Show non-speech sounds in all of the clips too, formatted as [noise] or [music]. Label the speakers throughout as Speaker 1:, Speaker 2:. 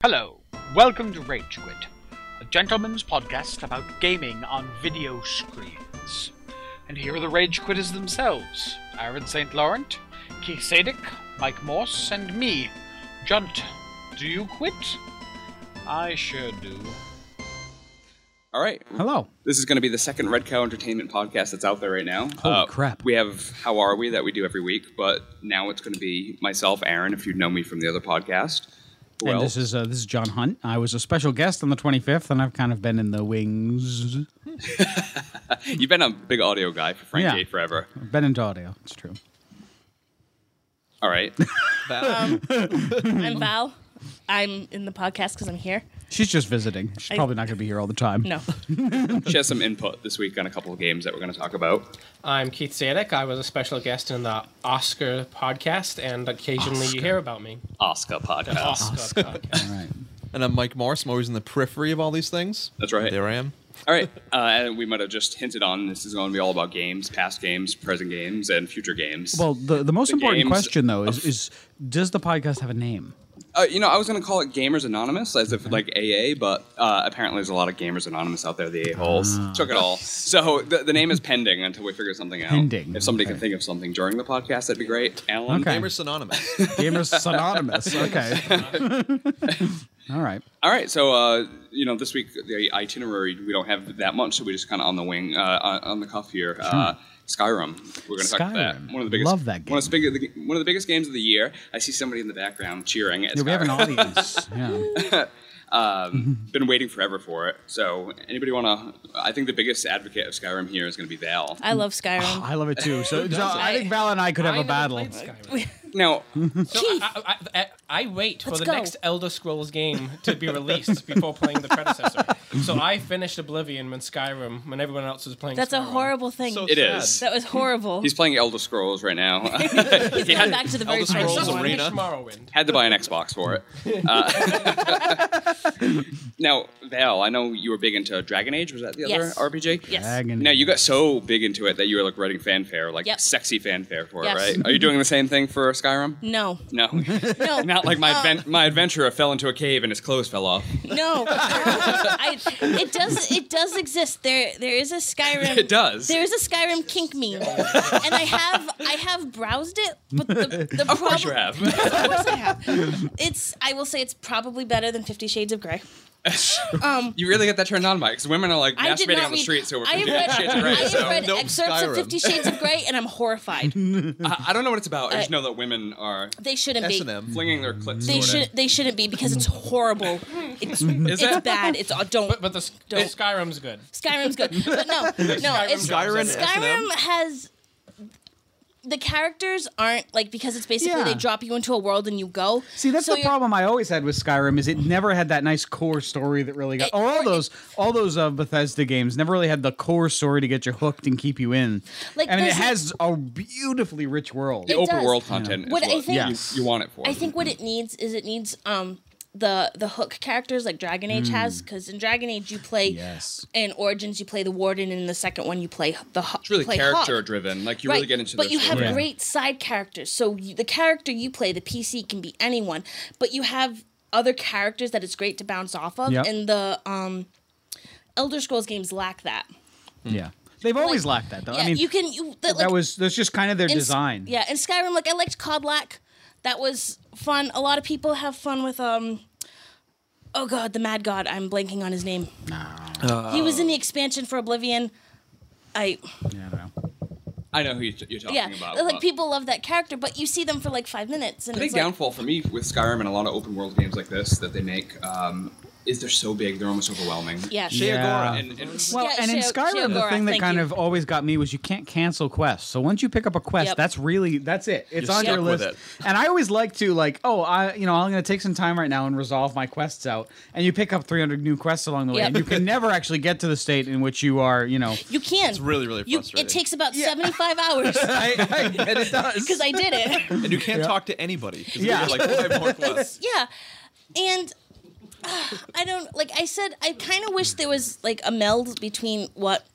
Speaker 1: Hello, welcome to Rage Quit, a gentleman's podcast about gaming on video screens. And here are the Rage Quitters themselves Aaron St. Laurent, Keith Sadik, Mike Morse, and me, Junt. Do you quit? I sure do.
Speaker 2: All right.
Speaker 3: Hello.
Speaker 2: This is going to be the second Red Cow Entertainment podcast that's out there right now. Uh,
Speaker 3: Holy crap.
Speaker 2: We have How Are We that we do every week, but now it's going to be myself, Aaron, if you know me from the other podcast. Who
Speaker 3: and
Speaker 2: else?
Speaker 3: this is uh, this is John Hunt. I was a special guest on the 25th, and I've kind of been in the wings.
Speaker 2: You've been a big audio guy for Frank
Speaker 3: Yeah.
Speaker 2: Gate forever.
Speaker 3: I've been into audio. It's true.
Speaker 2: All
Speaker 3: [laughs]
Speaker 2: right.
Speaker 4: I'm Val. I'm in the podcast because I'm here.
Speaker 3: She's just visiting. She's
Speaker 4: I-
Speaker 3: probably not going to be here all the time.
Speaker 4: No.
Speaker 2: she has some input this week on a couple of games that we're going to talk about.
Speaker 5: I'm Keith Sadek. I was a special guest in the Oscar podcast, and occasionally you hear about me.
Speaker 2: Oscar podcast.
Speaker 5: The
Speaker 3: [laughs]
Speaker 5: Oscar, podcast.
Speaker 3: All right.
Speaker 6: And I'm Mike Morris. I'm always in the periphery of all these things.
Speaker 2: That's right.
Speaker 6: There I am.
Speaker 2: All right. Uh, and we might have just hinted on this is going to be all about games, past games, present games, and future games.
Speaker 3: Well, the, the most
Speaker 2: The
Speaker 3: important
Speaker 2: games
Speaker 3: question, though, is,
Speaker 2: of-
Speaker 3: is does the podcast have a name?
Speaker 2: Uh, you know, I was going to call it Gamers Anonymous, as if like AA, but uh, apparently there's a lot of Gamers Anonymous out there, the a-holes.
Speaker 3: Ah.
Speaker 2: Took it all. So the, the name is pending until we figure something out.
Speaker 3: Pending,
Speaker 2: If somebody can
Speaker 3: okay.
Speaker 2: think of something during the podcast, that'd be great. Alan?
Speaker 3: Okay.
Speaker 4: [laughs]
Speaker 6: Gamer synonymous.
Speaker 3: Gamers Synonymous. [laughs] Okay. all right.
Speaker 2: All right, so, uh, you know, this week, the itinerary, we don't have that much, so we just kind of on the wing, uh, on on the cuff here. Uh, Skyrim. We're going to talk about that.
Speaker 3: Skyrim.
Speaker 2: One of the biggest,
Speaker 3: Love that
Speaker 2: One of, the big, one of the biggest games of the year. I see somebody in the background cheering. At
Speaker 3: Yeah, we have an
Speaker 2: Skyrim.
Speaker 3: audience. Yeah.
Speaker 2: Um, been waiting forever for it. So anybody want to? I think the biggest advocate of Skyrim here is going to be Val.
Speaker 4: I love
Speaker 3: [sighs]
Speaker 4: Skyrim.
Speaker 3: I love it too. So, so I think Val and I could have
Speaker 5: I
Speaker 3: a
Speaker 5: never
Speaker 3: battle.
Speaker 5: played Skyrim.
Speaker 2: Now,
Speaker 5: So I, I, I, I wait for
Speaker 4: Let's
Speaker 5: the
Speaker 4: go.
Speaker 5: next Elder Scrolls game to be released before playing
Speaker 4: [laughs]
Speaker 5: the predecessor. So I finished Oblivion when Skyrim, when everyone else was playing.
Speaker 4: That's a
Speaker 5: Skyrim.
Speaker 4: horrible thing.
Speaker 6: So
Speaker 2: it
Speaker 6: sad.
Speaker 2: is.
Speaker 4: that was horrible.
Speaker 2: He's playing Elder Scrolls right now.
Speaker 4: He's going back to the very
Speaker 6: Elder
Speaker 4: first
Speaker 6: Scrolls
Speaker 4: one.
Speaker 6: Arena.
Speaker 5: Morrowind.
Speaker 2: Had to buy an Xbox for it. Uh, [laughs] now, Val, I know you were big into Dragon Age. Was that the
Speaker 4: Yes.
Speaker 2: other RPG?
Speaker 4: Yes.
Speaker 3: Dragon.
Speaker 2: Now you got so big into it that you were like writing fanfare, like
Speaker 4: Yep.
Speaker 2: sexy fanfare for
Speaker 4: Yes.
Speaker 2: it, right? Are you doing the same thing for Skyrim?
Speaker 4: No.
Speaker 2: No,
Speaker 4: [laughs]
Speaker 2: [laughs]
Speaker 4: No.
Speaker 2: not like my adven- my adventurer fell into a cave and his clothes fell off. [laughs]
Speaker 4: No. I, it does it does exist. There there is a Skyrim
Speaker 2: It does.
Speaker 4: There is a Skyrim kink meme. and I have I have browsed it, but the, the
Speaker 2: of course you have.
Speaker 4: Of course I have. It's I will say it's probably better than 50 Shades of Grey.
Speaker 2: [laughs] You really get that turned on by because women are like
Speaker 4: Um, I did
Speaker 2: masturbating
Speaker 4: not
Speaker 2: on the
Speaker 4: read-
Speaker 2: street, so we're
Speaker 4: I have
Speaker 2: confused. [laughs]
Speaker 4: read,
Speaker 2: Shades of
Speaker 4: I
Speaker 2: Grey,
Speaker 4: have
Speaker 2: so-
Speaker 4: read
Speaker 6: No
Speaker 4: excerpts of
Speaker 6: Skyrim.
Speaker 4: Fifty Shades of Grey, and
Speaker 3: [laughs]
Speaker 4: I'm horrified.
Speaker 2: I, I don't know what it's about. I just
Speaker 4: I-
Speaker 2: know that women are
Speaker 4: They shouldn't be.
Speaker 6: S&M.
Speaker 2: flinging their clits.
Speaker 4: They
Speaker 2: toward
Speaker 4: should.
Speaker 2: it.
Speaker 4: They shouldn't be because it's horrible.
Speaker 2: [laughs]
Speaker 4: It's it's
Speaker 2: it?
Speaker 4: bad. It's uh, don't.
Speaker 5: But, but the S-
Speaker 4: Don't.
Speaker 5: Skyrim's good.
Speaker 4: Skyrim's good, but
Speaker 3: [laughs]
Speaker 4: no, no. It's,
Speaker 6: Skyrim,
Speaker 4: Skyrim
Speaker 6: S&M.
Speaker 4: has the characters aren't like because it's basically
Speaker 3: Yeah.
Speaker 4: they drop you into a world and you go.
Speaker 3: See, that's
Speaker 4: So
Speaker 3: the
Speaker 4: you're-
Speaker 3: problem I always had with Skyrim is it never had that nice core story that really got.
Speaker 4: It-
Speaker 3: or
Speaker 4: or
Speaker 3: all
Speaker 4: it-
Speaker 3: those, all those uh, Bethesda games never really had the core story to get you hooked and keep you in.
Speaker 4: Like,
Speaker 3: I mean, it
Speaker 4: there's a-
Speaker 3: has a beautifully rich world.
Speaker 4: It-
Speaker 2: Open
Speaker 4: does.
Speaker 2: world content
Speaker 4: What
Speaker 2: is
Speaker 4: I
Speaker 2: what
Speaker 4: think-
Speaker 2: you-
Speaker 3: Yes.
Speaker 2: you, want it for.
Speaker 4: I think what it needs is it needs um the the hook characters like Dragon Age has because in Dragon Age you play
Speaker 3: Hmm. Yes.
Speaker 4: in Origins you play the Warden and in the second one you play the Hawk.
Speaker 2: it's really
Speaker 4: play
Speaker 2: character
Speaker 4: Hawk.
Speaker 2: driven. Like you
Speaker 4: right.
Speaker 2: really get into.
Speaker 4: but
Speaker 2: their
Speaker 4: you have
Speaker 2: story.
Speaker 3: Yeah.
Speaker 4: great side characters so you, the character you play the pc can be anyone but you have other characters that it's great to bounce off of
Speaker 3: Yep.
Speaker 4: and the um elder scrolls games lack that
Speaker 3: yeah, they've always
Speaker 4: Like,
Speaker 3: lacked that though.
Speaker 4: yeah
Speaker 3: I mean,
Speaker 4: you can you that, like,
Speaker 3: that was that's just kind of their
Speaker 4: in S-
Speaker 3: design.
Speaker 4: yeah in skyrim like i liked codlack that was fun a lot of people have fun with um oh god the mad god i'm blanking on his name he was in the expansion for oblivion i
Speaker 3: Yeah, I don't know.
Speaker 2: I know who you- you're talking
Speaker 4: yeah
Speaker 2: about.
Speaker 4: like
Speaker 2: but-
Speaker 4: people love that character but you see them for like five minutes and
Speaker 2: The
Speaker 4: it's
Speaker 2: big
Speaker 4: like,
Speaker 2: downfall for me with Skyrim and a lot of open world games like this that they make um, is they're so big, they're almost overwhelming.
Speaker 4: Yeah.
Speaker 3: Yeah.
Speaker 2: And, and
Speaker 3: Well,
Speaker 4: Yeah,
Speaker 3: and in
Speaker 4: Shio-
Speaker 3: Skyrim, the
Speaker 4: Shiogora,
Speaker 3: thing that
Speaker 4: thank
Speaker 3: kind
Speaker 4: you.
Speaker 3: of always got me was you can't cancel quests. So once you pick up a quest,
Speaker 4: Yep.
Speaker 3: that's really that's it. It's
Speaker 6: You're
Speaker 3: on your
Speaker 6: stuck with
Speaker 3: list.
Speaker 6: it.
Speaker 3: And I always like to like, oh, I you know I'm going to take some time right now and resolve my quests out. And you pick up 300 new quests along the way,
Speaker 4: Yep.
Speaker 3: and you can never actually get to the state in which you are. You know,
Speaker 4: You can. It's
Speaker 6: really, really
Speaker 4: You, it
Speaker 6: frustrating.
Speaker 4: takes about 75 hours
Speaker 3: I, I, and it does.
Speaker 4: because I did it.
Speaker 6: And you can't talk to anybody. 'cause
Speaker 3: Yeah.
Speaker 6: you're Like, "Five more
Speaker 3: [laughs]
Speaker 6: quests."
Speaker 4: yeah. And uh, I don't, like I said, I kind of wish there was like a meld between what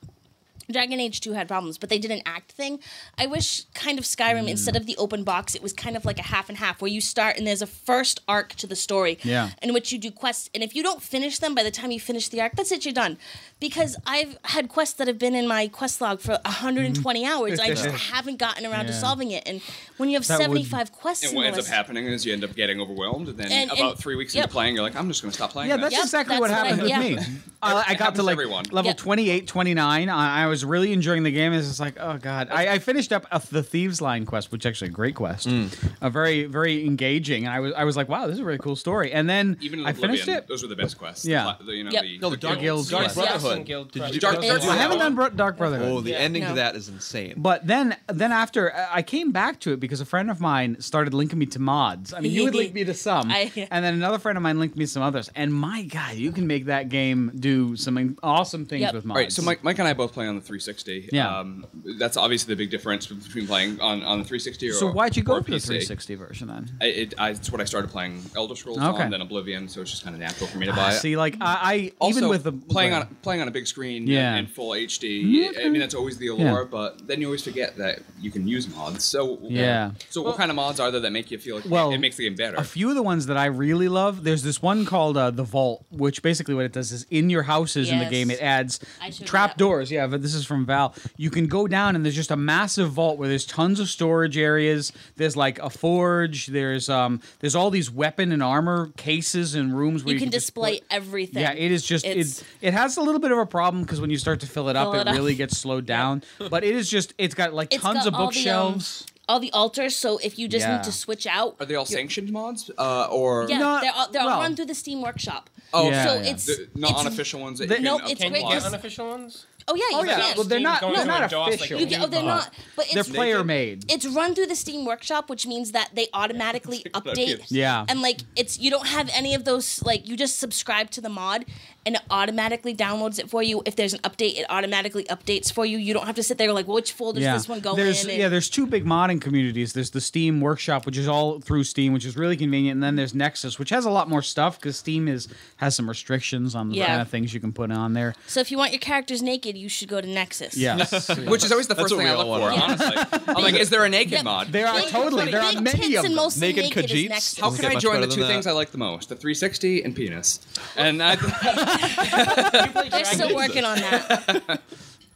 Speaker 4: Dragon Age 2 had problems, but they did an act thing. I wish kind of Skyrim,
Speaker 3: Mm.
Speaker 4: instead of the open box, it was kind of like a half and half where you start and there's a first arc to the story
Speaker 3: Yeah.
Speaker 4: in which you do quests. And if you don't finish them by the time you finish the arc, that's it, you're done. Because I've had quests that have been in my quest log for 120
Speaker 3: [laughs]
Speaker 4: hours. I just haven't gotten around
Speaker 3: Mm-hmm.
Speaker 4: to
Speaker 3: Yeah.
Speaker 4: solving it. And when you have
Speaker 3: That would-
Speaker 4: 75 quests
Speaker 2: And
Speaker 4: in
Speaker 2: what
Speaker 4: the
Speaker 2: ends up
Speaker 4: list,
Speaker 2: happening is you end up getting overwhelmed, and then
Speaker 4: And-
Speaker 2: about
Speaker 4: and-
Speaker 2: three weeks
Speaker 4: yep.
Speaker 2: into playing, you're like, I'm just going to stop playing.
Speaker 3: Yeah,
Speaker 2: this.
Speaker 3: that's
Speaker 4: Yep,
Speaker 3: exactly
Speaker 4: that's
Speaker 3: what
Speaker 4: what I-
Speaker 3: happened
Speaker 4: yeah.
Speaker 3: with me. Uh, I, I got
Speaker 2: happens
Speaker 3: to
Speaker 2: to
Speaker 3: like
Speaker 2: everyone.
Speaker 3: level
Speaker 4: Yeah.
Speaker 3: 28, 29. I, I was really enjoying the game. It's just like, oh god. I, I finished up a, the Thieves Line quest, which is actually a great quest,
Speaker 2: Mm.
Speaker 3: a very very engaging. And I was I was like, wow, this is a really cool story. And then
Speaker 2: Even in
Speaker 3: I finished
Speaker 2: Oblivion,
Speaker 3: it.
Speaker 2: Those were the best quests.
Speaker 3: Yeah.
Speaker 2: The, you know,
Speaker 4: Yep.
Speaker 2: the,
Speaker 6: No, the Dark
Speaker 2: guilds.
Speaker 3: Guilds.
Speaker 5: Dark
Speaker 3: Yes.
Speaker 5: Brotherhood.
Speaker 6: Guild
Speaker 5: Did you do
Speaker 6: Brotherhood.
Speaker 2: Dark-
Speaker 5: those
Speaker 4: Dark-
Speaker 5: as
Speaker 3: I haven't
Speaker 5: well?
Speaker 3: done Bro- Dark Brotherhood.
Speaker 6: Oh, the
Speaker 4: Yeah.
Speaker 6: ending
Speaker 4: No.
Speaker 6: to that is insane.
Speaker 3: But then, then after uh, I- I came back to it because a friend of mine started linking me to mods. I mean, you would link
Speaker 4: [laughs]
Speaker 3: me to some,
Speaker 4: I-
Speaker 3: and then another friend of mine linked me to some others. And my God, you can make that game do some awesome things
Speaker 4: Yep.
Speaker 3: with
Speaker 2: All
Speaker 3: mods.
Speaker 2: right, so Mike, Mike and I both play on the 360.
Speaker 3: Yeah.
Speaker 2: Um, that's obviously the big difference between playing on, on the 360 or
Speaker 3: So why'd you
Speaker 2: or
Speaker 3: go for the
Speaker 2: PC.
Speaker 3: 360 version then?
Speaker 2: I, it, I, it's what I started playing Elder Scrolls
Speaker 3: Okay.
Speaker 2: on, then Oblivion, so it's just kind of natural for me to
Speaker 3: Ah,
Speaker 2: buy it.
Speaker 3: [sighs] See, like I, I
Speaker 2: also,
Speaker 3: even with the
Speaker 2: playing on playing on a big screen
Speaker 3: Yeah.
Speaker 2: and, and full HD, I mean that's always the allure.
Speaker 3: Yeah.
Speaker 2: But then you always forget that you can use mods. So
Speaker 3: Yeah.
Speaker 2: So what kind of mods are there that make you feel like
Speaker 3: Well,
Speaker 2: it makes the game better?
Speaker 3: A few of the ones that I really love. There's this one called uh, the Vault, which basically what it does is in your houses in the
Speaker 4: Yes.
Speaker 3: game it adds
Speaker 4: I showed you
Speaker 3: trap
Speaker 4: that.
Speaker 3: doors. Yeah, but this is from Val. You can go down and there's just a massive vault where there's tons of storage areas. There's like a forge. There's um there's all these weapon and armor cases and rooms where
Speaker 4: you
Speaker 3: you,
Speaker 4: can display
Speaker 3: displa-
Speaker 4: everything.
Speaker 3: Yeah, it is just
Speaker 4: It's-
Speaker 3: it. It has a little bit of a problem because when you start to fill it up,
Speaker 4: Fill
Speaker 3: it
Speaker 4: it up.
Speaker 3: really gets slowed
Speaker 4: [laughs]
Speaker 3: down. But it is just it's got like
Speaker 4: It's
Speaker 3: tons
Speaker 4: got
Speaker 3: of
Speaker 4: all the, um,
Speaker 3: bookshelves.
Speaker 4: all the altars. So if you just
Speaker 3: Yeah.
Speaker 4: need to switch out,
Speaker 2: are they all sanctioned mods uh, or
Speaker 4: yeah,
Speaker 3: Not-
Speaker 4: they're all, they're
Speaker 3: well.
Speaker 4: all run through the Steam Workshop.
Speaker 2: Oh,
Speaker 3: Yeah,
Speaker 4: so
Speaker 3: yeah.
Speaker 4: it's
Speaker 2: the, not
Speaker 4: it's-
Speaker 2: unofficial ones? That
Speaker 3: They-
Speaker 2: you can
Speaker 4: No, it's
Speaker 2: apply?
Speaker 4: great
Speaker 5: Can you get
Speaker 4: 'cause-
Speaker 5: unofficial ones?
Speaker 4: Oh yeah,
Speaker 3: Oh
Speaker 4: you
Speaker 3: yeah,
Speaker 4: can.
Speaker 3: well they're
Speaker 5: Steam
Speaker 3: not
Speaker 5: going
Speaker 3: they're
Speaker 5: to
Speaker 3: not
Speaker 5: endorse, like,
Speaker 3: official. Uh-huh.
Speaker 4: You can- oh, they're not, but
Speaker 3: They're
Speaker 4: it's
Speaker 3: player made.
Speaker 4: It's run through the Steam Workshop, which means that they
Speaker 2: [laughs]
Speaker 4: automatically update.
Speaker 3: Yeah.
Speaker 4: And like it's you don't have any of those like you just subscribe to the mod and it automatically downloads it for you. If there's an update, it automatically updates for you. You don't have to sit there like, well, which folder does this one go
Speaker 3: there's,
Speaker 4: in?
Speaker 3: Yeah, there's two big modding communities. There's the Steam Workshop, which is all through Steam, which is really convenient, and then there's Nexus, which has a lot more stuff because Steam is has some restrictions on the
Speaker 4: Yeah.
Speaker 3: kind of things you can put on there.
Speaker 4: so if you want your characters naked, you should go to Nexus. [laughs]
Speaker 3: Yes.
Speaker 2: Which is always the first
Speaker 6: what
Speaker 2: thing
Speaker 6: we
Speaker 2: I
Speaker 6: all
Speaker 2: look for,
Speaker 6: want.
Speaker 2: honestly. I'm like, is there a naked mod?
Speaker 3: there are totally there are
Speaker 4: Big
Speaker 3: many
Speaker 4: tits
Speaker 3: of
Speaker 4: and
Speaker 3: them.
Speaker 4: mostly
Speaker 6: Naked
Speaker 4: naked, is
Speaker 6: Khajiits?
Speaker 4: Nexus.
Speaker 2: How can
Speaker 6: Doesn't get
Speaker 2: I
Speaker 6: much
Speaker 2: join the
Speaker 6: better
Speaker 2: two
Speaker 6: than
Speaker 2: things
Speaker 6: that.
Speaker 2: I like the most? The 360 and penis. And I,
Speaker 4: [laughs] They're still working on
Speaker 6: [laughs]
Speaker 4: that.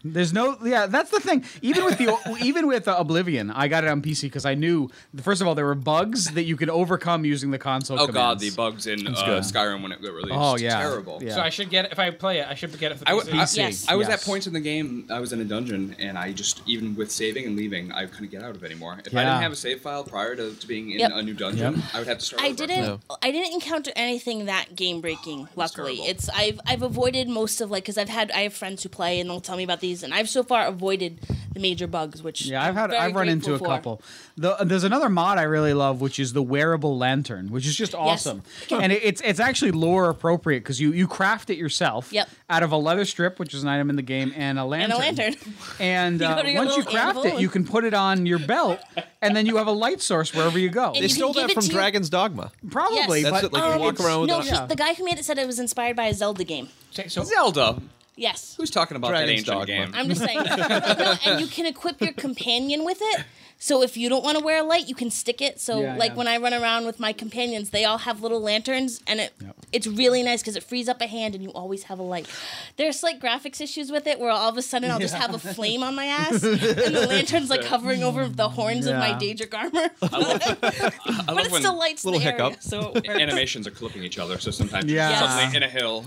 Speaker 3: There's no yeah, that's the thing. Even with the [laughs] even with uh, Oblivion, I got it on PC because I knew first of all there were bugs that you could overcome using the console.
Speaker 2: oh god, the
Speaker 3: commands.
Speaker 2: bugs in uh,
Speaker 3: good.
Speaker 2: Skyrim when it got released.
Speaker 3: Oh, yeah.
Speaker 2: terrible.
Speaker 3: Yeah.
Speaker 5: So I should get it if I play it. I should get it for the
Speaker 2: I, w- I-
Speaker 5: PC.
Speaker 4: Yes.
Speaker 2: I was
Speaker 3: Yes.
Speaker 2: at points in the game, I was in a dungeon, and I just, even with saving and leaving, I couldn't get out of it anymore. If I
Speaker 3: Yeah.
Speaker 2: didn't have a save file prior to, to being in
Speaker 4: Yep.
Speaker 2: a new dungeon,
Speaker 3: Yep.
Speaker 2: I would have to start
Speaker 4: I
Speaker 2: over.
Speaker 4: didn't.
Speaker 6: No.
Speaker 4: I didn't encounter anything that game breaking. Luckily,
Speaker 2: terrible.
Speaker 4: it's I've I've avoided most of like because I've had I have friends who play and they'll tell me about these and I've so far avoided the major bugs. Which
Speaker 3: Yeah, I've
Speaker 4: I'm
Speaker 3: had
Speaker 4: very
Speaker 3: I've run into
Speaker 4: grateful
Speaker 3: a
Speaker 4: for.
Speaker 3: couple. The, there's another mod I really love, which is the wearable lantern, which is just
Speaker 4: [laughs]
Speaker 3: awesome, and it, it's it's actually lore appropriate because you you craft it yourself
Speaker 4: Yep.
Speaker 3: out of a leather strip, which is an item in the game, and a
Speaker 4: and
Speaker 3: lantern.
Speaker 4: a lantern. [laughs]
Speaker 3: And
Speaker 4: You
Speaker 3: uh,
Speaker 4: go to your
Speaker 3: once you
Speaker 4: little
Speaker 3: craft
Speaker 4: anvil
Speaker 3: it, you
Speaker 4: and-
Speaker 3: can put it on your belt, and then you have a light source wherever you go.
Speaker 6: They
Speaker 4: You can
Speaker 6: stole
Speaker 4: give
Speaker 6: that
Speaker 4: it
Speaker 6: from
Speaker 4: to-
Speaker 6: Dragon's Dogma.
Speaker 3: Probably,
Speaker 4: Yes.
Speaker 6: That's
Speaker 3: but um,
Speaker 6: it. Like you walk around with
Speaker 4: no,
Speaker 6: that.
Speaker 4: he, the guy who made it said it was inspired by a Zelda game.
Speaker 5: Okay, so
Speaker 2: Zelda!
Speaker 4: Yes.
Speaker 2: Who's talking about that
Speaker 6: Dragon's
Speaker 2: ancient
Speaker 6: Dogma.
Speaker 2: game?
Speaker 4: I'm just saying. Like, no, and you can equip your companion with it. So if you don't want to wear a light, you can stick it. So
Speaker 3: Yeah,
Speaker 4: like
Speaker 3: yeah.
Speaker 4: when I run around with my companions, they all have little lanterns, and it it's really nice because it frees up a hand, and you always have a light. There's slight graphics issues with it, where all of a sudden I'll just have a flame
Speaker 3: [laughs]
Speaker 4: on my ass, and the lantern's like hovering over the horns of my
Speaker 3: Yeah.
Speaker 4: Daedric armor,
Speaker 2: I
Speaker 4: [laughs] but it
Speaker 2: love when
Speaker 4: still lights the
Speaker 6: little
Speaker 4: area.
Speaker 6: hiccup.
Speaker 4: So it works.
Speaker 2: animations are clipping each other, so sometimes you're
Speaker 3: Yeah.
Speaker 2: suddenly in a hill.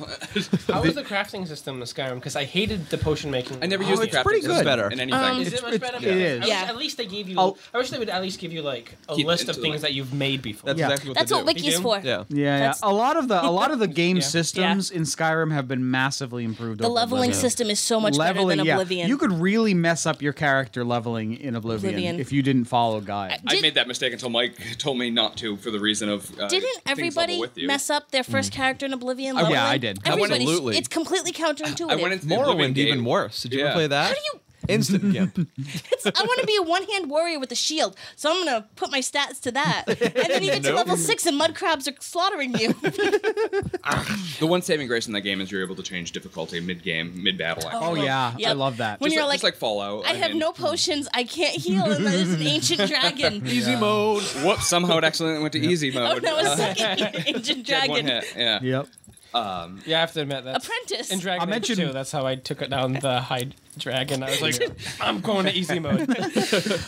Speaker 5: how was the crafting system in Skyrim? Because I hated the potion making.
Speaker 2: I never
Speaker 5: Oh,
Speaker 2: used the
Speaker 3: it's
Speaker 2: crafting
Speaker 3: pretty
Speaker 2: system
Speaker 6: good. better.
Speaker 2: in anything.
Speaker 4: Um,
Speaker 5: Is
Speaker 3: It's-
Speaker 5: it much
Speaker 3: it's-
Speaker 5: better?
Speaker 3: it is.
Speaker 5: I wish-
Speaker 4: Yeah.
Speaker 5: At least they gave you.
Speaker 3: I'll-
Speaker 5: I wish they would at least give you like a
Speaker 2: Keep
Speaker 5: list
Speaker 2: into
Speaker 5: of
Speaker 2: the
Speaker 5: things
Speaker 2: list.
Speaker 5: that you've made before.
Speaker 6: That's
Speaker 3: Yeah.
Speaker 6: exactly what
Speaker 4: That's
Speaker 6: they
Speaker 4: what
Speaker 6: do.
Speaker 4: Wiki's
Speaker 5: do?
Speaker 4: for.
Speaker 6: Yeah.
Speaker 3: yeah, yeah.
Speaker 4: That's-
Speaker 3: A lot of the a lot of
Speaker 4: [laughs]
Speaker 3: the game systems
Speaker 4: Yeah.
Speaker 3: in Skyrim have been massively improved.
Speaker 4: The leveling system is so much better than
Speaker 3: Yeah.
Speaker 4: Oblivion.
Speaker 3: You could really mess up your character leveling in Oblivion,
Speaker 4: Oblivion.
Speaker 3: if you didn't follow guide.
Speaker 4: Did-
Speaker 2: I made that mistake until Mike [laughs] told me not to for the reason of uh,
Speaker 4: Didn't
Speaker 2: things level
Speaker 4: everybody
Speaker 2: with you.
Speaker 4: mess up their first character in Oblivion?
Speaker 3: Mm. Oh, yeah,
Speaker 4: leveling?
Speaker 3: I did. I
Speaker 6: went-
Speaker 4: Everybody's-
Speaker 6: Absolutely.
Speaker 4: It's completely counterintuitive.
Speaker 2: I went into the Oblivion
Speaker 6: Morrowind
Speaker 2: game.
Speaker 6: even worse. Did you ever
Speaker 2: Yeah.
Speaker 6: play that?
Speaker 4: How do you?
Speaker 6: Instant
Speaker 3: [laughs]
Speaker 6: gimp.
Speaker 4: I want to be a one-hand warrior with a shield, so I'm gonna put my stats to that. And then you get to
Speaker 6: Nope.
Speaker 4: level six, and mud crabs are slaughtering you.
Speaker 2: The one saving grace in that game is you're able to change difficulty mid-game, mid-battle. actually.
Speaker 3: [laughs] Oh, yeah. I love that.
Speaker 4: When
Speaker 2: Just
Speaker 4: you're
Speaker 2: like,
Speaker 4: like,
Speaker 2: just like Hmm. Fallout.
Speaker 4: I, have
Speaker 2: mean,
Speaker 4: no potions, I can't heal, and there's an ancient dragon.
Speaker 6: Easy mode.
Speaker 2: [laughs] Whoops! Somehow it accidentally went to easy
Speaker 4: Oh,
Speaker 2: mode.
Speaker 4: no, a
Speaker 2: Uh, [laughs]
Speaker 4: second ancient
Speaker 2: had one
Speaker 4: dragon.
Speaker 2: hit, Yeah.
Speaker 3: Yep.
Speaker 5: Yeah, I have to admit that.
Speaker 4: Apprentice.
Speaker 5: In Dragon
Speaker 3: I mentioned-
Speaker 5: Age 2, that's how I took it down the high dragon. I was like, I'm going to
Speaker 3: [laughs]
Speaker 5: easy mode.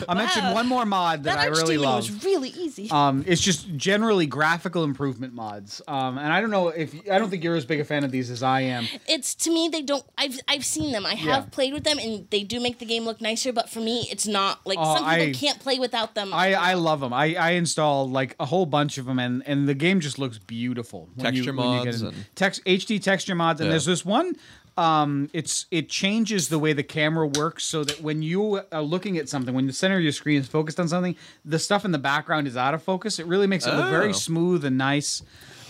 Speaker 3: I mentioned
Speaker 4: Wow.
Speaker 3: one more mod that,
Speaker 4: That
Speaker 3: I
Speaker 4: arch
Speaker 3: really
Speaker 4: demon
Speaker 3: love.
Speaker 4: was really easy.
Speaker 3: Um, it's just generally graphical improvement mods. Um, and I don't know if I don't think you're as big a fan of these as I am.
Speaker 4: it's to me they don't. I've I've seen them. I have
Speaker 3: Yeah.
Speaker 4: played with them, and they do make the game look nicer. But for me, it's not like
Speaker 3: Oh,
Speaker 4: some people
Speaker 3: I-
Speaker 4: can't play without them.
Speaker 3: I, I love them. I, I installed like a whole bunch of them, and, and the game just looks beautiful. when
Speaker 6: Texture mods
Speaker 3: in.
Speaker 6: and-
Speaker 3: text HD texture mods, and
Speaker 6: Yeah.
Speaker 3: there's this one. Um, it's it changes the way the camera works so that when you are looking at something, when the center of your screen is focused on something, the stuff in the background is out of focus. It really makes it look
Speaker 6: Oh.
Speaker 3: very smooth and nice.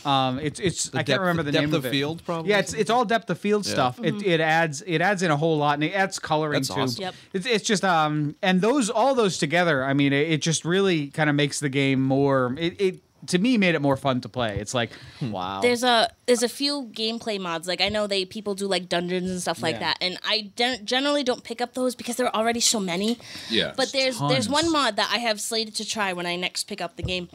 Speaker 3: Um, it's it's I
Speaker 6: depth-
Speaker 3: can't remember the
Speaker 6: depth
Speaker 3: name
Speaker 6: of
Speaker 3: it.
Speaker 6: field, probably,
Speaker 3: Yeah, it's it's all depth of field
Speaker 6: Yeah.
Speaker 3: stuff. It, it adds it adds in a whole lot and it adds coloring
Speaker 6: That's
Speaker 3: too.
Speaker 6: awesome.
Speaker 4: Mm-hmm. Yep.
Speaker 3: It's, it's just um and those all those together. I mean, it, it just really kind of makes the game more. It, it to me made it more fun to play. It's like
Speaker 6: Hmm.
Speaker 3: wow.
Speaker 4: there's a there's a few gameplay mods. Like I know they people do like dungeons and stuff like
Speaker 3: Yeah.
Speaker 4: that, and I gen- generally don't pick up those because there are already so many.
Speaker 2: Yeah.
Speaker 4: But there's
Speaker 3: tons.
Speaker 4: there's one mod that I have slated to try when I next pick up the game,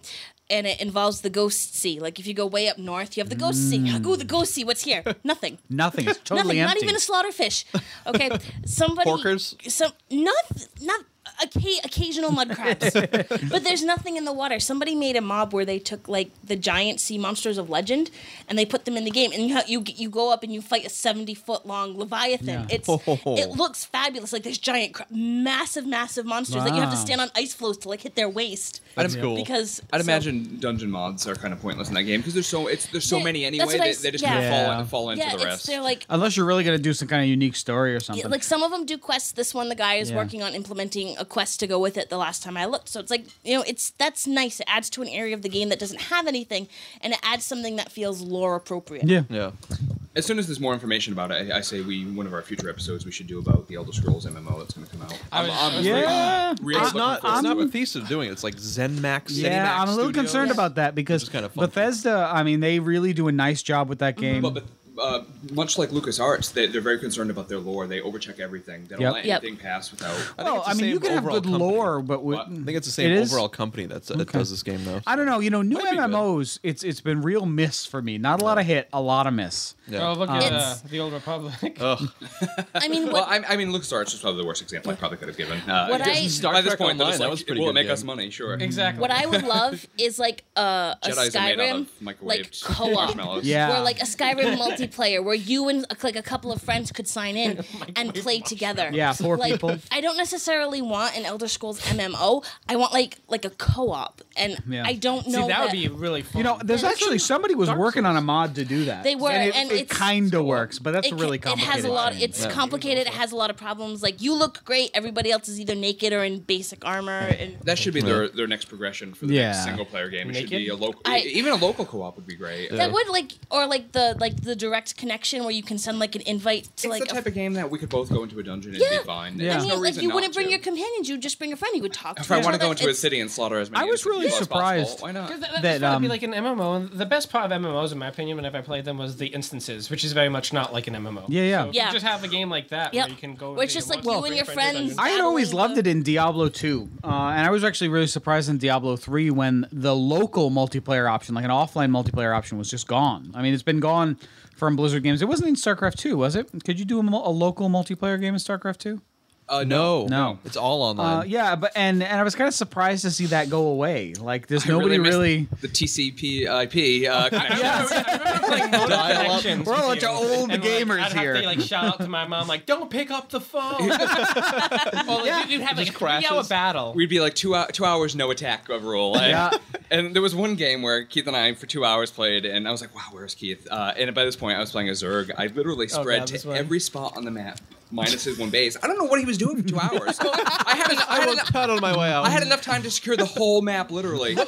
Speaker 4: and it involves the Ghost Sea. Like if you go way up north, you have the Ghost Sea.
Speaker 3: Mm.
Speaker 4: Go the Ghost Sea. What's
Speaker 3: [laughs]
Speaker 4: here? Nothing.
Speaker 3: nothing.
Speaker 4: [laughs]
Speaker 3: It's totally
Speaker 4: Nothing.
Speaker 3: empty.
Speaker 4: Not even a slaughterfish. Okay. Somebody.
Speaker 6: Porkers?
Speaker 4: Some not not. Oca- occasional mud crabs, but there's nothing in the water. Somebody made a mob where they took like the giant sea monsters of legend, and they put them in the game. And you ha- you you go up and you fight a 70 foot long leviathan. It's it looks fabulous. Like there's giant, cra- massive, massive monsters. Like you have to
Speaker 3: Wow.
Speaker 4: stand on ice floes to like hit their waist.
Speaker 6: That's cool.
Speaker 4: Because
Speaker 2: I'd
Speaker 4: so-
Speaker 2: imagine dungeon mods are kind of pointless in that game because there's so it's there's so
Speaker 4: Yeah,
Speaker 2: many
Speaker 4: that's
Speaker 2: anyway.
Speaker 4: what I
Speaker 2: They,
Speaker 4: s-
Speaker 2: they just
Speaker 4: yeah.
Speaker 2: kinda
Speaker 3: Yeah.
Speaker 2: fall, fall into
Speaker 4: yeah,
Speaker 2: the
Speaker 4: it's
Speaker 2: rest.
Speaker 4: they're like
Speaker 3: Unless you're really gonna do some kind of unique story or something.
Speaker 4: Yeah, like some of them do quests. This one, the guy is
Speaker 3: Yeah.
Speaker 4: working on implementing a quest to go with it. The last time I looked, so it's like you know, it's that's nice. It adds to an area of the game that doesn't have anything, and it adds something that feels lore appropriate.
Speaker 3: yeah.
Speaker 6: Yeah.
Speaker 2: as soon as there's more information about it, I, I say we one of our future episodes we should do about the Elder Scrolls MMO that's going to come out.
Speaker 5: I was, I was
Speaker 3: Yeah.
Speaker 4: Uh,
Speaker 2: Really
Speaker 6: It's
Speaker 2: looking
Speaker 6: not.
Speaker 2: forward
Speaker 6: It's
Speaker 2: to
Speaker 6: not
Speaker 2: it.
Speaker 6: Bethesda doing it. It's like ZeniMax. ZeniMax
Speaker 3: Yeah, I'm a little
Speaker 6: Studios.
Speaker 3: concerned about that because
Speaker 6: is kinda funky.
Speaker 3: Bethesda. I mean, they really do a nice job with that
Speaker 4: Mm-hmm.
Speaker 3: game.
Speaker 2: But, but uh, much like LucasArts, they, they're very concerned about their lore. They overcheck everything. They don't
Speaker 3: Yep.
Speaker 2: let
Speaker 4: Yep.
Speaker 2: anything pass without.
Speaker 6: I think
Speaker 3: well,
Speaker 6: it's
Speaker 3: Oh,
Speaker 6: the
Speaker 3: I mean, you
Speaker 6: same
Speaker 3: can have
Speaker 6: overall
Speaker 3: good
Speaker 6: company.
Speaker 3: lore, but with,
Speaker 2: What? I
Speaker 6: I think it's the same
Speaker 3: It is?
Speaker 6: overall company that's, that does this game though.
Speaker 3: I don't know. You know, new
Speaker 6: Might be good.
Speaker 3: MMOs. It's it's been real miss for me. Not a lot of hit, a lot of miss.
Speaker 6: Yeah.
Speaker 5: Oh, look at uh,
Speaker 4: It's-
Speaker 5: the Old Republic.
Speaker 2: Oh.
Speaker 4: I mean, what,
Speaker 2: Well, I, I mean, LucasArts is probably the worst example I probably could have given. Uh,
Speaker 4: What I-
Speaker 6: Star
Speaker 2: by this
Speaker 6: Trek
Speaker 2: point, they're
Speaker 6: Online,
Speaker 2: just
Speaker 6: that
Speaker 2: like,
Speaker 6: was pretty
Speaker 2: Will it
Speaker 6: good
Speaker 2: make
Speaker 6: game.
Speaker 2: us money? Sure.
Speaker 5: [laughs] exactly.
Speaker 4: what I would love is like a, a
Speaker 2: Jedi's are made out
Speaker 4: Skyrim,
Speaker 2: of microwaved
Speaker 4: like
Speaker 2: [laughs]
Speaker 4: co-op,
Speaker 2: marshmallows.
Speaker 3: Yeah.
Speaker 4: or like
Speaker 3: [laughs]
Speaker 4: a Skyrim multiplayer where you and like a couple of friends could sign in and play together.
Speaker 3: Yeah, four
Speaker 4: like,
Speaker 3: people.
Speaker 4: I don't necessarily want an Elder Scrolls MMO. I want like like a co-op, and
Speaker 3: Yeah.
Speaker 4: I don't
Speaker 5: See,
Speaker 4: know.
Speaker 5: that would be really fun.
Speaker 3: You know, there's actually somebody was working on a mod to do that.
Speaker 4: They were,
Speaker 3: and it,
Speaker 4: and it's-
Speaker 3: kind of works, but that's
Speaker 4: it,
Speaker 3: really
Speaker 4: ca- it
Speaker 3: complicated.
Speaker 4: has a lot.
Speaker 3: thing.
Speaker 4: It's complicated. It has a lot of problems. Like you look great. Everybody else is either naked or in basic armor. And
Speaker 2: That should be their, their next progression for the
Speaker 3: Yeah.
Speaker 2: next single player game. It should
Speaker 5: Naked?
Speaker 2: be a local,
Speaker 4: I-
Speaker 2: even a local co-op would be great.
Speaker 4: that would like or like the like the direct connection where you can send like an invite to
Speaker 2: It's
Speaker 4: like
Speaker 2: the
Speaker 4: a
Speaker 2: type of game that we could both go into a dungeon and
Speaker 4: Yeah.
Speaker 2: be fine.
Speaker 3: Yeah.
Speaker 2: There's
Speaker 4: I mean,
Speaker 2: no
Speaker 4: like
Speaker 2: reason
Speaker 4: you
Speaker 2: not
Speaker 4: wouldn't bring
Speaker 2: to.
Speaker 4: your companions; you would just bring a friend. You would talk.
Speaker 2: If
Speaker 4: to
Speaker 2: I
Speaker 4: each
Speaker 2: want to
Speaker 4: other.
Speaker 2: go into a
Speaker 4: It's-
Speaker 2: city and slaughter as many.
Speaker 3: I was
Speaker 2: innocent
Speaker 3: really
Speaker 2: people as
Speaker 3: surprised.
Speaker 2: possible, Why not?
Speaker 5: That,
Speaker 3: that,
Speaker 5: that would be
Speaker 3: um,
Speaker 5: like an MMO. And the best part of MMOs, in my opinion, whenever I played them, was the instances, which is very much not like an MMO.
Speaker 3: Yeah, yeah.
Speaker 5: So if
Speaker 4: Yeah.
Speaker 5: You just have a game like that
Speaker 4: Yep.
Speaker 5: where you can go.
Speaker 4: Where it's
Speaker 5: into
Speaker 4: just
Speaker 5: your
Speaker 4: like
Speaker 5: monster,
Speaker 4: you and
Speaker 5: bring
Speaker 4: your
Speaker 5: a friend
Speaker 4: friends.
Speaker 5: to [laughs] dungeon.
Speaker 3: I had always
Speaker 4: Battling
Speaker 3: loved it in Diablo 2, uh, and I was actually really surprised in Diablo 3 when the local multiplayer option, like an offline multiplayer option, was just gone. I mean, it's been gone from Blizzard games. It wasn't in StarCraft 2, was it? Could you do a, mo- a local multiplayer game in StarCraft 2?
Speaker 6: Uh, no,
Speaker 3: No.
Speaker 6: it's all online.
Speaker 3: Uh, yeah, but and and I was kind of surprised to see that go away. Like,
Speaker 2: [laughs]
Speaker 3: there's
Speaker 2: I
Speaker 3: nobody
Speaker 2: miss
Speaker 3: really.
Speaker 2: the TCP/IP uh, connection. [laughs]
Speaker 5: Connections
Speaker 3: We're all a bunch
Speaker 5: with you.
Speaker 3: of old
Speaker 5: And,
Speaker 3: gamers
Speaker 5: like, I'd
Speaker 3: here.
Speaker 5: Have to, like shout out to my mom, like, "Don't pick up the phone." [laughs] well, yeah. you'd have like a three-hour
Speaker 6: crashes.
Speaker 5: battle.
Speaker 2: We'd be like two hou- two hours no attack of rule. And,
Speaker 3: Yeah.
Speaker 2: and there was one game where Keith and I for two hours played, and I was like, "Wow, where's Keith?" Uh, and by this point, I was playing a Zerg. I literally spread
Speaker 5: God, this
Speaker 2: to
Speaker 5: one.
Speaker 2: every spot on the map, minus his one base. I don't know what he was doing for two hours. I had, en- I,
Speaker 6: I
Speaker 2: had [laughs]
Speaker 6: will
Speaker 2: enough,
Speaker 6: cut on my way out.
Speaker 2: I had enough time to secure the whole map, literally.
Speaker 5: Ba-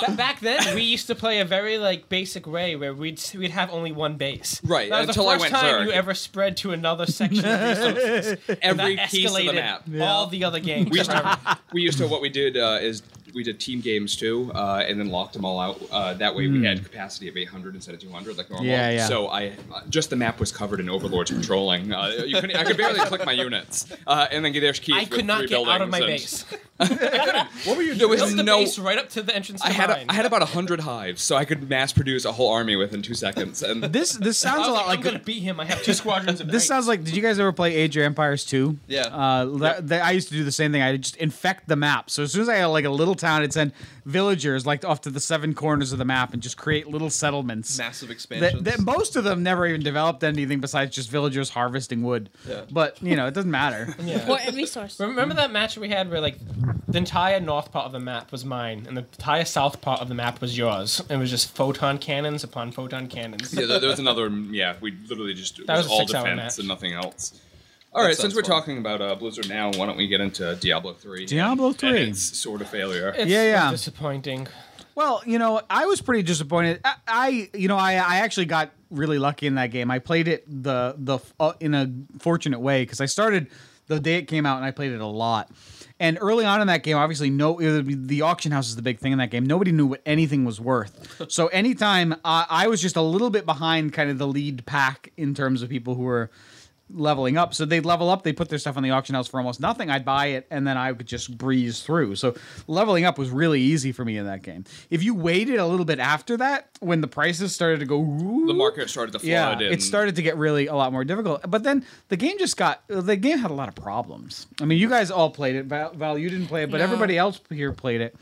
Speaker 5: Uh, back then, we used to play a very like basic Ray where we'd we'd have only one base.
Speaker 2: Right,
Speaker 5: That was
Speaker 2: until
Speaker 5: the
Speaker 2: I
Speaker 5: first
Speaker 2: went
Speaker 5: time
Speaker 2: Zerg.
Speaker 5: you ever spread to another section of resources.
Speaker 2: Every
Speaker 5: that
Speaker 2: piece of the
Speaker 5: escalated
Speaker 2: map.
Speaker 5: all the other games.
Speaker 2: We used to, we used to what we did uh, is we did team games too, uh, and then locked them all out. Uh, that way, we had capacity of 800 instead of 200, like normal.
Speaker 3: Hmm. Yeah, yeah.
Speaker 2: So I uh, just the map was covered in overlords patrolling. Uh, you couldn't, I could barely click my units, uh, and then there's Keith.
Speaker 5: I
Speaker 2: with
Speaker 5: could not
Speaker 2: three
Speaker 5: get out of
Speaker 2: buildings
Speaker 5: my
Speaker 2: and-
Speaker 5: base.
Speaker 2: What were you doing? There
Speaker 5: Built
Speaker 2: was
Speaker 5: the
Speaker 2: no.
Speaker 5: base right up to the entrance to
Speaker 2: I had
Speaker 5: mine.
Speaker 2: a, I had about 100 hives, so I could mass produce a whole army within two seconds. And
Speaker 3: This this sounds a lot
Speaker 5: I'm
Speaker 3: like
Speaker 5: gonna beat him. I have two
Speaker 2: [laughs]
Speaker 5: squadrons. Of
Speaker 3: This
Speaker 5: eight.
Speaker 3: sounds like. Did you guys ever play Age of Empires 2?
Speaker 6: Yeah.
Speaker 3: Uh, that- that- I used to do the same thing. I just infect the map. So as soon as I had like a little town, I'd send villagers like off to the seven corners of the map and just create little settlements.
Speaker 6: Massive
Speaker 3: That,
Speaker 6: expansions.
Speaker 3: that most of them never even developed anything besides just villagers harvesting wood.
Speaker 6: Yeah.
Speaker 3: But you know it doesn't matter.
Speaker 5: Yeah.
Speaker 4: Important
Speaker 2: [laughs]
Speaker 4: resource.
Speaker 5: Remember that match we had where like the entire north part of the map was mine and the entire south part of the map was yours. It was just photon cannons upon photon cannons.
Speaker 2: yeah, there, there was another. Yeah, we literally just it
Speaker 5: That
Speaker 2: was,
Speaker 5: was a
Speaker 2: all
Speaker 5: six-hour
Speaker 2: defense
Speaker 5: match.
Speaker 2: and nothing else. All right, since
Speaker 6: sounds
Speaker 2: we're
Speaker 6: fun.
Speaker 2: talking about uh, Blizzard now, why don't we get into Diablo three?
Speaker 3: Diablo
Speaker 2: and
Speaker 3: 3.
Speaker 2: its sort of failure.
Speaker 5: It's
Speaker 3: Yeah, yeah.
Speaker 5: Disappointing.
Speaker 3: Well, you know, I was pretty disappointed. I, I you know, I, I actually got really lucky in that game. I played it the the uh, in a fortunate way because I started the day it came out and I played it a lot. And early on in that game, obviously, no, it would be- the auction house is the big thing in that game. Nobody knew what anything was worth. So anytime I, I was just a little bit behind, kind of the lead pack in terms of people who were leveling up. So they'd level up, they put their stuff on the auction house for almost nothing. I'd buy it, and then I would just breeze through. So leveling up was really easy for me in that game. If you waited a little bit after that, when the prices started to go, ooh,
Speaker 2: the market started to flood.
Speaker 3: yeah,
Speaker 2: and
Speaker 3: it started to get really a lot more difficult. But then the game just got the game had a lot of problems. I mean, you guys all played it. Val, Val you didn't play it, but
Speaker 4: No.
Speaker 3: everybody else here played it.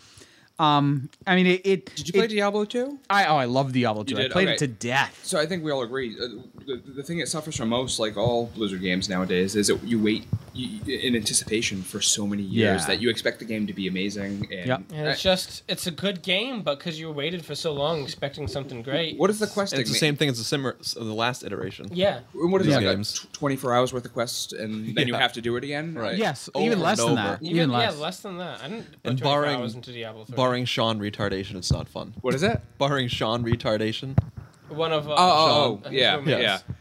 Speaker 3: Um, I mean, it. it
Speaker 2: Did you play
Speaker 3: it-
Speaker 2: Diablo two?
Speaker 3: I oh, I love Diablo 2. I
Speaker 2: did?
Speaker 3: played
Speaker 2: Okay.
Speaker 3: it to death.
Speaker 2: So I think we all agree. Uh, the, the thing it suffers from most, like all Blizzard games nowadays, is that you wait you, in anticipation for so many years
Speaker 3: Yeah.
Speaker 2: that you expect the game to be amazing. And
Speaker 3: Yep.
Speaker 5: And it's just it's a good game, but because you waited for so long expecting something great.
Speaker 2: what is the quest?
Speaker 6: And it's the same thing as the simmer, s- the last iteration.
Speaker 5: Yeah.
Speaker 2: What is
Speaker 6: these
Speaker 2: it, like,
Speaker 6: games.
Speaker 2: tw- 24 hours worth of quests, and then you
Speaker 6: Yeah.
Speaker 2: have to do it again?
Speaker 6: Right.
Speaker 3: Yes,
Speaker 6: Over
Speaker 3: even less
Speaker 6: and
Speaker 3: than
Speaker 6: over.
Speaker 3: that. Even,
Speaker 5: Even,
Speaker 3: less.
Speaker 5: yeah, less than that. I didn't put
Speaker 6: And
Speaker 5: 24
Speaker 6: barring-
Speaker 5: hours into Diablo 3.
Speaker 6: Barring Sean retardation, it's not fun.
Speaker 2: What is it?
Speaker 6: Barring Sean retardation,
Speaker 5: one of uh,
Speaker 2: Oh, oh, oh
Speaker 5: Sean-
Speaker 2: yeah,
Speaker 5: Sean-
Speaker 6: Yes.
Speaker 2: yeah.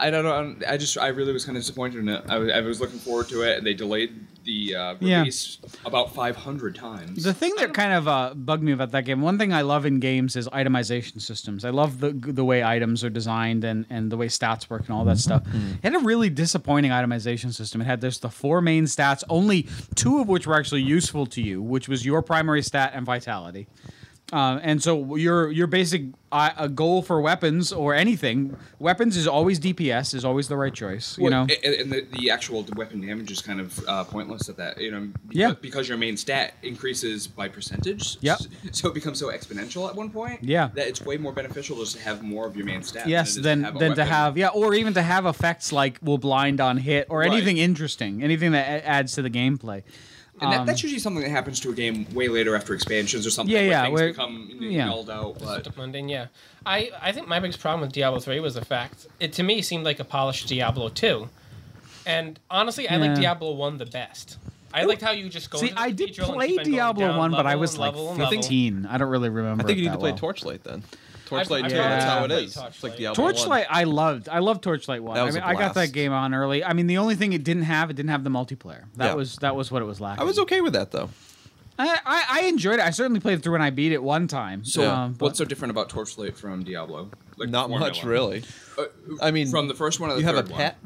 Speaker 2: I don't know. um, I just I really was kind of disappointed in it. I was, I was looking forward to it. They delayed the uh,
Speaker 3: Yeah.
Speaker 2: release about 500 times.
Speaker 3: The thing that kind of uh, bugged me about that game, one thing I love in games is itemization systems. I love the the way items are designed and, and the way stats work and all that stuff. It had a really disappointing itemization system. It had just the four main stats, only two of which were actually useful to you, which was your primary stat and vitality. Um, and so your your basic uh, a goal for weapons or anything, weapons is always DPS is always the right choice. You
Speaker 2: Well,
Speaker 3: know,
Speaker 2: a- and, the, the actual weapon damage is kind of uh, pointless at that. You know, beca-
Speaker 3: Yeah.
Speaker 2: because your main stat increases by percentage.
Speaker 3: Yep.
Speaker 2: So it becomes so exponential at one point.
Speaker 3: Yeah.
Speaker 2: That it's way more beneficial just to have more of your main stat.
Speaker 3: yes
Speaker 2: than, it is to have a
Speaker 3: than than to
Speaker 2: weapon.
Speaker 3: have yeah or even to have effects like will blind on hit or
Speaker 2: Right.
Speaker 3: anything interesting anything that a- adds to the gameplay
Speaker 2: And that, that's usually something that happens to a game way later after expansions or something.
Speaker 3: um, Yeah,
Speaker 2: where
Speaker 3: yeah,
Speaker 2: Things
Speaker 3: where-
Speaker 2: become n-
Speaker 3: yeah.
Speaker 2: nulled out. But
Speaker 5: Mr. London, yeah. I, I think my biggest problem with Diablo 3 was the fact it to me seemed like a polished Diablo 2. And honestly, I like
Speaker 3: Yeah.
Speaker 5: Diablo 1 the best. I liked how you just go.
Speaker 3: see
Speaker 5: into the
Speaker 3: i did
Speaker 5: cathedral and
Speaker 3: play
Speaker 5: keep on going
Speaker 3: diablo
Speaker 5: down
Speaker 3: 1 but i
Speaker 5: level
Speaker 3: was
Speaker 5: and
Speaker 3: like
Speaker 5: level and level.
Speaker 3: 15 i don't really remember
Speaker 6: I think
Speaker 3: it
Speaker 6: you need
Speaker 3: that
Speaker 6: to play
Speaker 3: well.
Speaker 6: Torchlight then. Torchlight,
Speaker 5: I've
Speaker 6: two,
Speaker 3: probably
Speaker 6: that's how it
Speaker 5: played
Speaker 6: is.
Speaker 5: Torchlight.
Speaker 6: It's like Diablo one.
Speaker 3: Torchlight, I loved. I loved Torchlight One.
Speaker 6: That
Speaker 3: I
Speaker 6: was
Speaker 3: mean,
Speaker 6: a
Speaker 3: I got that
Speaker 6: blast.
Speaker 3: game on early. I mean, the only thing it didn't have, it didn't have the multiplayer. That
Speaker 6: Yeah.
Speaker 3: was that was what it was lacking.
Speaker 6: I was okay with that though.
Speaker 3: I, I, I enjoyed it. I certainly played it through and I beat it one time.
Speaker 2: so,
Speaker 3: um, but-
Speaker 2: what's so different about Torchlight from Diablo? Like
Speaker 6: Not
Speaker 2: formula.
Speaker 6: much really.
Speaker 2: Uh,
Speaker 6: I mean,
Speaker 2: from the first one to the
Speaker 6: you have a
Speaker 2: third
Speaker 6: pet.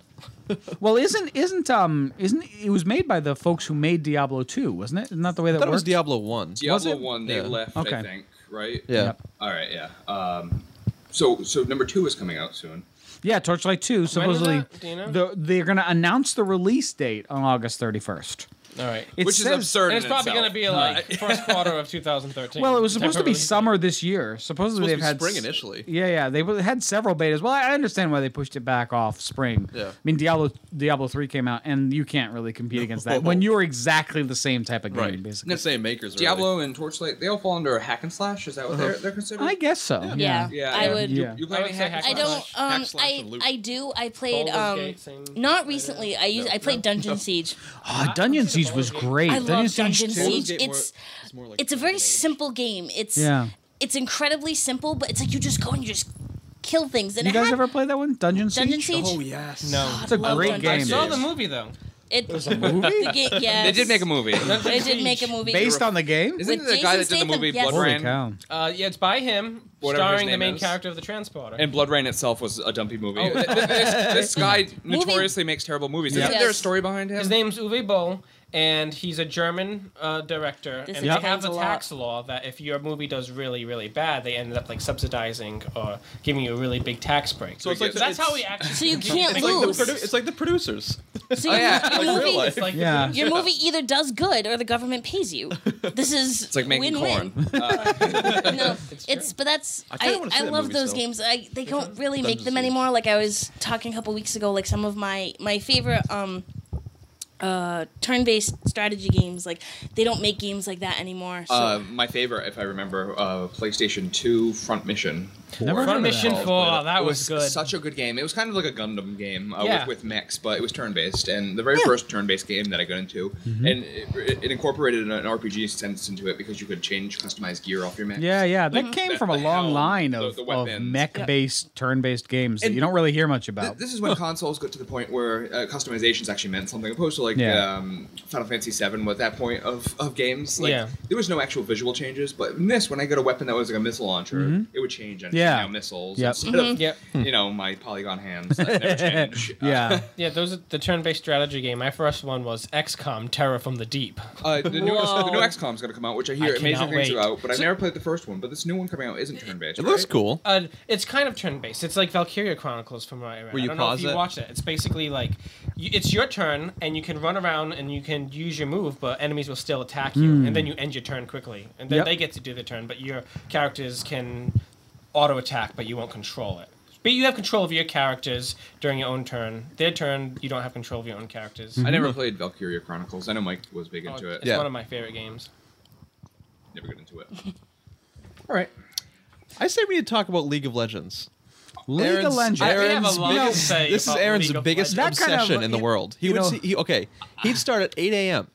Speaker 3: well, isn't isn't um isn't it was made by the folks who made Diablo Two, wasn't it? Isn't that the way
Speaker 6: I
Speaker 3: that
Speaker 6: thought it
Speaker 3: worked?
Speaker 6: was Diablo one.
Speaker 3: Was
Speaker 2: Diablo
Speaker 3: it?
Speaker 2: one they
Speaker 6: Yeah.
Speaker 2: left,
Speaker 3: Okay.
Speaker 2: I think, right?
Speaker 6: Yeah.
Speaker 3: Yep.
Speaker 2: All right, yeah. Um, so so number two is coming out soon.
Speaker 3: Yeah, Torchlight 2 supposedly
Speaker 5: that? Do you know?
Speaker 3: the- they're going to announce the release date on August 31st.
Speaker 5: All right.
Speaker 3: It
Speaker 2: Which is
Speaker 3: says-
Speaker 2: absurd.
Speaker 5: and it's
Speaker 2: in
Speaker 5: probably
Speaker 2: itself.
Speaker 5: going to be like first
Speaker 2: [laughs]
Speaker 5: quarter of 2013.
Speaker 3: Well, it was supposed to be
Speaker 5: Temporarily.
Speaker 3: summer this year. Supposedly
Speaker 6: Supposed to
Speaker 3: they've
Speaker 6: be
Speaker 3: had
Speaker 6: spring
Speaker 3: s-
Speaker 6: initially.
Speaker 3: Yeah, yeah, they w- had several betas. Well, I I understand why they pushed it back off spring.
Speaker 6: Yeah.
Speaker 3: I mean, Diablo Diablo 3 came out and you can't really compete against that when you're exactly the same type of game
Speaker 6: Right.
Speaker 3: basically.
Speaker 6: The same makers.
Speaker 2: Diablo and Torchlight, they all fall under a hack and slash. Is that what they're, they're considered?
Speaker 3: Uh-huh. I guess so.
Speaker 4: Yeah,
Speaker 2: Yeah,
Speaker 4: I
Speaker 2: yeah.
Speaker 4: would.
Speaker 3: Yeah.
Speaker 2: You
Speaker 5: I
Speaker 2: play
Speaker 5: would say
Speaker 2: hack
Speaker 5: hack
Speaker 4: I
Speaker 2: and slash?
Speaker 4: don't. Um,
Speaker 6: Hack slash
Speaker 4: I
Speaker 6: and loot.
Speaker 4: I do. I played.
Speaker 5: Baldur's
Speaker 4: Um,
Speaker 5: Gate, same-
Speaker 4: not recently. I used. I played Dungeon Siege.
Speaker 3: Ah, Dungeon Siege was great.
Speaker 4: I love Dungeon
Speaker 3: two-
Speaker 4: Siege.
Speaker 6: Baldur's Gate more-
Speaker 4: It's-
Speaker 6: it's more like
Speaker 4: It's a very simple game. It's
Speaker 3: Yeah.
Speaker 4: It's incredibly simple, but it's like you just go and you just kill things. And
Speaker 3: You
Speaker 4: it
Speaker 3: guys
Speaker 4: had
Speaker 3: ever play that one? Dungeon Siege?
Speaker 4: Dungeon Siege?
Speaker 6: Oh yes.
Speaker 5: No.
Speaker 3: It's a
Speaker 4: Love
Speaker 3: great
Speaker 4: Dungeon
Speaker 5: I
Speaker 3: game.
Speaker 4: Siege.
Speaker 5: saw the movie though.
Speaker 4: It
Speaker 3: There's a movie
Speaker 4: [laughs] the ga- yes.
Speaker 2: They did make a movie. [laughs] Isn't
Speaker 4: They did make a movie.
Speaker 3: based on the game.
Speaker 2: it the
Speaker 4: With
Speaker 2: guy that
Speaker 4: Jason
Speaker 2: did the
Speaker 4: Statham,
Speaker 2: movie
Speaker 4: yes.
Speaker 2: Blood
Speaker 3: Holy
Speaker 2: Rain?
Speaker 3: cow!
Speaker 5: Uh, yeah, it's by him,
Speaker 2: Whatever his
Speaker 5: starring the
Speaker 2: name
Speaker 5: main
Speaker 2: is.
Speaker 5: character of the transporter.
Speaker 2: And Blood Rain itself was a dumpy movie.
Speaker 5: Oh.
Speaker 2: Th- th- [laughs] this, this guy notoriously makes terrible movies. Isn't
Speaker 4: Yes.
Speaker 2: there a story behind him?
Speaker 5: His name's Uwe Boll, and he's a German uh, director.
Speaker 4: This
Speaker 5: and they have
Speaker 4: explains
Speaker 5: the
Speaker 4: a lot.
Speaker 5: tax law that if your movie does really, really bad, they ended up like subsidizing or giving you a really big tax break.
Speaker 6: So it's like the-
Speaker 5: that's how we
Speaker 6: it's-
Speaker 5: actually.
Speaker 4: So you can't
Speaker 6: It's
Speaker 5: It's [laughs]
Speaker 6: like,
Speaker 4: lose.
Speaker 6: the produ- it's like the producers.
Speaker 4: so
Speaker 2: Oh,
Speaker 4: your,
Speaker 2: yeah,
Speaker 4: your
Speaker 6: like
Speaker 4: movie,
Speaker 6: real life.
Speaker 5: like
Speaker 3: Yeah.
Speaker 4: your movie either does good or the government pays you. This is
Speaker 2: It's like making
Speaker 4: win-win. [laughs]
Speaker 2: corn.
Speaker 4: No, it's, but that's
Speaker 6: I kinda
Speaker 4: I,
Speaker 6: wanna see
Speaker 4: I,
Speaker 6: that
Speaker 4: love
Speaker 6: movie
Speaker 4: those
Speaker 6: still.
Speaker 4: games. I they don't really make
Speaker 6: Dungeons
Speaker 4: them
Speaker 6: and-
Speaker 4: anymore. Like I was talking a couple weeks ago, like some of my my favorite um uh turn-based strategy games, like they don't make games like that anymore. So
Speaker 2: Uh, my favorite, if I remember, uh, PlayStation 2 Front Mission.
Speaker 3: Never
Speaker 5: Front
Speaker 3: heard of
Speaker 5: Mission
Speaker 3: that.
Speaker 5: Four. Oh, That
Speaker 2: it
Speaker 5: was, good.
Speaker 2: Such a good game. It was kind of like a Gundam game uh,
Speaker 5: Yeah.
Speaker 2: with, with mechs, but it was turn-based. And the very
Speaker 4: Yeah.
Speaker 2: first turn-based game that I got into,
Speaker 3: Mm-hmm.
Speaker 2: and it, it incorporated an RPG sense into it because you could change, customize gear off your mech.
Speaker 3: Yeah, yeah, that
Speaker 5: Mm-hmm.
Speaker 3: came
Speaker 2: that-
Speaker 3: from a
Speaker 2: the
Speaker 3: long
Speaker 2: helm,
Speaker 3: line
Speaker 2: the-
Speaker 3: of,
Speaker 2: the
Speaker 3: of
Speaker 2: weapons.
Speaker 3: mech-based, turn-based games that
Speaker 2: And
Speaker 3: you don't really hear much
Speaker 2: Th- [laughs]
Speaker 3: about.
Speaker 2: This is when consoles got to the point where uh, customizations actually meant something, opposed to like
Speaker 3: Yeah.
Speaker 2: um, Final Fantasy VII at that point of, of games. Like,
Speaker 5: Yeah.
Speaker 2: there was no actual visual changes, but in this, when I got a weapon that was like a missile launcher, it would change and
Speaker 3: Yeah.
Speaker 2: now missiles
Speaker 3: Yep.
Speaker 2: instead of
Speaker 5: Mm-hmm. Yep.
Speaker 2: you know my polygon hands that never change.
Speaker 3: yeah,
Speaker 5: Yeah, those are the turn-based strategy game. My first one was XCOM: Terror from the Deep.
Speaker 2: Uh, the, new,
Speaker 4: Whoa.
Speaker 2: the new XCOM's gonna come out, which I
Speaker 5: I
Speaker 2: hear amazing
Speaker 5: cannot
Speaker 2: things
Speaker 5: wait.
Speaker 2: about, but I've never played the first one. But this new one coming out isn't turn-based.
Speaker 6: It looks
Speaker 2: right?
Speaker 6: cool.
Speaker 5: Uh, it's kind of turn-based. It's like Valkyria Chronicles from what I read.
Speaker 6: Where you
Speaker 5: I don't know
Speaker 6: pause
Speaker 5: if you
Speaker 6: it?
Speaker 5: watched it. It's basically like you, it's your turn, and you can run around and you can use your move, but enemies will still attack you, and
Speaker 6: Hmm.
Speaker 5: then you end your turn quickly, and then
Speaker 3: Yep.
Speaker 5: they get to do their turn, but your characters can auto attack, but you won't control it. But you have control of your characters during your own turn. Their turn, you don't have control of your own characters.
Speaker 6: Hmm.
Speaker 2: I never played Valkyria Chronicles. I know Mike was big
Speaker 5: Oh,
Speaker 2: into it.
Speaker 5: It's
Speaker 6: Yeah.
Speaker 5: one of my favorite games.
Speaker 2: Never got into it.
Speaker 6: All right. I say we need to talk about League of Legends.
Speaker 3: League of
Speaker 6: Aaron's-
Speaker 3: Legends.
Speaker 5: I- we have a
Speaker 6: Aaron's
Speaker 5: lot to
Speaker 6: biggest-
Speaker 5: say
Speaker 6: this is
Speaker 5: about
Speaker 6: Aaron's
Speaker 5: League of
Speaker 6: biggest
Speaker 3: Legends. That kind of-
Speaker 6: obsession in the world. He
Speaker 3: you
Speaker 6: would
Speaker 3: know-
Speaker 6: see, he, okay. He'd start at
Speaker 5: [laughs]
Speaker 6: 8 a.m.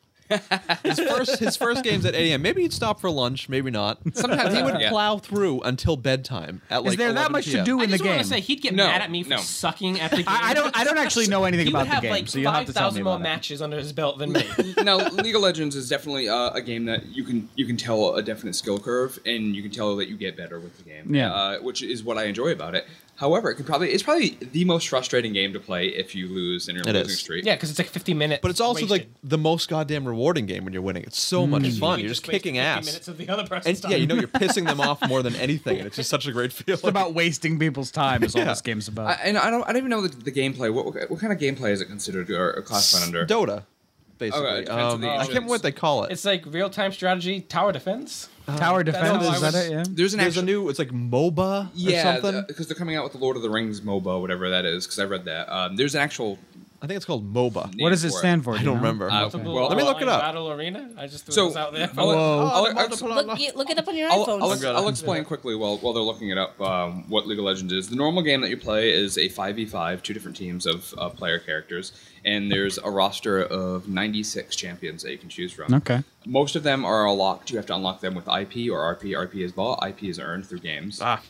Speaker 6: His first his first games at 8 a.m. Maybe he'd stop for lunch, maybe not.
Speaker 2: Sometimes
Speaker 6: He would
Speaker 2: Yeah.
Speaker 6: plow through until bedtime. At like
Speaker 3: is there that
Speaker 6: 11
Speaker 3: much to
Speaker 6: PM.
Speaker 3: do
Speaker 5: I
Speaker 3: in the
Speaker 5: just want
Speaker 3: game?
Speaker 5: to say he'd get
Speaker 2: No,
Speaker 5: mad at me for
Speaker 2: no.
Speaker 5: sucking at the game.
Speaker 3: I, I don't. I don't actually know anything
Speaker 5: He would
Speaker 3: about the
Speaker 5: have
Speaker 3: game,
Speaker 5: like
Speaker 3: so you'll have
Speaker 5: five
Speaker 3: to tell me
Speaker 5: thousand more
Speaker 3: about that.
Speaker 5: matches under his belt
Speaker 6: [laughs]
Speaker 5: than me.
Speaker 2: now, League of Legends is definitely uh, a game that you can you can tell a definite skill curve, and you can tell that you get better with the game.
Speaker 3: Yeah.
Speaker 2: uh, which is what I enjoy about it. However, it could probably it's probably the most frustrating game to play if you lose and you're
Speaker 6: It
Speaker 2: losing
Speaker 6: is.
Speaker 2: streak.
Speaker 5: Yeah, because it's like 50 minutes.
Speaker 6: But it's also
Speaker 5: wasted. Mm.
Speaker 6: like the most goddamn rewarding game when you're winning. It's so much fun.
Speaker 5: You
Speaker 6: You're just
Speaker 5: wasted
Speaker 6: kicking
Speaker 5: 50
Speaker 6: ass.
Speaker 5: Minutes of the other
Speaker 6: And
Speaker 5: person's
Speaker 6: yeah, you know
Speaker 5: time.
Speaker 6: you're pissing them off more than anything, and it's just such
Speaker 5: [laughs]
Speaker 6: a great feeling.
Speaker 3: It's about wasting people's time. Is all
Speaker 6: Yeah.
Speaker 3: this game's about.
Speaker 2: I, and I don't I don't even know the, the gameplay. What, what what kind of gameplay is it considered or, or classified under?
Speaker 6: Dota, basically.
Speaker 2: Okay, Defense of
Speaker 6: um,
Speaker 2: the
Speaker 6: I can't remember what
Speaker 2: Ancients.
Speaker 6: they call it.
Speaker 5: It's like real time strategy, tower defense.
Speaker 3: Tower
Speaker 5: that's
Speaker 3: defense.
Speaker 5: how I
Speaker 3: Is that
Speaker 5: was-
Speaker 3: it? Yeah.
Speaker 2: There's an
Speaker 6: There's
Speaker 2: actual,
Speaker 6: a new. It's like MOBA or
Speaker 2: yeah
Speaker 6: something.
Speaker 2: because they're coming out with the Lord of the Rings MOBA, whatever that is. Because I read that. Um, there's an actual.
Speaker 6: I think it's called MOBA.
Speaker 2: name
Speaker 3: What does it
Speaker 2: for
Speaker 3: stand for?
Speaker 6: I
Speaker 3: do you
Speaker 6: don't
Speaker 3: know?
Speaker 6: remember.
Speaker 2: Uh,
Speaker 5: Multiple
Speaker 2: well,
Speaker 6: let me look it
Speaker 5: online
Speaker 6: up.
Speaker 5: Battle arena. I just threw
Speaker 2: So
Speaker 5: this out there.
Speaker 2: I'll, I'll,
Speaker 6: Oh,
Speaker 2: I'll,
Speaker 4: look, you- look it up on your
Speaker 2: I'll,
Speaker 4: iPhone.
Speaker 2: I'll, I'll explain quickly while, while they're looking it up um, what League of Legends is. The normal game that you play is a 5v5, two different teams of uh, player characters, and there's a roster of 96 champions that you can choose from.
Speaker 3: Okay.
Speaker 2: Most of them are locked. You have to unlock them with IP or RP. RP is bought, IP is earned through games.
Speaker 6: Ah,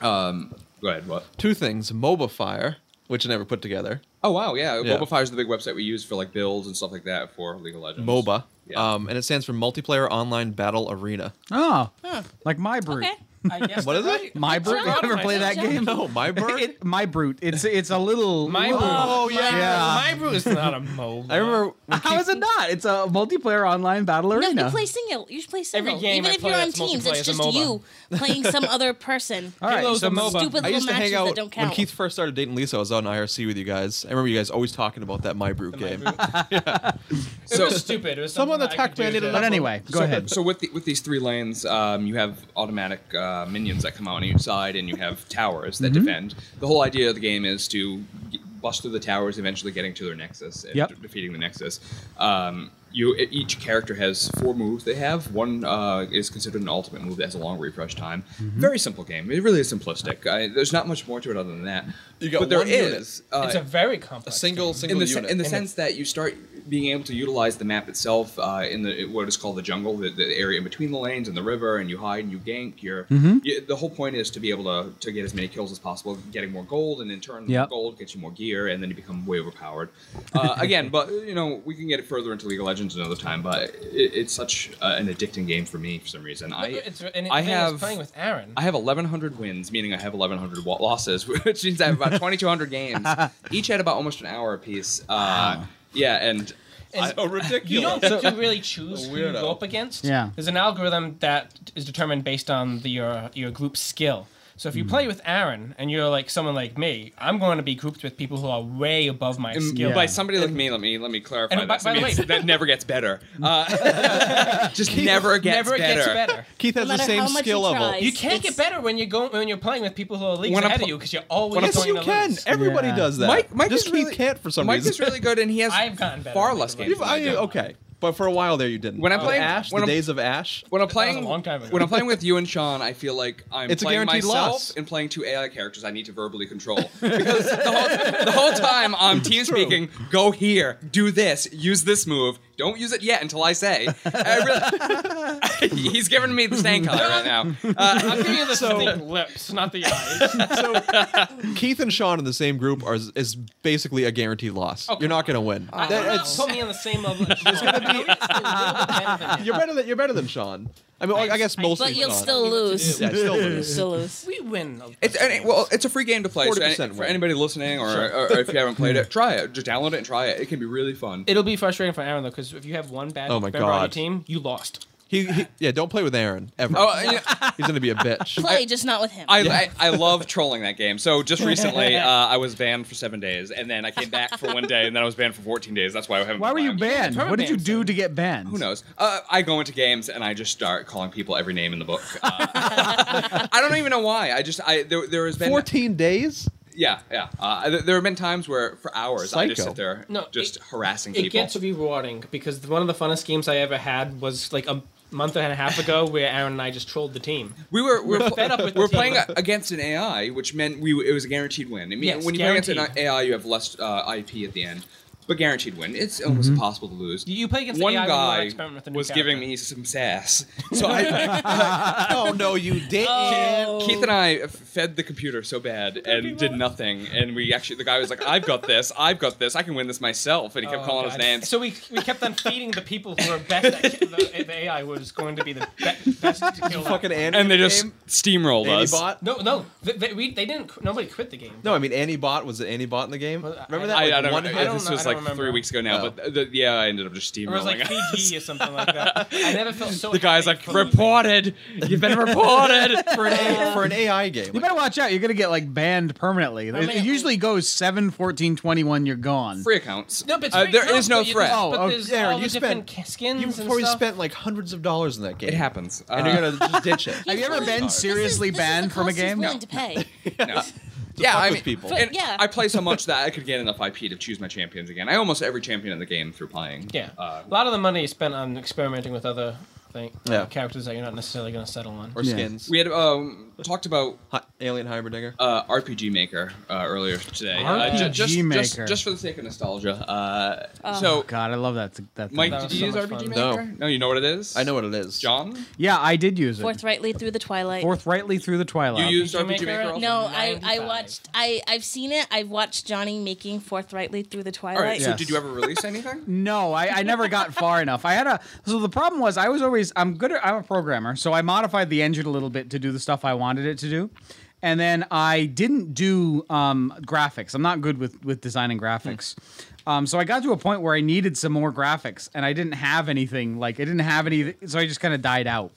Speaker 2: Um, go ahead, what?
Speaker 6: two things: MOBA Fire, which I never put together.
Speaker 2: Oh, wow, yeah.
Speaker 6: Yeah.
Speaker 2: Mobile Fire is the big website we use for like builds and stuff like that for League of Legends.
Speaker 6: MOBA,
Speaker 2: Yeah.
Speaker 6: um, and it stands for Multiplayer Online Battle Arena.
Speaker 3: Oh, like my brute.
Speaker 4: Okay.
Speaker 5: [laughs] I guess
Speaker 6: What is
Speaker 5: they're
Speaker 6: it?
Speaker 5: right.
Speaker 3: My brute. You
Speaker 4: John,
Speaker 3: ever play that
Speaker 4: John.
Speaker 3: game?
Speaker 5: [laughs]
Speaker 2: [laughs]
Speaker 6: No, my bird.
Speaker 3: It, [laughs] my brute. It's it's a little.
Speaker 5: My brew.
Speaker 3: little-
Speaker 5: Oh,
Speaker 4: yeah.
Speaker 5: My brew is not a MOBA.
Speaker 6: I remember. when
Speaker 3: How is it not? It's a multiplayer online battle
Speaker 4: No,
Speaker 3: arena.
Speaker 4: you play single. You play single.
Speaker 5: game
Speaker 4: Even
Speaker 5: I
Speaker 4: if
Speaker 5: play
Speaker 4: you're on
Speaker 5: that's
Speaker 4: teams,
Speaker 5: multiplayer
Speaker 4: it's
Speaker 5: is a
Speaker 4: just
Speaker 5: MOBA.
Speaker 4: you playing some other person.
Speaker 3: All right,
Speaker 5: Halo's
Speaker 3: so
Speaker 5: a MOBA.
Speaker 4: Stupid little
Speaker 6: I used to
Speaker 4: matches
Speaker 6: hang out
Speaker 4: that don't count.
Speaker 6: when Keith first started dating Lisa. I was on IRC with you guys. I remember you guys always talking about that My Brew game.
Speaker 5: [laughs] It was stupid. It was
Speaker 6: Someone
Speaker 5: something
Speaker 6: that
Speaker 5: I could do
Speaker 6: Pac-Man did
Speaker 5: to-
Speaker 6: a
Speaker 3: But anyway, go
Speaker 2: so,
Speaker 3: ahead.
Speaker 2: So with the, with these three lanes, um, you have automatic uh, minions that come out on each side, and you have towers that
Speaker 3: Mm-hmm.
Speaker 2: defend. The whole idea of the game is to g- bust through the towers, eventually getting to their nexus and
Speaker 3: Yep.
Speaker 2: de- defeating the nexus. Um, you e- each character has four moves they have. One uh, is considered an ultimate move that has a long refresh time.
Speaker 3: Mm-hmm.
Speaker 2: Very simple game. It really is simplistic. I, there's not much more to it other than that.
Speaker 6: You got
Speaker 2: but there
Speaker 6: one unit.
Speaker 2: is, uh,
Speaker 5: It's a very complex.
Speaker 6: A single, single
Speaker 2: in the, se-
Speaker 6: unit. [laughs]
Speaker 2: in the
Speaker 5: And
Speaker 2: sense that you start being able to utilize the map itself uh, in the what is called the jungle, the, the area in between the lanes and the river, and you hide and you gank. You're, you- the whole point is to be able to, to get as many kills as possible, getting more gold, and in turn, the more
Speaker 3: Yep.
Speaker 2: gold gets you more gear, and then you become way overpowered. Uh, [laughs] again, but you know we can get it further into League of Legends another time. But it, it's such uh, an addicting game for me for some reason. I
Speaker 5: It's, and it,
Speaker 2: I
Speaker 5: I
Speaker 2: have
Speaker 5: playing with Aaron.
Speaker 2: I have 1,100 wins, meaning I have 1,100 wa- losses, [laughs] which means I have
Speaker 5: [laughs]
Speaker 2: about 2,200 games. Each had about almost an hour apiece. Uh, Yeah, and,
Speaker 5: And-
Speaker 2: I- ridiculous.
Speaker 5: you don't get to really choose who you
Speaker 2: weirdo.
Speaker 5: go up against.
Speaker 3: Yeah.
Speaker 5: There's an algorithm that is determined based on the, your your group skill. So if you play with Aaron and you're like someone like me, I'm going to be grouped with people who are way above my
Speaker 2: And
Speaker 5: skill.
Speaker 2: By somebody like me, let me let me clarify
Speaker 5: and by-
Speaker 2: that.
Speaker 5: by the
Speaker 2: I mean,
Speaker 5: way-
Speaker 2: [laughs] that never gets better. Uh, [laughs] just never gets
Speaker 5: Never
Speaker 2: better.
Speaker 5: gets better.
Speaker 6: Keith has
Speaker 4: No
Speaker 6: the
Speaker 4: matter
Speaker 6: same
Speaker 4: how much
Speaker 6: skill
Speaker 4: he
Speaker 6: level.
Speaker 4: tries.
Speaker 5: You can't get
Speaker 4: It's-
Speaker 5: better when you're going when you're playing with people who are leagues
Speaker 2: When I'm
Speaker 5: ahead
Speaker 2: pl-
Speaker 5: of you because you're always
Speaker 6: Yes,
Speaker 5: going
Speaker 6: you
Speaker 5: to
Speaker 6: can.
Speaker 5: lose.
Speaker 6: Everybody
Speaker 3: Yeah.
Speaker 6: does that.
Speaker 2: Mike, Mike
Speaker 6: Just
Speaker 2: is
Speaker 6: Keith
Speaker 2: really,
Speaker 6: can't for some
Speaker 2: Mike
Speaker 6: reason.
Speaker 2: is really good, and he has
Speaker 5: [laughs] I've gotten better
Speaker 2: far
Speaker 5: with
Speaker 2: less
Speaker 5: the
Speaker 2: games.
Speaker 5: League
Speaker 2: than
Speaker 5: of
Speaker 2: I
Speaker 6: [laughs] I,
Speaker 2: do.
Speaker 6: okay, but for a while there, you didn't. Uh,
Speaker 2: When I'm playing-
Speaker 6: Ash,
Speaker 2: when
Speaker 6: the
Speaker 2: I'm-
Speaker 6: days of Ash.
Speaker 2: When I'm
Speaker 5: That was
Speaker 2: playing
Speaker 5: a long time ago.
Speaker 2: when I'm playing with you and Sean, I feel like I'm
Speaker 6: It's a
Speaker 2: playing
Speaker 6: guaranteed
Speaker 2: myself
Speaker 6: loss.
Speaker 2: and playing two AI characters I need to verbally control because the whole, the whole time I'm team speaking. Go here, do this, use this move. Don't use it yet until I say. I really- [laughs] he's giving me the stain color right now. Uh,
Speaker 5: I'm giving you the
Speaker 6: So-
Speaker 5: distinct lips, not [laughs] the eyes.
Speaker 6: so Keith and Sean in the same group are is basically a guaranteed loss. You're not going to win. That-
Speaker 5: That,
Speaker 6: it's-
Speaker 5: put me on the same level. There's gonna [laughs] be
Speaker 6: you're better than you're better than Sean. I mean, I, I guess mostly.
Speaker 4: But you'll
Speaker 6: Sean.
Speaker 4: still lose.
Speaker 6: Yeah, I still lose.
Speaker 4: Still
Speaker 5: [laughs]
Speaker 4: lose.
Speaker 5: We win.
Speaker 2: It's any, well, it's a free game to play. So any,
Speaker 6: 40%
Speaker 2: for
Speaker 6: win.
Speaker 2: anybody listening, or, or if you haven't played it, try it. Just download it and try it. It can be really fun.
Speaker 5: It'll be frustrating for Aaron though, because if you have one bad
Speaker 6: Oh my
Speaker 5: member on your
Speaker 6: God.
Speaker 5: team, you lost.
Speaker 6: He, he yeah, don't play with Aaron ever.
Speaker 2: oh, and, you know,
Speaker 6: He's gonna be a
Speaker 2: [laughs]
Speaker 6: bitch.
Speaker 4: Play, just not with him.
Speaker 2: I, I, I love trolling that game. So just
Speaker 3: [laughs]
Speaker 2: recently, uh, I was banned for seven days, and then I came back for one day, and then I was banned for 14 days. That's why I haven't.
Speaker 3: Why
Speaker 2: been
Speaker 3: were you
Speaker 2: playing.
Speaker 3: banned?
Speaker 5: Determined
Speaker 3: What did you
Speaker 5: banned,
Speaker 3: do
Speaker 5: son.
Speaker 3: to get banned?
Speaker 2: Who knows? Uh, I go into games and I just start calling people every name in the book.
Speaker 3: [laughs]
Speaker 2: Uh, I don't even know why. I just I there there has been
Speaker 6: Fourteen days.
Speaker 2: yeah yeah. Uh, there- there have been times where for hours I just
Speaker 6: Psycho.
Speaker 2: sit there
Speaker 5: No,
Speaker 2: just
Speaker 5: it-
Speaker 2: harassing
Speaker 5: It
Speaker 2: people.
Speaker 5: gets rewarding because one of the funnest games I ever had was like a month and a half ago, where Aaron and I just trolled the team.
Speaker 2: We were we were, pl-
Speaker 5: fed up with
Speaker 2: we were
Speaker 5: the team.
Speaker 2: playing a- against an AI, which meant we it was a guaranteed win. I mean,
Speaker 5: Yes,
Speaker 2: when you play against an
Speaker 5: guaranteed.
Speaker 2: AI, you have less uh, IP at the end, but guaranteed win. It's
Speaker 6: Mm-hmm.
Speaker 2: almost impossible to lose.
Speaker 5: You- you play against the
Speaker 2: one
Speaker 5: AI when you wanna
Speaker 2: guy
Speaker 5: experiment with a new
Speaker 2: was
Speaker 5: character.
Speaker 2: giving me some
Speaker 5: [laughs]
Speaker 2: sass, so I,
Speaker 6: Oh no, you didn't.
Speaker 5: Oh.
Speaker 2: Keith and I f- fed the computer so bad and did nothing. And we actually the guy was like, "I've got this, I've got this, I can win this myself," and he kept calling
Speaker 5: Oh,
Speaker 2: his
Speaker 5: God.
Speaker 2: name.
Speaker 5: [laughs] So we, we kept on feeding the people who were best at ki- the, the AI was going to be the be- best to kill. that.
Speaker 6: fucking Annie.
Speaker 2: and they just steamrolled
Speaker 6: Annie
Speaker 2: us.
Speaker 6: bot.
Speaker 5: No, no, they, they, we, they didn't. qu- Nobody quit the game.
Speaker 6: No, I mean Annie bot was it Annie bot in the game?
Speaker 5: Well, I-
Speaker 6: Remember that?
Speaker 2: I,
Speaker 6: Like,
Speaker 2: I don't
Speaker 6: one
Speaker 2: know.
Speaker 6: hit-
Speaker 5: I don't
Speaker 2: this
Speaker 5: know-
Speaker 2: was
Speaker 5: I don't
Speaker 2: like three
Speaker 5: remember.
Speaker 2: weeks ago now,
Speaker 6: Oh.
Speaker 2: but the, the, yeah, I ended up just steamrolling.
Speaker 5: Or it was like
Speaker 2: us.
Speaker 5: Fiji or something like that. I never felt so.
Speaker 2: Oh The guy's like,
Speaker 5: ungrateful.
Speaker 2: reported. You've been reported.
Speaker 5: [laughs]
Speaker 6: for an AI, for an AI game.
Speaker 3: You better watch out. You're going to get like banned permanently. It- It
Speaker 4: Permanently.
Speaker 3: usually goes 7, 14, 21, you're gone.
Speaker 2: Free accounts.
Speaker 5: No, but it's
Speaker 2: Uh,
Speaker 5: free
Speaker 2: there
Speaker 5: accounts,
Speaker 2: is no
Speaker 5: but you-
Speaker 2: threat.
Speaker 3: Oh,
Speaker 5: but
Speaker 3: oh,
Speaker 5: there's
Speaker 6: Aaron,
Speaker 5: all the
Speaker 6: you
Speaker 5: different
Speaker 6: spent-
Speaker 5: ca- skins
Speaker 6: You've
Speaker 5: and
Speaker 6: probably
Speaker 5: stuff.
Speaker 6: spent like hundreds of dollars in that game.
Speaker 2: It happens.
Speaker 6: And
Speaker 2: Uh,
Speaker 6: you're gonna
Speaker 3: [laughs]
Speaker 6: just ditch it.
Speaker 3: Have you ever
Speaker 4: Sorry.
Speaker 3: been
Speaker 4: This is-
Speaker 3: seriously
Speaker 4: this is the
Speaker 3: banned from a
Speaker 4: cost he's
Speaker 3: game?
Speaker 4: willing to pay.
Speaker 2: Uh, no. yeah,
Speaker 6: fuck
Speaker 2: I
Speaker 6: with
Speaker 2: mean,
Speaker 6: people.
Speaker 2: and
Speaker 4: Yeah.
Speaker 2: I play so much that I could get enough IP to choose my champions again. I almost every champion in the game through playing.
Speaker 5: Yeah,
Speaker 2: Uh,
Speaker 5: a lot of the money is spent on experimenting with other thing, uh,
Speaker 6: Yeah.
Speaker 5: characters that you're not necessarily going to settle on.
Speaker 6: Or
Speaker 3: Yeah.
Speaker 6: skins.
Speaker 2: we had um, talked about
Speaker 6: Hi- Alien Hybridinger.
Speaker 2: uh, RPG Maker uh, earlier today. uh, ju-
Speaker 5: RPG
Speaker 2: just, just-
Speaker 3: Maker. Oh,
Speaker 2: Just, for the sake of nostalgia. Uh,
Speaker 5: Oh.
Speaker 2: so,
Speaker 3: God, I love that. that thing.
Speaker 2: Mike,
Speaker 5: That
Speaker 2: did
Speaker 5: was
Speaker 2: you
Speaker 5: so
Speaker 2: use
Speaker 5: much
Speaker 2: RPG
Speaker 5: fun.
Speaker 6: No.
Speaker 2: Maker? No. you know what it is?
Speaker 6: I know what it is.
Speaker 2: John?
Speaker 3: Yeah, I did use it.
Speaker 4: Forthrightly through the twilight.
Speaker 3: Forthrightly through the
Speaker 2: You
Speaker 3: twilight.
Speaker 2: used RPG Maker?
Speaker 5: Maker?
Speaker 2: also?
Speaker 4: no, I, I
Speaker 5: 95.
Speaker 4: watched. I I've seen it. I've watched Johnny making forthrightly through the twilight.
Speaker 2: All right, so
Speaker 3: Yes.
Speaker 2: did you ever release anything?
Speaker 3: No, I, I never got far enough. I had a so the problem was I was always I'm good at I'm a programmer, so I modified the engine a little bit to do the stuff I wanted it to do. And then I didn't do um, graphics. I'm not good with with designing graphics.
Speaker 4: Hmm.
Speaker 3: Um, so I got to a point where I needed some more graphics, and I didn't have anything. Like I didn't have any, so I just kind of died out.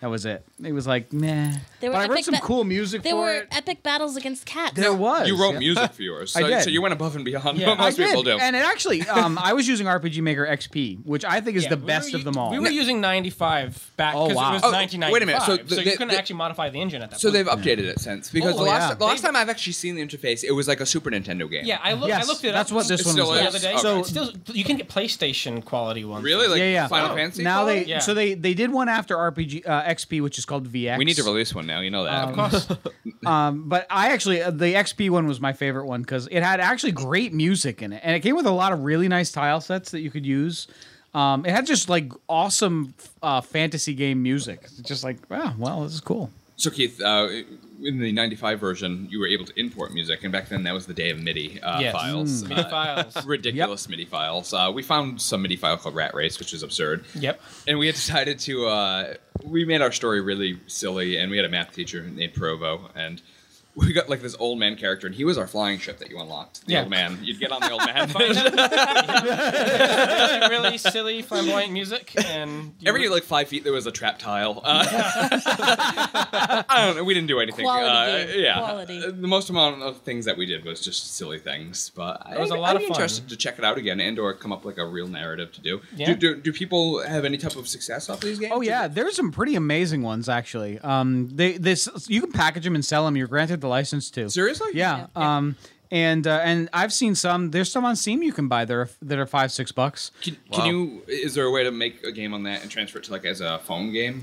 Speaker 3: That was it. It was like nah.
Speaker 4: There
Speaker 3: but
Speaker 4: were
Speaker 3: I wrote
Speaker 4: epic
Speaker 3: some
Speaker 4: ba-
Speaker 3: cool music
Speaker 4: There
Speaker 3: for
Speaker 4: were
Speaker 3: it.
Speaker 4: epic battles against cats.
Speaker 3: There was.
Speaker 2: You wrote
Speaker 3: yeah. [laughs]
Speaker 2: music for yours. So,
Speaker 3: I did.
Speaker 2: so you went above and beyond
Speaker 5: Yeah.
Speaker 2: what most
Speaker 3: I did.
Speaker 2: people do.
Speaker 3: And it actually, um, I was using RPG Maker XP, which I think is
Speaker 5: Yeah,
Speaker 3: the
Speaker 5: we
Speaker 3: best
Speaker 5: were,
Speaker 3: of
Speaker 5: u-
Speaker 3: them all.
Speaker 5: We were using 95 back
Speaker 3: Oh,
Speaker 5: because
Speaker 3: wow.
Speaker 5: it was
Speaker 3: Oh,
Speaker 5: 1995.
Speaker 2: wait a minute, so
Speaker 5: So,
Speaker 2: the-
Speaker 5: you
Speaker 2: the-
Speaker 5: couldn't
Speaker 2: the-
Speaker 5: actually modify the engine at that
Speaker 2: So
Speaker 5: point.
Speaker 2: they've updated it since because
Speaker 5: Oh,
Speaker 2: the last
Speaker 3: yeah.
Speaker 2: the last
Speaker 5: They've-
Speaker 2: time I've actually seen the interface, it was like a Super Nintendo game.
Speaker 5: Yeah, I looked.
Speaker 3: Yes,
Speaker 5: I looked it
Speaker 3: that's
Speaker 5: up
Speaker 3: what this
Speaker 5: it's
Speaker 2: one
Speaker 5: still
Speaker 2: was
Speaker 5: the
Speaker 2: like.
Speaker 5: other day.
Speaker 2: So-
Speaker 5: So still, you can get PlayStation quality ones.
Speaker 2: really, like
Speaker 3: yeah, yeah.
Speaker 2: Final
Speaker 5: Oh.
Speaker 2: Fantasy.
Speaker 3: now
Speaker 2: quality?
Speaker 3: they
Speaker 5: Yeah.
Speaker 3: so they they did one after RPG uh, XP, which is called VX.
Speaker 2: We need to release one now. You know
Speaker 3: Um,
Speaker 2: that.
Speaker 3: But I actually uh, the XP one was my favorite one because it had actually great music in it, and it came with a lot of really nice tile sets that you could use. Um, it had just like awesome uh, fantasy game music. It's just like, wow, well, this is cool.
Speaker 2: So Keith, uh, in the '95 version, you were able to import music, and back then that was the day of MIDI uh,
Speaker 5: Yes.
Speaker 3: Mm,
Speaker 2: files.
Speaker 5: Mini
Speaker 2: Uh, [laughs]
Speaker 5: files.
Speaker 2: ridiculous MIDI files. Uh, we found some MIDI file called Rat Race, which is absurd. [laughs]
Speaker 5: Yep.
Speaker 2: And we had decided to. Uh, we made our story really silly, and we had a math teacher named Provo, and we got like this old man character, and he was our flying ship that you unlocked. The
Speaker 5: Yeah.
Speaker 2: old man. You'd get on the
Speaker 5: [laughs]
Speaker 2: old man.
Speaker 5: Really- [laughs] really silly, flamboyant music, and you
Speaker 2: Every like five feet, there was a trap tile.
Speaker 5: [laughs]
Speaker 2: Uh, [laughs] I don't know. We didn't do anything.
Speaker 4: Quality
Speaker 2: uh,
Speaker 4: game.
Speaker 2: Yeah,
Speaker 4: Quality.
Speaker 2: Uh, The most amount of things that we did was just silly things. But I
Speaker 5: was a lot
Speaker 2: I'd
Speaker 5: of
Speaker 2: be
Speaker 5: fun.
Speaker 2: interested to check it out again and/or come up with, like a real narrative to do.
Speaker 5: Yeah.
Speaker 2: Do, do. do people have any type of success off these games?
Speaker 3: Oh yeah, there's some pretty amazing ones actually. Um, they this you can package them and sell them. You're granted the license to.
Speaker 2: Seriously?
Speaker 3: Yeah. Um, and uh, and I've seen some. There's some on Steam you can buy that are that are five six bucks.
Speaker 2: Can, can you? Is there a way to make a game on that and transfer it to like as a phone game?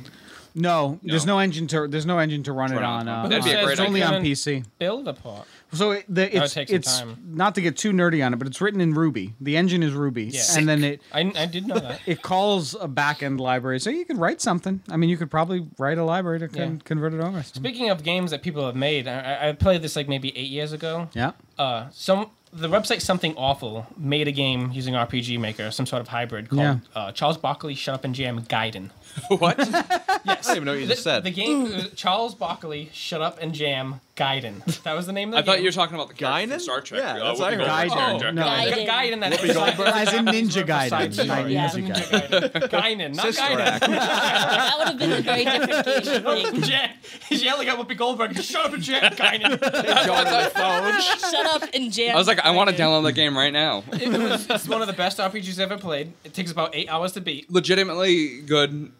Speaker 3: No, there's
Speaker 2: No.
Speaker 3: no engine to there's no engine to run it
Speaker 2: Run
Speaker 3: on.
Speaker 2: on.
Speaker 3: Uh,
Speaker 2: That'd be a
Speaker 3: on-
Speaker 2: great
Speaker 3: it's only
Speaker 5: idea.
Speaker 3: on PC.
Speaker 5: build upon.
Speaker 3: So it, the, it's
Speaker 5: take some
Speaker 3: it's
Speaker 5: time.
Speaker 3: not to get too nerdy on it, but it's written in Ruby. The engine is Ruby,
Speaker 5: Sick.
Speaker 3: and then it
Speaker 5: I, I did know that.
Speaker 3: it calls a back end library. So you could write something. I mean, you could probably write a library to con-
Speaker 5: Yeah.
Speaker 3: convert it over.
Speaker 5: Speaking of games that people have made, I, I- I played this like maybe eight years ago.
Speaker 3: yeah.
Speaker 5: Uh, some the website something awful made a game using RPG Maker, some sort of hybrid called
Speaker 3: Yeah.
Speaker 5: uh, Charles Barkley Shut Up and Jam Gaiden.
Speaker 2: [laughs]
Speaker 3: [laughs]
Speaker 2: what?
Speaker 5: Yes.
Speaker 6: I don't even know what you just said.
Speaker 5: The game uh, Charles Barkley Shut Up and Jam Gaiden. That was the name of the
Speaker 2: I
Speaker 5: game.
Speaker 2: thought you were talking about the character from
Speaker 6: Guinan?
Speaker 2: Star Trek.
Speaker 6: Yeah,
Speaker 2: Uh,
Speaker 6: that's
Speaker 2: Whoopi
Speaker 6: what I heard.
Speaker 2: Goldberg's
Speaker 3: Guinan,
Speaker 2: character.
Speaker 3: Oh, no.
Speaker 2: [laughs]
Speaker 5: Ga-
Speaker 4: Gaiden.
Speaker 5: Gaiden. That's
Speaker 3: [laughs]
Speaker 5: Whoopi Goldberg.
Speaker 3: As in Ninja Gaiden, not
Speaker 4: Yeah.
Speaker 3: Ninja Gaiden.
Speaker 5: Gaiden, not
Speaker 6: Sister
Speaker 5: Gaiden. [laughs]
Speaker 6: act.
Speaker 4: that would have been a very different game. I think.
Speaker 5: Jack, he's yelling at Whoopi Goldberg. Just shut up and
Speaker 2: [laughs]
Speaker 5: jam, Guinan.
Speaker 4: Shut up and jam.
Speaker 2: I was like, I want to download the game right now.
Speaker 5: It was- it's one of the best RPGs I've ever played. It takes about eight hours to beat.
Speaker 2: Legitimately good.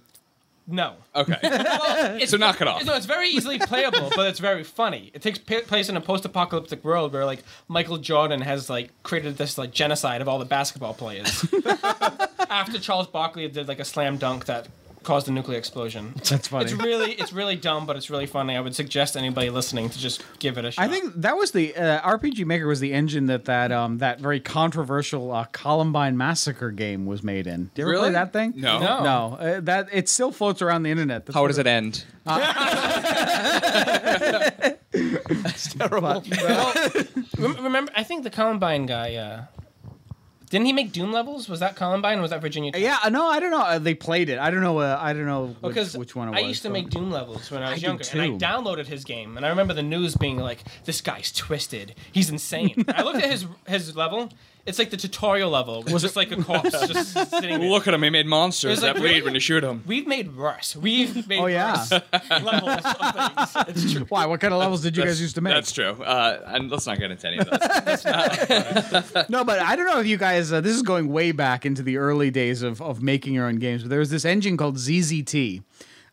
Speaker 5: No.
Speaker 3: [laughs]
Speaker 2: Okay.
Speaker 5: Well, it's,
Speaker 2: So knock it off.
Speaker 5: No, it's very easily playable, but it's very funny. It takes pa- place in a post-apocalyptic world where, like, Michael Jordan has like created this like genocide of all the
Speaker 2: [laughs]
Speaker 5: basketball players. After Charles Barkley did like a slam dunk that caused a nuclear explosion.
Speaker 3: That's funny.
Speaker 5: It's really, it's really dumb, but it's really funny. I would suggest anybody listening to just give it a shot.
Speaker 3: I think that was the uh, RPG Maker was the engine that that um, that very controversial uh, Columbine Massacre game was made in. Did you ever
Speaker 2: Really?
Speaker 3: play that thing?
Speaker 2: No.
Speaker 5: No.
Speaker 3: no. Uh, that it still floats around the internet. That's
Speaker 2: How
Speaker 3: what
Speaker 2: does it end?
Speaker 6: Terrible.
Speaker 5: Rem- remember, I think the Columbine guy. Uh, didn't he make Doom levels? Was that Columbine? or Was that Virginia? Tech?
Speaker 3: Yeah, uh, no, I don't know. Uh, they played it. I don't know. Uh, I don't know which,
Speaker 5: Because
Speaker 3: which one it
Speaker 5: Oh, I
Speaker 3: was.
Speaker 5: used to
Speaker 3: but-
Speaker 5: make Doom levels when I was
Speaker 3: did
Speaker 5: younger, and I
Speaker 3: too.
Speaker 5: downloaded his game, and I remember the news being like, "This guy's twisted. He's insane." I looked
Speaker 3: [laughs]
Speaker 5: at his his level. It's like the tutorial level. It's just like
Speaker 3: [laughs]
Speaker 5: a corpse just sitting. There.
Speaker 2: Look at him. He made monsters
Speaker 5: It's like,
Speaker 2: that bleed when you shoot him.
Speaker 5: We've made worse. We've made
Speaker 3: Oh
Speaker 5: [laughs]
Speaker 3: yeah.
Speaker 5: worse
Speaker 3: [laughs]
Speaker 5: levels of things. It's true.
Speaker 3: Why? What kind of levels did you guys used to make?
Speaker 2: That's true. Uh, and let's not get into any of those. [laughs]
Speaker 3: No, but I don't know if you guys. Uh, this is going way back into the early days of of making your own games. But there was this engine called ZZT.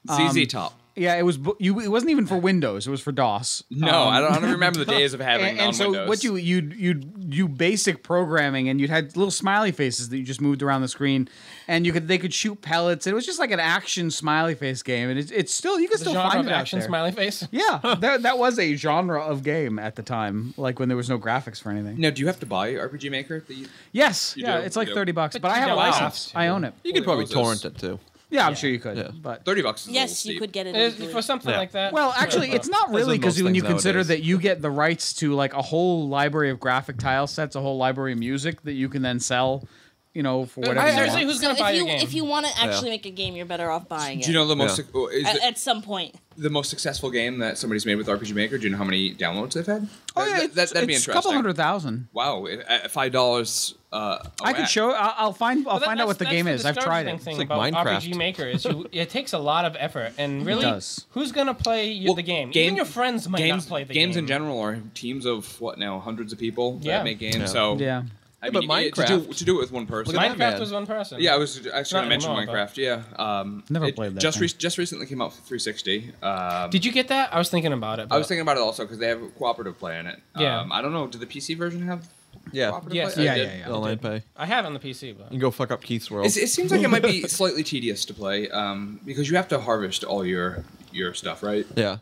Speaker 3: Um,
Speaker 2: ZZ Top.
Speaker 3: Yeah, it was. bu- You. It wasn't even for Windows. It was for DOS.
Speaker 2: No, I, don't, I don't remember the days of having
Speaker 3: um, [laughs] and,
Speaker 2: it on
Speaker 3: and so
Speaker 2: Windows.
Speaker 3: what you you'd you'd you basic programming and you'd had little smiley faces that you just moved around the screen and you could they could shoot pellets and it was just like an action smiley face game and it's, it's still you can
Speaker 5: The
Speaker 3: still
Speaker 5: genre
Speaker 3: find
Speaker 5: of
Speaker 3: it out
Speaker 5: action
Speaker 3: there.
Speaker 5: smiley
Speaker 3: [laughs]
Speaker 5: face.
Speaker 3: yeah
Speaker 5: [laughs]
Speaker 3: that, that was a genre of game at the time like when there was no graphics for anything
Speaker 2: now, do you have to buy RPG Maker? that you-
Speaker 3: yes
Speaker 2: You
Speaker 3: yeah
Speaker 2: do,
Speaker 3: it's like
Speaker 2: you do.
Speaker 3: 30 bucks but,
Speaker 5: But
Speaker 3: I
Speaker 5: you
Speaker 3: have a
Speaker 5: don't have
Speaker 3: license
Speaker 5: to.
Speaker 3: I own it
Speaker 6: You could probably
Speaker 2: Moses.
Speaker 6: torrent it too.
Speaker 3: yeah I'm sure you could
Speaker 6: Yeah.
Speaker 3: but
Speaker 2: Thirty bucks. Is a little
Speaker 4: Yes, you
Speaker 2: steep.
Speaker 4: could get it.
Speaker 5: It's-
Speaker 4: illegally.
Speaker 5: For something
Speaker 6: Yeah.
Speaker 5: like that.
Speaker 3: Well, actually, it's not
Speaker 6: As in
Speaker 3: really because
Speaker 6: most
Speaker 3: when you
Speaker 6: things
Speaker 3: consider
Speaker 6: nowadays.
Speaker 3: that you get the rights to like a whole library of graphic tile sets, a whole library of music that you can then sell, you know, for whatever.
Speaker 5: I,
Speaker 3: you
Speaker 5: seriously,
Speaker 3: want.
Speaker 5: who's
Speaker 4: So
Speaker 5: gonna buy
Speaker 4: if you
Speaker 5: your game?
Speaker 4: if you want to actually make a game, you're better off buying it.
Speaker 2: Do you know the most?
Speaker 6: Yeah.
Speaker 2: oh, Is
Speaker 4: at,
Speaker 2: the,
Speaker 4: at some point.
Speaker 2: the most successful game that somebody's made with RPG Maker? Do you know how many downloads they've had?
Speaker 3: Oh yeah,
Speaker 2: that, that, that'd be
Speaker 3: it's
Speaker 2: interesting.
Speaker 3: A couple hundred thousand.
Speaker 2: Wow, eh, at five dollars. Uh, a
Speaker 6: Oh,
Speaker 3: I could
Speaker 2: whack.
Speaker 3: show. I'll, I'll find. I'll
Speaker 5: But that-
Speaker 3: find out
Speaker 5: that's-
Speaker 3: what the
Speaker 5: that's
Speaker 3: game is. I've tried
Speaker 5: discouraging
Speaker 3: it.
Speaker 5: Thing
Speaker 6: It's
Speaker 5: about
Speaker 6: like
Speaker 5: RPG
Speaker 6: Minecraft.
Speaker 5: Maker is you, it takes a lot of effort, and really,
Speaker 3: does.
Speaker 5: who's gonna play you,
Speaker 2: Well,
Speaker 5: the game? Even
Speaker 2: game-
Speaker 5: your friends might
Speaker 2: games.
Speaker 5: not play the
Speaker 2: games
Speaker 5: game.
Speaker 2: in general are teams of what now? Hundreds of people
Speaker 5: Yeah.
Speaker 2: that make games.
Speaker 6: Yeah.
Speaker 2: So
Speaker 3: Yeah.
Speaker 2: I
Speaker 6: but
Speaker 2: mean, it- to do,
Speaker 6: Minecraft-
Speaker 2: to do it with one person.
Speaker 6: Look at
Speaker 5: Minecraft
Speaker 6: that man.
Speaker 5: was one person.
Speaker 2: Yeah, I was actually going to mention
Speaker 5: anymore,
Speaker 2: Minecraft.
Speaker 5: but-
Speaker 2: Yeah, um,
Speaker 3: Never
Speaker 2: it
Speaker 3: played that
Speaker 2: Just
Speaker 3: thing.
Speaker 2: just recently came out for 360. Um,
Speaker 5: Did you get that? I was thinking about it.
Speaker 2: I was
Speaker 5: but-
Speaker 2: thinking about it also because they have cooperative play in it.
Speaker 5: Yeah.
Speaker 2: Um, I don't know. Did the PC version have
Speaker 6: Yeah.
Speaker 2: cooperative
Speaker 5: Yes.
Speaker 2: play? I
Speaker 3: Yeah,
Speaker 2: did.
Speaker 3: yeah, yeah.
Speaker 6: Online play.
Speaker 5: I have it on the PC, but
Speaker 6: And go fuck up Keith's world.
Speaker 2: It's, it seems like it might
Speaker 6: Oh. [laughs]
Speaker 2: be slightly tedious to play um, because you have to harvest all your your stuff, right?
Speaker 6: yeah.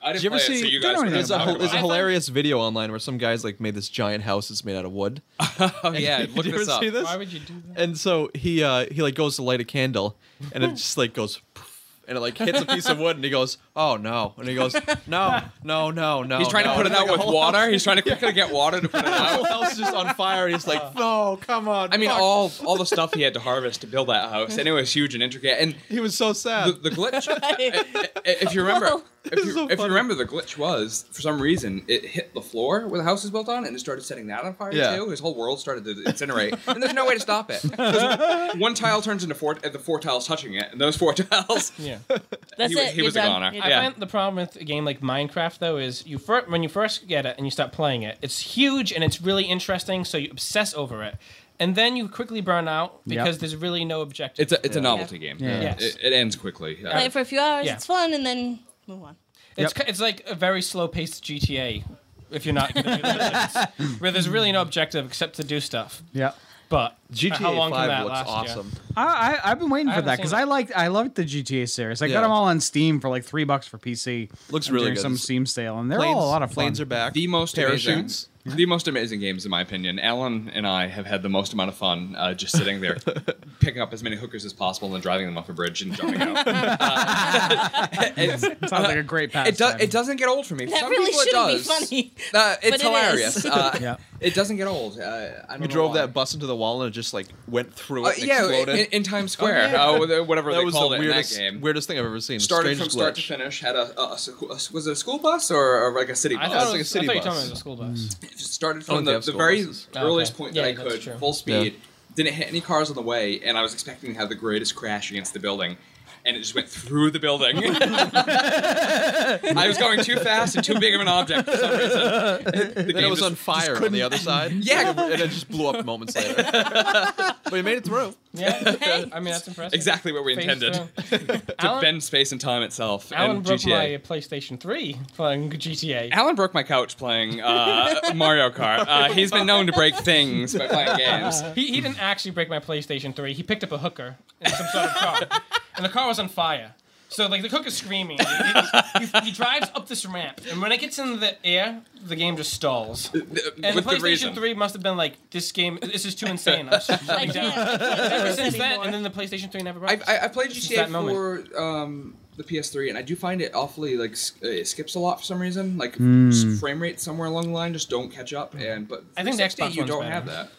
Speaker 2: I
Speaker 6: Did you ever see?
Speaker 3: guys know can anything
Speaker 6: there's a,
Speaker 3: about
Speaker 6: hil-
Speaker 3: it.
Speaker 6: there's a
Speaker 5: I thought-
Speaker 6: hilarious video online where some guys like made this giant house that's made out of wood.
Speaker 2: [laughs] Oh yeah,
Speaker 6: [laughs] Did
Speaker 2: look
Speaker 6: you ever
Speaker 2: this up.
Speaker 6: see this?
Speaker 5: why would you do
Speaker 6: [laughs]
Speaker 5: that?
Speaker 6: And so he uh, he like goes to light a candle, and it just like goes, poof, and it like hits a piece of wood, and he goes, "Oh no!" And he goes, "No, no, no, no."
Speaker 2: He's trying
Speaker 6: Oh,
Speaker 2: to
Speaker 6: no."
Speaker 2: put it
Speaker 6: And,
Speaker 2: out
Speaker 6: like, [laughs]
Speaker 2: with
Speaker 6: a whole
Speaker 2: water. He's trying to quickly get water to put it
Speaker 6: The
Speaker 2: out.
Speaker 6: [laughs] whole house is just on fire, and he's like, [laughs] "No, come on!"
Speaker 2: I mean,
Speaker 6: fuck."
Speaker 2: all all the stuff he had to harvest to build that house, and it was huge and intricate. And
Speaker 6: he was so
Speaker 2: the,
Speaker 6: sad.
Speaker 2: the
Speaker 6: [laughs]
Speaker 2: glitch, i- i- if you remember,
Speaker 4: Whoa.
Speaker 2: if you,
Speaker 6: is so
Speaker 2: if you
Speaker 6: funny.
Speaker 2: remember, the glitch was for some reason it hit the floor where the house was built on, and it started setting that on fire
Speaker 6: Yeah.
Speaker 2: too. His whole world started to incinerate, and there's no way to stop it.
Speaker 6: [laughs]
Speaker 2: 'Cause One tile turns into four, and the four tiles touching it, and those four [laughs] tiles.
Speaker 5: Yeah.
Speaker 4: That's
Speaker 2: He-
Speaker 4: it.
Speaker 2: he was a
Speaker 4: You're
Speaker 2: goner.
Speaker 4: done. You're
Speaker 5: I
Speaker 2: Yeah.
Speaker 4: done.
Speaker 5: find the problem with a game like Minecraft though is you fir- when you first get it and you start playing it, it's huge and it's really interesting, so you obsess over it, and then you quickly burn out because there's really no objective.
Speaker 2: It's a it's a novelty game.
Speaker 3: Yeah.
Speaker 5: Yes.
Speaker 2: It, it ends quickly. Uh,
Speaker 4: Play it for a few hours.
Speaker 5: Yeah.
Speaker 4: It's fun, and then move on.
Speaker 5: It's ki it's like a very slow paced GTA if you're not good at the
Speaker 6: [laughs]
Speaker 5: missions, where there's really no objective except to do stuff.
Speaker 3: Yeah.
Speaker 5: But uh,
Speaker 6: GTA
Speaker 5: how long can that
Speaker 6: Five looks
Speaker 5: last? Yeah.
Speaker 6: awesome.
Speaker 3: I, I I've been waiting
Speaker 5: I
Speaker 3: for that
Speaker 5: haven't
Speaker 3: because
Speaker 5: seen
Speaker 3: I
Speaker 5: it.
Speaker 3: liked I loved the GTA series. I
Speaker 6: Yeah.
Speaker 3: got them all on Steam for like three bucks for PC.
Speaker 6: Looks
Speaker 3: I'm
Speaker 6: really
Speaker 3: doing
Speaker 6: good.
Speaker 3: Some
Speaker 6: It's-
Speaker 3: Steam sale, and they're
Speaker 6: Planes,
Speaker 3: all a lot of fun.
Speaker 6: planes are back.
Speaker 2: the most
Speaker 6: parachutes.
Speaker 2: Amazing, the most amazing games, in my opinion. Alan and I have had the most amount of fun uh, just sitting
Speaker 6: [laughs]
Speaker 2: there, picking up as many hookers as possible and then driving them off a bridge and jumping
Speaker 6: [laughs]
Speaker 2: out. Uh, [laughs] it's-
Speaker 3: Sounds like a great pastime.
Speaker 2: it does. It doesn't get old for me. For
Speaker 4: That
Speaker 2: Some
Speaker 4: really
Speaker 2: people, it
Speaker 4: shouldn't
Speaker 2: does.
Speaker 4: be funny.
Speaker 2: Uh, it's
Speaker 4: But it is.
Speaker 2: hilarious.
Speaker 4: [laughs]
Speaker 2: Uh,
Speaker 3: Yeah.
Speaker 2: It doesn't get old. Uh, I don't know
Speaker 6: You drove
Speaker 2: why.
Speaker 6: that bus into the wall and it just like went through
Speaker 2: Uh,
Speaker 6: it and
Speaker 2: yeah,
Speaker 6: exploded. Oh,
Speaker 2: in, in Times Square.
Speaker 6: yeah.
Speaker 2: uh, with, uh, whatever
Speaker 6: that
Speaker 2: they
Speaker 6: was the
Speaker 2: called it in
Speaker 6: weirdest,
Speaker 2: that game.
Speaker 6: weirdest thing I've ever seen.
Speaker 2: Started from
Speaker 6: Strange
Speaker 2: start to
Speaker 6: glitch.
Speaker 2: finish. Had a, a, a school- was it a school bus or, or like a city bus?
Speaker 5: I
Speaker 6: Oh, It's
Speaker 5: thought,
Speaker 6: like
Speaker 5: it
Speaker 6: a
Speaker 5: was, I
Speaker 6: city
Speaker 5: thought you were
Speaker 6: bus.
Speaker 5: talking about it was a school bus.
Speaker 2: started
Speaker 6: Oh,
Speaker 2: from
Speaker 6: they
Speaker 2: the,
Speaker 6: have
Speaker 2: the
Speaker 6: school
Speaker 2: very
Speaker 6: buses.
Speaker 5: Oh,
Speaker 2: earliest
Speaker 5: okay.
Speaker 2: point
Speaker 5: Yeah,
Speaker 2: that I
Speaker 5: that's
Speaker 2: could,
Speaker 5: true.
Speaker 2: full speed.
Speaker 6: Yeah.
Speaker 2: Didn't hit any cars on the way, and I was expecting to have the greatest crash against the building, and it just went through the building.
Speaker 5: [laughs]
Speaker 2: I was going too fast and too big of an object for some
Speaker 5: [laughs]
Speaker 2: reason. The
Speaker 6: Then it
Speaker 2: game
Speaker 6: was
Speaker 2: just-
Speaker 6: on fire on the other side.
Speaker 2: [laughs] Yeah.
Speaker 6: and it just blew up moments
Speaker 2: [laughs]
Speaker 6: later. but he made it through.
Speaker 5: Yeah,
Speaker 6: [laughs]
Speaker 5: I mean that's impressive.
Speaker 2: exactly what we
Speaker 5: Phase
Speaker 2: intended [laughs]
Speaker 5: two.
Speaker 2: to
Speaker 5: Alan,
Speaker 2: bend space and time itself
Speaker 5: Alan
Speaker 2: and
Speaker 5: broke
Speaker 2: GTA.
Speaker 5: my PlayStation 3 playing GTA.
Speaker 2: Alan broke my couch playing uh,
Speaker 5: [laughs]
Speaker 2: Mario Kart. Uh, he's been known to break things by playing games.
Speaker 5: He, he didn't actually break my PlayStation 3. He picked up a hooker in some sort of
Speaker 2: [laughs]
Speaker 5: car, and the car was on fire. So like the hooker's screaming. He, he- he drives up this ramp, and when it gets in the air, the game just stalls. And
Speaker 2: With
Speaker 5: the
Speaker 2: good
Speaker 5: PlayStation
Speaker 2: reason.
Speaker 5: 3 must have been like, this game, this is too insane. I'm
Speaker 4: I
Speaker 5: shutting
Speaker 4: can't.
Speaker 5: down.
Speaker 4: I can't do
Speaker 5: Ever
Speaker 4: this
Speaker 5: since then,
Speaker 4: anymore.
Speaker 5: and then the PlayStation 3 never brought.
Speaker 2: I, I, I played
Speaker 5: that
Speaker 2: GTA
Speaker 5: moment.
Speaker 2: for um, the PS3, and I do find it awfully like s- uh, it skips a lot for some reason. Like s- frame rates somewhere along the line just don't catch up. And but
Speaker 5: I think the
Speaker 2: 360,
Speaker 5: Xbox
Speaker 2: you
Speaker 5: one's
Speaker 2: don't
Speaker 5: better.
Speaker 2: have that.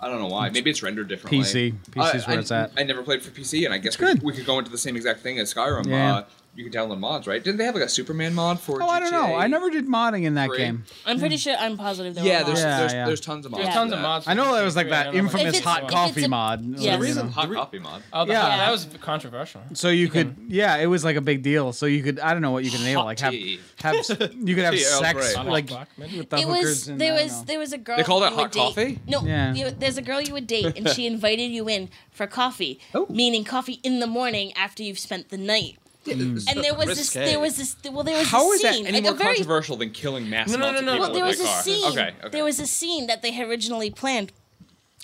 Speaker 2: I don't know why. Maybe it's rendered differently.
Speaker 3: PC. PC is
Speaker 2: I-
Speaker 3: where
Speaker 2: I-
Speaker 3: it's at.
Speaker 2: I never played for PC, and I guess we,
Speaker 3: good.
Speaker 2: we could go into the same exact thing as Skyrim.
Speaker 3: Yeah.
Speaker 2: Uh, you can download mods, right? Didn't they have like a Superman mod for?
Speaker 3: Oh, I don't know.
Speaker 2: GTA?
Speaker 3: I never did modding in that
Speaker 2: Three.
Speaker 3: game.
Speaker 4: [laughs] I'm pretty sure. I'm positive. There
Speaker 2: Yeah,
Speaker 4: were
Speaker 2: there's
Speaker 4: mods.
Speaker 3: Yeah,
Speaker 2: there's,
Speaker 3: yeah.
Speaker 2: there's tons of mods.
Speaker 5: There's
Speaker 2: for
Speaker 5: tons
Speaker 2: that.
Speaker 5: of mods.
Speaker 3: I know there was like that infamous
Speaker 4: If it's-
Speaker 3: hot
Speaker 4: if
Speaker 3: coffee
Speaker 4: it's a-
Speaker 3: mod.
Speaker 4: Yeah.
Speaker 3: you
Speaker 4: The reason-
Speaker 3: know.
Speaker 2: Hot copy mod.
Speaker 5: Oh, that,
Speaker 3: Yeah.
Speaker 5: that was controversial.
Speaker 3: So you could, yeah, it was like a big deal. So you could, I don't know what you could enable,
Speaker 2: Hot
Speaker 3: like have,
Speaker 2: tea.
Speaker 3: have s- you
Speaker 6: [laughs]
Speaker 3: could have
Speaker 6: Tea Earl
Speaker 3: sex
Speaker 6: Grey.
Speaker 3: like
Speaker 5: Blackman.
Speaker 3: with the
Speaker 4: it
Speaker 3: hookers.
Speaker 4: was
Speaker 3: and
Speaker 4: there
Speaker 3: I don't
Speaker 4: was
Speaker 3: know.
Speaker 4: there was a girl
Speaker 2: They call that
Speaker 4: you would
Speaker 2: hot coffee?
Speaker 4: date. no
Speaker 3: Yeah.
Speaker 4: you, there's a girl you would date and
Speaker 2: [laughs]
Speaker 4: she invited you in for coffee
Speaker 2: Oh.
Speaker 4: meaning coffee in the morning after you've spent the night and there was this
Speaker 6: risque.
Speaker 4: there was this well there was
Speaker 2: How
Speaker 4: a
Speaker 2: is
Speaker 4: scene
Speaker 2: that any
Speaker 4: like,
Speaker 2: more
Speaker 4: a very
Speaker 2: controversial than killing mass
Speaker 5: No, no,
Speaker 2: amounts of
Speaker 5: no, no.
Speaker 2: people
Speaker 4: well, there
Speaker 2: with
Speaker 4: was a
Speaker 2: that car?
Speaker 4: scene
Speaker 2: Okay, okay.
Speaker 4: there was a scene that they had originally planned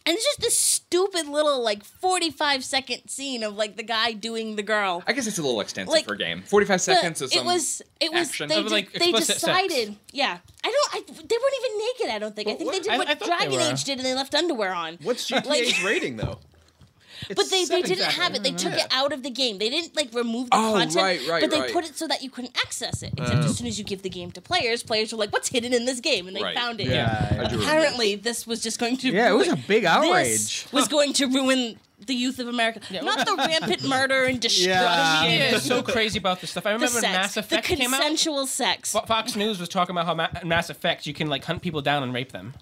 Speaker 4: and it's just this stupid little like 45 second scene of like the guy doing the girl
Speaker 2: I guess it's a little extensive
Speaker 4: Like,
Speaker 2: for a game. Forty-five
Speaker 4: But
Speaker 2: seconds is some.
Speaker 4: it was it was
Speaker 2: action.
Speaker 4: they,
Speaker 2: Of,
Speaker 4: did,
Speaker 5: like,
Speaker 4: they
Speaker 5: explicit sex.
Speaker 4: decided yeah i don't I, they weren't even naked i don't think i think they did
Speaker 5: I-
Speaker 4: what
Speaker 5: I thought they
Speaker 4: dragon
Speaker 5: were.
Speaker 4: age did and they left underwear on
Speaker 6: What's GTA's
Speaker 4: Like-
Speaker 6: rating though?
Speaker 4: but they, they didn't have it they took it out of the game they didn't like remove the
Speaker 2: Oh,
Speaker 4: content
Speaker 2: right, right,
Speaker 4: but they
Speaker 2: right.
Speaker 4: put it so that you couldn't access it except as soon as you give the game to players players were like what's hidden in this game and they
Speaker 2: Right.
Speaker 4: found it
Speaker 3: Yeah, yeah.
Speaker 4: apparently this was just going to
Speaker 3: Yeah, it was
Speaker 4: ruin-
Speaker 3: a big outrage.
Speaker 4: this was going to ruin the youth of america not the rampant murder and destruction
Speaker 3: [laughs] Yeah.
Speaker 5: The media is so crazy about this stuff. I
Speaker 4: the
Speaker 5: remember
Speaker 4: sex
Speaker 5: Mass Effect
Speaker 4: the
Speaker 5: came out.
Speaker 4: consensual sex
Speaker 5: Fo- Fox News was talking about how ma- in Mass Effect you can like hunt people down and rape them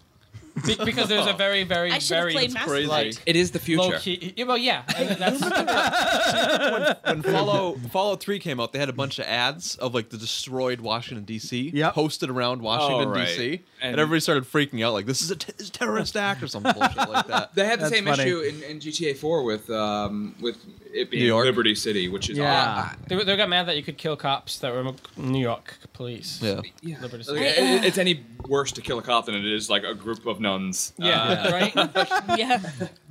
Speaker 5: Be- because there's a very, very,
Speaker 4: I should have
Speaker 5: very
Speaker 4: played Mass
Speaker 6: crazy.
Speaker 5: like,
Speaker 6: Effect.
Speaker 2: it is the future.
Speaker 5: low key. yeah, Well, yeah, and that's,
Speaker 6: When Fallout Fallout Three came out, they had a bunch of ads of like the destroyed Washington D.C.
Speaker 3: Yep.
Speaker 6: hosted around Washington
Speaker 2: Oh, right.
Speaker 6: D.C. And,
Speaker 2: And-
Speaker 6: everybody started freaking out, like this is a, t- is a terrorist act or some bullshit like [laughs] that.
Speaker 2: They had the
Speaker 3: That's
Speaker 2: same
Speaker 3: funny.
Speaker 2: issue in, in GTA 4 with um, with it being
Speaker 6: New York?
Speaker 2: Liberty City, which is
Speaker 3: Yeah.
Speaker 2: uh,
Speaker 5: they, they got mad that you could kill cops that were New York police.
Speaker 6: yeah,
Speaker 2: yeah.
Speaker 5: Liberty
Speaker 2: Like, it- it's any worse to kill a cop than it is like a group of nuns. Uh,
Speaker 5: Yeah, right.
Speaker 4: yeah.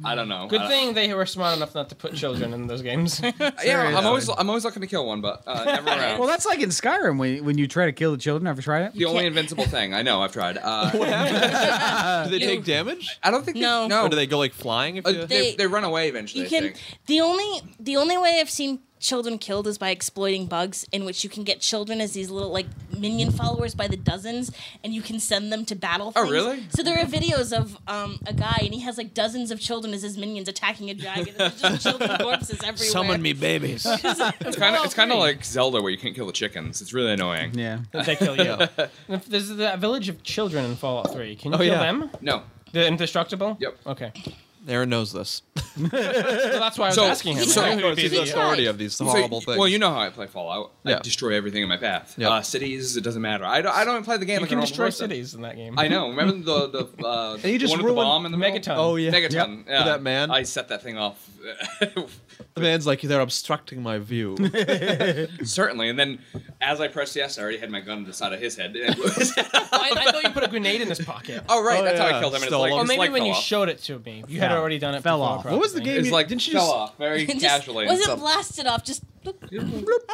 Speaker 2: I don't know.
Speaker 5: Good
Speaker 2: I-
Speaker 5: thing they were smart enough not to put children in those games. [laughs]
Speaker 2: Yeah, I'm
Speaker 3: Seriously.
Speaker 2: always I'm always looking to kill one, but
Speaker 4: [laughs]
Speaker 2: uh, never around.
Speaker 3: Well, that's like in Skyrim when, when you try to kill the children. Ever tried it?
Speaker 2: the only
Speaker 4: can't-
Speaker 2: invincible thing I know. I've tried. Uh,
Speaker 6: What happened? [laughs] Do they
Speaker 4: You-
Speaker 6: take damage?
Speaker 2: I don't think.
Speaker 4: No.
Speaker 2: They, no.
Speaker 6: Or do they go like flying? If
Speaker 2: Uh,
Speaker 6: you-
Speaker 2: they,
Speaker 6: [laughs]
Speaker 4: They-
Speaker 2: they, run away eventually.
Speaker 4: You
Speaker 2: I
Speaker 4: can.
Speaker 2: think.
Speaker 4: The only the only way I've seen children killed is by exploiting bugs, in which you can get children as these little like minion followers by the dozens, and you can send them to battle.
Speaker 2: Oh,
Speaker 4: things.
Speaker 2: really?
Speaker 4: So there are videos of um, a guy, and he has like dozens of children as his minions attacking a dragon. and there's just children corpses everywhere. [laughs]
Speaker 6: babies.
Speaker 2: It's kind of it's kind of
Speaker 4: great.
Speaker 2: like Zelda where you can't kill the chickens. It's really annoying.
Speaker 3: Yeah.
Speaker 5: they kill you. And if There's the village of children in Fallout 3. Can you
Speaker 6: Oh,
Speaker 5: kill
Speaker 6: yeah.
Speaker 5: them?
Speaker 2: No.
Speaker 5: They're indestructible.
Speaker 2: Yep.
Speaker 5: Okay.
Speaker 6: Aaron knows this.
Speaker 5: Well, that's why I was
Speaker 2: So-
Speaker 5: asking him.
Speaker 2: so-
Speaker 5: I knew he would be
Speaker 6: He's
Speaker 4: He's
Speaker 6: [laughs] the
Speaker 4: a
Speaker 5: the-
Speaker 4: child.
Speaker 6: authority of these horrible
Speaker 2: so,
Speaker 6: things.
Speaker 2: Well, you know how I play Fallout.
Speaker 6: Yeah.
Speaker 2: I destroy everything in my path.
Speaker 6: Yeah.
Speaker 2: Uh, cities. It doesn't matter. I don't. I don't play the game.
Speaker 5: You
Speaker 2: like
Speaker 5: can
Speaker 2: a normal
Speaker 5: destroy
Speaker 2: person.
Speaker 5: cities in that game.
Speaker 2: I know. Remember the
Speaker 5: [laughs]
Speaker 2: the, uh, and
Speaker 6: you just
Speaker 2: one with the
Speaker 6: ruined
Speaker 2: bomb in the middle?
Speaker 5: Megaton.
Speaker 6: oh yeah,
Speaker 2: Megaton.
Speaker 6: Yep.
Speaker 2: Yeah.
Speaker 6: that man.
Speaker 2: I set that thing off. [laughs]
Speaker 6: the man's like they're obstructing my view.
Speaker 2: Certainly. And then as I pressed yes, I already had my gun to the side of his head. [laughs] It was-
Speaker 5: I, I thought you put a grenade in his pocket.
Speaker 2: oh right,
Speaker 6: Oh,
Speaker 2: that's how
Speaker 6: yeah.
Speaker 2: I killed him. And it's
Speaker 6: Stole
Speaker 2: like,
Speaker 6: him.
Speaker 5: Or
Speaker 2: his
Speaker 5: maybe
Speaker 2: leg
Speaker 5: when
Speaker 2: fell
Speaker 5: you
Speaker 2: off.
Speaker 5: showed it to me, you had
Speaker 3: Fell.
Speaker 5: already done it.
Speaker 3: Fell
Speaker 5: before,
Speaker 3: off. What was the
Speaker 5: probably.
Speaker 6: game?
Speaker 2: It's like
Speaker 6: Didn't you
Speaker 2: fell
Speaker 6: just-
Speaker 2: off
Speaker 6: [laughs]
Speaker 2: very
Speaker 4: Just
Speaker 2: casually.
Speaker 4: wasn't
Speaker 2: So-
Speaker 4: blasted off. Just E, look,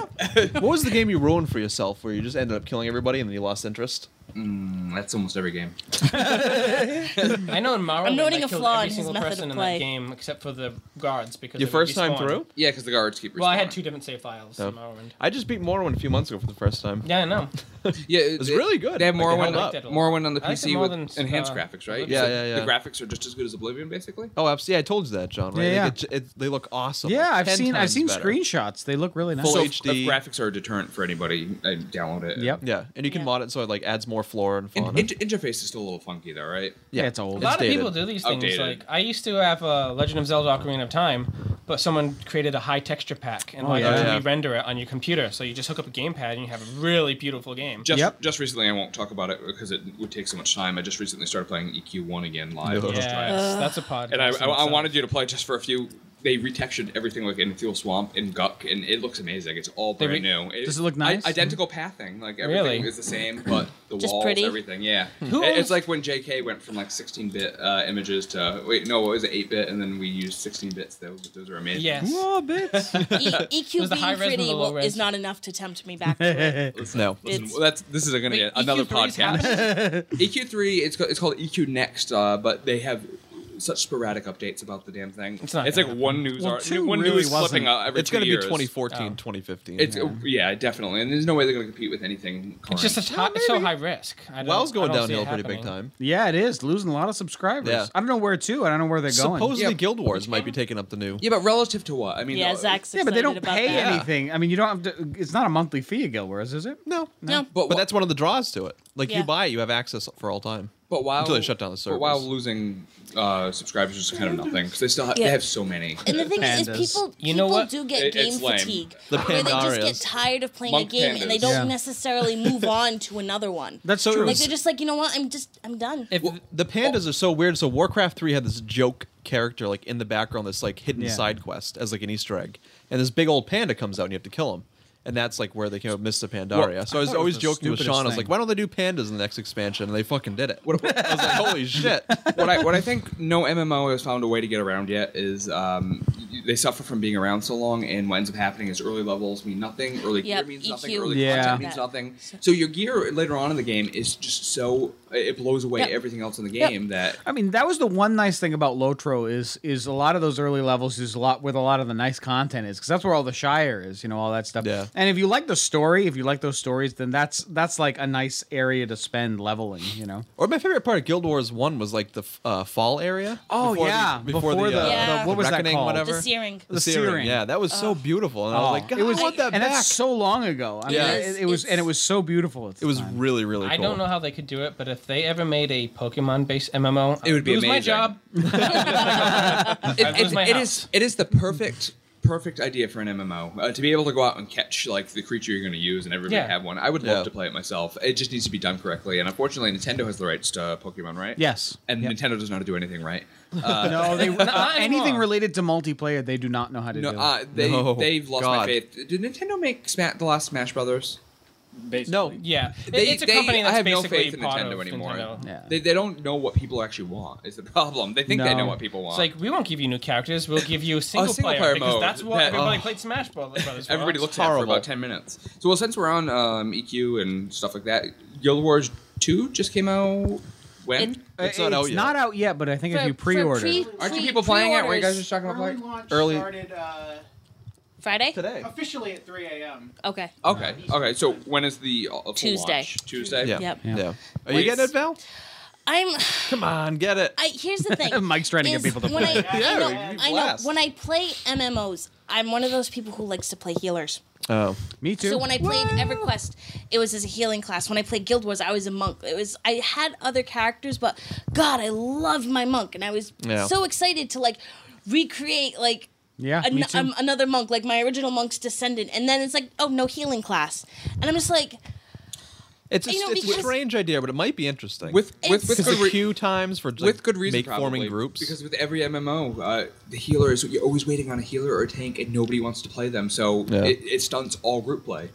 Speaker 6: what was the game you ruined for yourself, where you just ended up killing everybody and then you lost interest?
Speaker 2: That's almost every game.
Speaker 5: I know in Morrow,
Speaker 4: I'm noting
Speaker 5: I
Speaker 4: a
Speaker 5: killed
Speaker 4: flaw
Speaker 5: every
Speaker 4: in his
Speaker 5: single
Speaker 4: method
Speaker 5: person
Speaker 4: of
Speaker 5: in
Speaker 4: play.
Speaker 5: that game except for the guards because
Speaker 6: Your
Speaker 5: they would
Speaker 6: first time
Speaker 5: respawn.
Speaker 6: through?
Speaker 2: Yeah, because the guards keep.
Speaker 5: Well, I had
Speaker 2: respawning.
Speaker 5: two different save files in
Speaker 6: Oh.
Speaker 5: Morrowind.
Speaker 6: I just beat Morrowind a few months ago for the first time.
Speaker 5: Yeah, I
Speaker 6: [laughs]
Speaker 5: know.
Speaker 2: Yeah,
Speaker 6: It was really good.
Speaker 2: They have
Speaker 6: Like, it
Speaker 2: Morrowind,
Speaker 6: held
Speaker 5: up.
Speaker 2: Morrowind on the
Speaker 5: I liked it
Speaker 2: PC
Speaker 5: more
Speaker 2: with
Speaker 5: than,
Speaker 2: enhanced
Speaker 5: uh,
Speaker 2: graphics, right?
Speaker 5: Yeah,
Speaker 2: So
Speaker 6: yeah, yeah.
Speaker 2: The graphics are just as good as Oblivion, basically.
Speaker 6: Oh, absolutely. Yeah, I told you that, John. Right?
Speaker 3: Yeah,
Speaker 6: They
Speaker 3: yeah.
Speaker 6: get- it- they look awesome.
Speaker 3: Yeah, I've
Speaker 6: Ten
Speaker 3: seen I've
Speaker 6: times
Speaker 3: seen
Speaker 6: better.
Speaker 3: screenshots. They look really nice.
Speaker 6: Full
Speaker 2: So if,
Speaker 6: HD.
Speaker 2: if graphics are a deterrent for anybody, I download it.
Speaker 3: Yep.
Speaker 6: Yeah, and you can
Speaker 4: Yeah.
Speaker 6: mod it so it like adds more flora and
Speaker 2: In,
Speaker 6: fauna.
Speaker 2: inter- interface is still a little funky, though, right?
Speaker 3: Yeah, it's old.
Speaker 5: A lot of
Speaker 6: dated.
Speaker 5: people do these things.
Speaker 2: Outdated.
Speaker 5: Like I used to have uh, Legend of Zelda: Ocarina of Time, but someone created a high texture pack and allowed
Speaker 3: yeah.
Speaker 5: you to
Speaker 6: Oh, Yeah.
Speaker 5: re-render it on your computer. So you just hook up a gamepad and you have a really beautiful game.
Speaker 2: Just,
Speaker 3: Yep.
Speaker 2: just recently, I won't talk about it because it would take so much time. I just recently started playing EQ1 again live.
Speaker 6: Yeah.
Speaker 5: yes, that's a podcast.
Speaker 2: And I,
Speaker 5: in
Speaker 2: I, I
Speaker 5: itself.
Speaker 2: wanted you to play just for a few. They retextured everything like in Fuel Swamp and Guck, and it looks amazing. It's all
Speaker 5: They
Speaker 2: brand
Speaker 5: re-
Speaker 2: new.
Speaker 3: Does it look
Speaker 2: I-
Speaker 3: nice?
Speaker 2: identical pathing, like everything
Speaker 5: Really?
Speaker 2: is the same, but the
Speaker 4: Just
Speaker 2: walls,
Speaker 4: pretty?
Speaker 2: everything. Yeah,
Speaker 3: Hmm.
Speaker 5: Who
Speaker 2: It-
Speaker 5: owns-
Speaker 2: it's like when J.K. went from like 16-bit uh, images to wait, no, what was it, 8-bit, and then we used 16-bits. Those those are amazing.
Speaker 5: Yes.
Speaker 3: Whoa, bits.
Speaker 4: e-
Speaker 5: was
Speaker 4: EQ
Speaker 5: the high
Speaker 4: being
Speaker 5: res and
Speaker 4: pretty
Speaker 5: the low
Speaker 4: will,
Speaker 5: res.
Speaker 4: is not enough to tempt me back
Speaker 6: [laughs]
Speaker 4: to it.
Speaker 6: no.
Speaker 2: Listen,
Speaker 4: It's-
Speaker 2: well, that's this is going to get
Speaker 5: Wait,
Speaker 2: another
Speaker 5: EQ3 is
Speaker 2: podcast. [laughs]
Speaker 5: happening?
Speaker 2: EQ3, it's called, it's called EQ Next, uh, but they have such sporadic updates about the damn thing. It's,
Speaker 5: not
Speaker 2: like one news
Speaker 3: Well,
Speaker 2: art,
Speaker 3: two
Speaker 2: one
Speaker 3: really
Speaker 2: news
Speaker 3: wasn't.
Speaker 2: flipping out every
Speaker 6: It's
Speaker 2: two
Speaker 6: going to be
Speaker 2: years.
Speaker 6: 2014, 2015.
Speaker 2: It's yeah. definitely, and there's no way they're going to compete with anything. Current.
Speaker 5: It's just such high, it's so high risk. I don't-
Speaker 6: WoW's
Speaker 5: I
Speaker 6: going
Speaker 5: don't see
Speaker 6: downhill
Speaker 5: it
Speaker 6: pretty big
Speaker 5: happening.
Speaker 6: time.
Speaker 3: yeah, it is losing a lot of subscribers.
Speaker 6: Yeah.
Speaker 3: I don't know where to. I don't know where they're going.
Speaker 6: Supposedly,
Speaker 2: Yeah.
Speaker 6: Guild Wars might be taking up the new.
Speaker 2: yeah, but relative to what? I mean,
Speaker 4: Yeah,
Speaker 2: uh,
Speaker 4: Zach's
Speaker 3: yeah, but they don't
Speaker 4: excited about
Speaker 3: pay
Speaker 4: that.
Speaker 3: anything. I mean, you don't have to. It's not a monthly fee at Guild Wars, is it?
Speaker 6: No,
Speaker 4: No.
Speaker 2: But,
Speaker 6: but
Speaker 2: wh-
Speaker 6: that's one of the draws to it. Like
Speaker 4: Yeah.
Speaker 6: you buy, it, you have access for all time.
Speaker 2: but while
Speaker 6: until they shut down the
Speaker 2: But while
Speaker 6: servers.
Speaker 2: losing uh, subscribers is kind of nothing because they still ha-
Speaker 4: Yeah.
Speaker 2: they have so many.
Speaker 4: And the thing is,
Speaker 3: Pandas.
Speaker 4: is people
Speaker 5: You know
Speaker 4: people
Speaker 5: what?
Speaker 4: do get
Speaker 2: It-
Speaker 4: game
Speaker 2: it's lame.
Speaker 4: fatigue,
Speaker 6: The
Speaker 4: where they just get
Speaker 6: Pandaris.
Speaker 4: tired of playing
Speaker 2: Monk
Speaker 4: a game and they
Speaker 2: pandas.
Speaker 4: don't
Speaker 3: Yeah.
Speaker 4: necessarily move on to another one.
Speaker 3: That's
Speaker 6: So-
Speaker 3: true.
Speaker 4: like they're just like, you know what? I'm just I'm done.
Speaker 5: If
Speaker 6: The
Speaker 3: oh.
Speaker 6: pandas are so weird. So Warcraft Three had this joke character like in the background, this like hidden
Speaker 3: Yeah.
Speaker 6: side quest as like an Easter egg, and this big old panda comes out and you have to kill him, and that's like where they came up with Mr. Pandaria.
Speaker 3: [laughs] Well,
Speaker 6: so
Speaker 3: I thought
Speaker 6: I was
Speaker 3: it was
Speaker 6: always
Speaker 3: the
Speaker 6: joking with
Speaker 3: stupidest
Speaker 6: Sean. I was
Speaker 3: thing.
Speaker 6: like, why don't they do pandas in the next expansion? And they fucking did it. I was like,
Speaker 3: [laughs]
Speaker 6: holy shit.
Speaker 2: what I what I think no MMO has found a way to get around yet is um, y- they suffer from being around so long, and what ends up happening is early levels mean nothing, early
Speaker 4: Yep,
Speaker 2: gear
Speaker 4: E
Speaker 2: means nothing,
Speaker 4: EQ.
Speaker 2: early
Speaker 3: Yeah.
Speaker 2: content means nothing. So your gear later on in the game is just so it blows away
Speaker 4: Yep.
Speaker 2: everything else in the
Speaker 4: Yep.
Speaker 2: game that.
Speaker 3: I mean, that was the one nice thing about Lotro is is a lot of those early levels is a lot where a lot of the nice content is because that's where all the Shire is, you know, all that stuff.
Speaker 6: Yeah.
Speaker 3: And if you like the story, if you like those stories, then that's that's like a nice area to spend leveling, you know.
Speaker 6: Or my favorite part of Guild Wars One was like the uh, fall area.
Speaker 3: Oh,
Speaker 6: Before the- before, the, uh,
Speaker 4: Yeah.
Speaker 3: what was that
Speaker 6: reckoning,
Speaker 3: called?
Speaker 6: whatever.
Speaker 4: the searing.
Speaker 3: The
Speaker 6: searing.
Speaker 3: searing.
Speaker 6: Yeah, that was so beautiful, and I
Speaker 3: Oh,
Speaker 6: was like, God, it was, I want that
Speaker 3: and
Speaker 6: back.
Speaker 3: that's so long ago. I mean,
Speaker 6: Yeah.
Speaker 3: it, it was,
Speaker 4: It's-
Speaker 3: and it was so beautiful. At the
Speaker 6: it was
Speaker 3: time.
Speaker 6: really, really. cool.
Speaker 5: I don't know how they could do it, but if they ever made a Pokemon-based MMO,
Speaker 2: It would be
Speaker 5: I'd uh, lose my
Speaker 2: amazing.
Speaker 5: [laughs] job. I'd
Speaker 2: It-
Speaker 5: lose my
Speaker 2: it
Speaker 5: house.
Speaker 2: is it is the perfect perfect idea for an MMO uh, to be able to go out and catch like the creature you're going to use and everybody
Speaker 5: Yeah.
Speaker 2: have one. I would
Speaker 6: Yeah.
Speaker 2: love to play it myself. It just needs to be done correctly, and unfortunately, Nintendo has the rights to Pokemon, right?
Speaker 3: Yes.
Speaker 2: And
Speaker 3: Yep.
Speaker 2: Nintendo does not do anything right.
Speaker 6: Uh,
Speaker 3: no,
Speaker 6: [laughs]
Speaker 3: they uh,
Speaker 5: Not
Speaker 3: anything
Speaker 5: anymore.
Speaker 3: related to multiplayer, they do not know how to
Speaker 2: No,
Speaker 3: do.
Speaker 2: uh, they
Speaker 6: No.
Speaker 2: they've lost my
Speaker 6: God.
Speaker 2: faith. Did Nintendo make Sma- the last Smash Brothers?
Speaker 7: Basically.
Speaker 6: No.
Speaker 5: Yeah, It-
Speaker 2: They-
Speaker 5: it's a
Speaker 2: they-
Speaker 5: company that's
Speaker 2: I have no
Speaker 5: basically
Speaker 2: faith in
Speaker 5: part
Speaker 2: Nintendo
Speaker 5: of
Speaker 2: anymore.
Speaker 5: Nintendo.
Speaker 3: Yeah.
Speaker 2: They, they don't know what people actually want. Is the problem? They think they
Speaker 3: No.
Speaker 2: know what people want.
Speaker 5: It's like we won't give you new characters. We'll give you single,
Speaker 2: single
Speaker 5: player,
Speaker 2: player
Speaker 5: because
Speaker 2: mode.
Speaker 5: that's what
Speaker 2: That-
Speaker 5: everybody
Speaker 6: oh.
Speaker 5: played
Speaker 2: [laughs]
Speaker 5: Smash Brothers. for.
Speaker 2: Everybody looks
Speaker 6: It's
Speaker 2: at it for
Speaker 6: horrible.
Speaker 2: about 10 minutes. So, well, since we're on um, EQ and stuff like that, Guild Wars 2 just came out when?
Speaker 4: In-
Speaker 6: It's not out yet.
Speaker 3: not out yet, but I think if
Speaker 4: For-
Speaker 3: you
Speaker 4: for
Speaker 3: pre-order,
Speaker 4: pre-
Speaker 2: Aren't you
Speaker 4: pre-
Speaker 2: people playing it? Were you guys
Speaker 4: pre-orders.
Speaker 2: just talking about
Speaker 8: Early
Speaker 2: playing?
Speaker 8: launch
Speaker 6: Early-
Speaker 8: started uh,
Speaker 4: Friday?
Speaker 6: Today.
Speaker 8: officially at 3 a.m.
Speaker 4: Okay.
Speaker 2: Okay, okay. So, when is the uh, full
Speaker 4: Tuesday.
Speaker 2: launch? Tuesday?
Speaker 6: Yeah.
Speaker 4: Yep.
Speaker 6: Yeah. Are you
Speaker 2: Wait.
Speaker 6: getting it, Val?
Speaker 4: I'm.
Speaker 6: Come on, get it.
Speaker 4: I here's the thing.
Speaker 3: Mike's trying to get
Speaker 4: is
Speaker 3: people to
Speaker 4: when
Speaker 3: play.
Speaker 4: I,
Speaker 6: Yeah,
Speaker 4: I know,
Speaker 6: we can
Speaker 4: I know.
Speaker 6: blast.
Speaker 4: When I play MMOs, I'm one of those people who likes to play healers.
Speaker 6: Oh.
Speaker 3: me too.
Speaker 4: So when I played EverQuest, it was as a healing class. When I played Guild Wars, I was a monk. It was I had other characters, but God, I loved my monk, and I was
Speaker 6: Yeah.
Speaker 4: so excited to like recreate like
Speaker 3: yeah,
Speaker 4: an-
Speaker 3: me too.
Speaker 4: um, another monk, like my original monk's descendant. And then it's like, oh no, healing class, and I'm just like,
Speaker 6: It's a,
Speaker 4: You know,
Speaker 6: it's a
Speaker 4: because-
Speaker 6: strange idea, but it might be interesting.
Speaker 2: With, with,
Speaker 4: It's-
Speaker 2: with,
Speaker 6: Because
Speaker 2: good
Speaker 6: the
Speaker 2: re-
Speaker 6: queue times for like,
Speaker 2: with good reason,
Speaker 6: make forming
Speaker 2: probably,
Speaker 6: groups.
Speaker 2: Because with every MMO, uh, the healer is you're always waiting on a healer or a tank, and nobody wants to play them. So
Speaker 6: Yeah.
Speaker 2: it, it stunts all group play.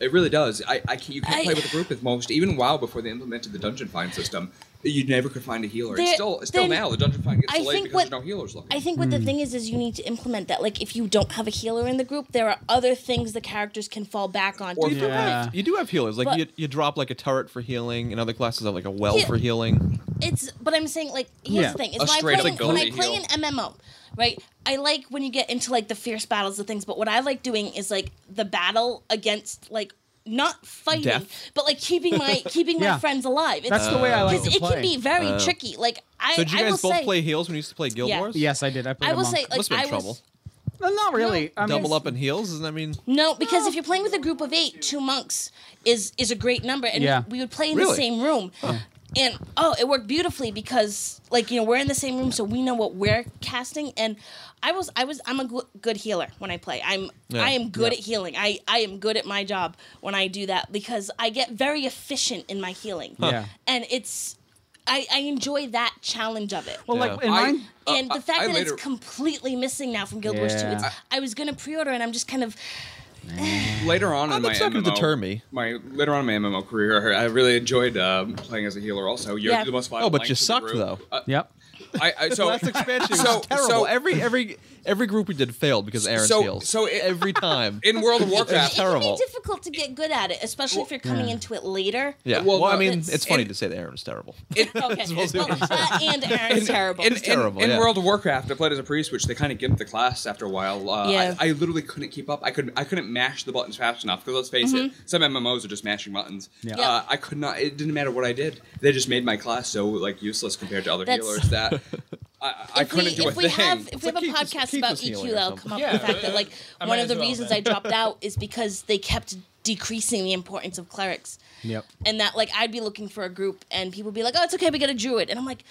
Speaker 2: It really does. I, I can, you can't
Speaker 4: I-
Speaker 2: play with a group with most. Even WoW, before they implemented the dungeon find system, you never could find a healer. It's
Speaker 4: There-
Speaker 2: still, still
Speaker 4: then-
Speaker 2: now the dungeon find gets
Speaker 4: I
Speaker 2: delayed
Speaker 4: think
Speaker 2: because there's
Speaker 4: what-
Speaker 2: no healers looking.
Speaker 4: I think what
Speaker 3: Hmm.
Speaker 4: the thing is is you need to implement that. Like if you don't have a healer in the group, there are other things the characters can fall back on.
Speaker 2: Or
Speaker 4: to-
Speaker 2: Yeah.
Speaker 3: Yeah.
Speaker 6: You do have healers. Like
Speaker 4: But-
Speaker 6: you, you drop like a turret for healing, and other classes have like a well
Speaker 4: Yeah.
Speaker 6: for healing.
Speaker 4: It's but I'm saying like here's
Speaker 3: Yeah.
Speaker 4: the thing is
Speaker 2: A
Speaker 4: when I play
Speaker 2: straight-up
Speaker 4: an- when I
Speaker 2: goalie
Speaker 4: play
Speaker 2: heel.
Speaker 4: an MMO, right? I like when you get into like the fierce battles and things, but what I like doing is like the battle against like not fighting,
Speaker 6: Death?
Speaker 4: but like keeping
Speaker 3: [laughs]
Speaker 4: my keeping
Speaker 3: Yeah.
Speaker 4: my friends alive. It's,
Speaker 3: That's the way I like to
Speaker 4: because it
Speaker 3: play.
Speaker 4: can be very tricky. Like I,
Speaker 6: Uh, So did you
Speaker 4: I will
Speaker 6: guys both
Speaker 4: say,
Speaker 6: play heals when you used to play Guild
Speaker 4: Yeah.
Speaker 6: Wars?
Speaker 3: yes, I did. I played.
Speaker 4: I
Speaker 3: a
Speaker 4: will
Speaker 3: monk.
Speaker 4: say like
Speaker 6: Must've been
Speaker 4: I was
Speaker 6: trouble.
Speaker 3: No, not really. I mean,
Speaker 6: Double up in heals, and I mean,
Speaker 4: No, because if you're playing with a group of eight, two monks is is a great number, and
Speaker 3: Yeah.
Speaker 4: we would play in the
Speaker 6: Really?
Speaker 4: same room. And oh, it worked beautifully because like you know we're in the same room, so we know what we're casting. And I was I was I'm a goo- good healer when I play. I'm
Speaker 6: Yeah.
Speaker 4: I am good
Speaker 6: Yeah.
Speaker 4: at healing. I I am good at my job when I do that because I get very efficient in my healing.
Speaker 3: Yeah.
Speaker 4: and it's. I, I enjoy that challenge of it.
Speaker 3: Well, like in mine,
Speaker 4: and the fact
Speaker 2: uh, I
Speaker 4: that
Speaker 2: later-
Speaker 4: it's completely missing now from Guild Wars 2,
Speaker 3: Yeah.
Speaker 4: it's, I was going to pre order and I'm just kind of,
Speaker 2: later on in my
Speaker 6: that's not
Speaker 2: MMO,
Speaker 6: gonna deter me.
Speaker 2: My later on in my MMO career, I really enjoyed um, playing as a healer. Also, you're
Speaker 4: Yeah.
Speaker 2: the most violent.
Speaker 6: oh, but
Speaker 2: link
Speaker 6: you
Speaker 2: to the
Speaker 6: sucked
Speaker 2: group.
Speaker 6: though.
Speaker 2: Uh,
Speaker 3: yep.
Speaker 2: I, I,
Speaker 6: [laughs]
Speaker 2: so
Speaker 6: Last expansion was
Speaker 2: so-
Speaker 6: terrible.
Speaker 2: so-
Speaker 6: every every every group we did failed because Aaron's
Speaker 2: so-
Speaker 6: heals.
Speaker 2: so it- [laughs]
Speaker 6: every time.
Speaker 2: in World of
Speaker 4: it,
Speaker 2: Warcraft,
Speaker 4: it can be
Speaker 6: terrible.
Speaker 4: difficult to get good at it, especially if you're coming into it later.
Speaker 6: yeah.
Speaker 2: well,
Speaker 6: Well, I
Speaker 2: no,
Speaker 6: mean,
Speaker 4: it's-
Speaker 6: it's, funny
Speaker 2: and-
Speaker 6: to say that Aaron's terrible.
Speaker 4: Okay. well,
Speaker 6: supposed to be-
Speaker 4: that and Aaron's terrible.
Speaker 2: In, in,
Speaker 6: It's terrible,
Speaker 2: in
Speaker 6: yeah.
Speaker 2: World of Warcraft, I played as a priest, which they kind of gimped the class after a while. Uh,
Speaker 4: Yeah.
Speaker 2: I, I literally couldn't keep up. I could I couldn't mash the buttons fast enough. Because let's face
Speaker 4: Mm-hmm.
Speaker 2: it, some MMOs are just mashing buttons.
Speaker 3: Yeah.
Speaker 4: Yeah.
Speaker 2: Uh, I could not. It didn't matter what I did. They just made my class so like useless compared to other
Speaker 4: That's-
Speaker 2: healers that I, I
Speaker 4: if we,
Speaker 2: couldn't do a
Speaker 4: if we
Speaker 2: thing.
Speaker 4: have if we have a
Speaker 6: like Keith was-
Speaker 4: podcast
Speaker 6: Keith
Speaker 4: about
Speaker 6: was healing
Speaker 4: EQ,
Speaker 6: or
Speaker 4: that'll
Speaker 6: something.
Speaker 4: come up
Speaker 5: Yeah,
Speaker 4: with the fact that like
Speaker 5: I
Speaker 4: one
Speaker 5: might
Speaker 4: of the
Speaker 5: as well
Speaker 4: reasons
Speaker 5: then.
Speaker 4: I dropped out is because they kept decreasing the importance of clerics,
Speaker 3: Yep.
Speaker 4: and that like I'd be looking for a group and people would be like, oh, it's okay, we got a druid, and I'm like.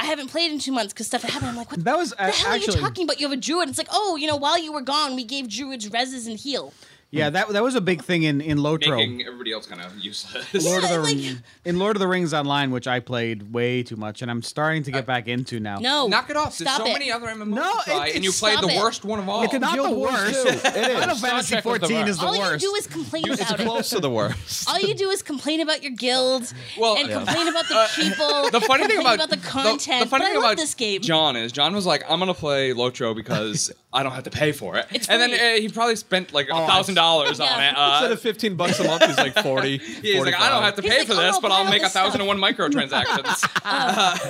Speaker 4: I haven't played in two months because stuff happened. I'm like, what
Speaker 3: That was
Speaker 4: the hell
Speaker 3: actually
Speaker 4: are you talking about? You have a druid. It's like, oh, you know, while you were gone, we gave druids reses and heal.
Speaker 3: yeah. That that was a big thing in in Lotro.
Speaker 2: making everybody else kind of useless.
Speaker 3: Lord of
Speaker 4: Yeah,
Speaker 3: the
Speaker 4: like-
Speaker 3: Ring- in Lord of the Rings Online, which I played way too much, and I'm starting to get back into now.
Speaker 4: No,
Speaker 2: [laughs] Knock it off. There's
Speaker 4: Stop
Speaker 2: so
Speaker 4: it.
Speaker 2: many other MMOs
Speaker 3: No,
Speaker 2: to try,
Speaker 3: it-
Speaker 2: and you
Speaker 4: it's-
Speaker 2: played
Speaker 4: stop
Speaker 2: the
Speaker 4: it.
Speaker 2: worst one of all.
Speaker 3: It's not
Speaker 6: Guild
Speaker 3: the
Speaker 6: Wars
Speaker 3: worst.
Speaker 6: too. [laughs] It is.
Speaker 3: Final Fantasy
Speaker 5: Trek was the
Speaker 3: 14 is
Speaker 5: worst.
Speaker 3: the
Speaker 4: All
Speaker 3: worst.
Speaker 4: you do is complain
Speaker 6: It's
Speaker 4: about it.
Speaker 6: close to the worst.
Speaker 4: All you do is complain about your guild
Speaker 2: Well,
Speaker 4: and
Speaker 2: yeah. Uh,
Speaker 4: complain about the people.
Speaker 2: [laughs] the funny thing
Speaker 4: complain
Speaker 2: about,
Speaker 4: about the
Speaker 2: funny
Speaker 4: content. but
Speaker 2: thing
Speaker 4: I love
Speaker 2: about
Speaker 4: this game.
Speaker 2: John is John was like, "I'm gonna play Lotro
Speaker 4: [laughs]
Speaker 2: because I don't have to pay for it,"
Speaker 4: It's
Speaker 2: and
Speaker 4: free.
Speaker 2: then uh, he probably spent like
Speaker 3: I-
Speaker 2: a thousand dollars on [laughs]
Speaker 4: Yeah.
Speaker 2: it. Uh,
Speaker 6: Instead of 15 bucks a month, he's like 40.
Speaker 2: [laughs] yeah, he's like, "I don't have to
Speaker 4: He's
Speaker 2: pay
Speaker 4: like,
Speaker 2: for
Speaker 4: "Oh,
Speaker 2: this,
Speaker 4: I'll
Speaker 2: but
Speaker 4: buy
Speaker 2: I'll
Speaker 4: all
Speaker 2: make a
Speaker 4: this
Speaker 2: thousand and one
Speaker 4: [laughs]
Speaker 2: microtransactions."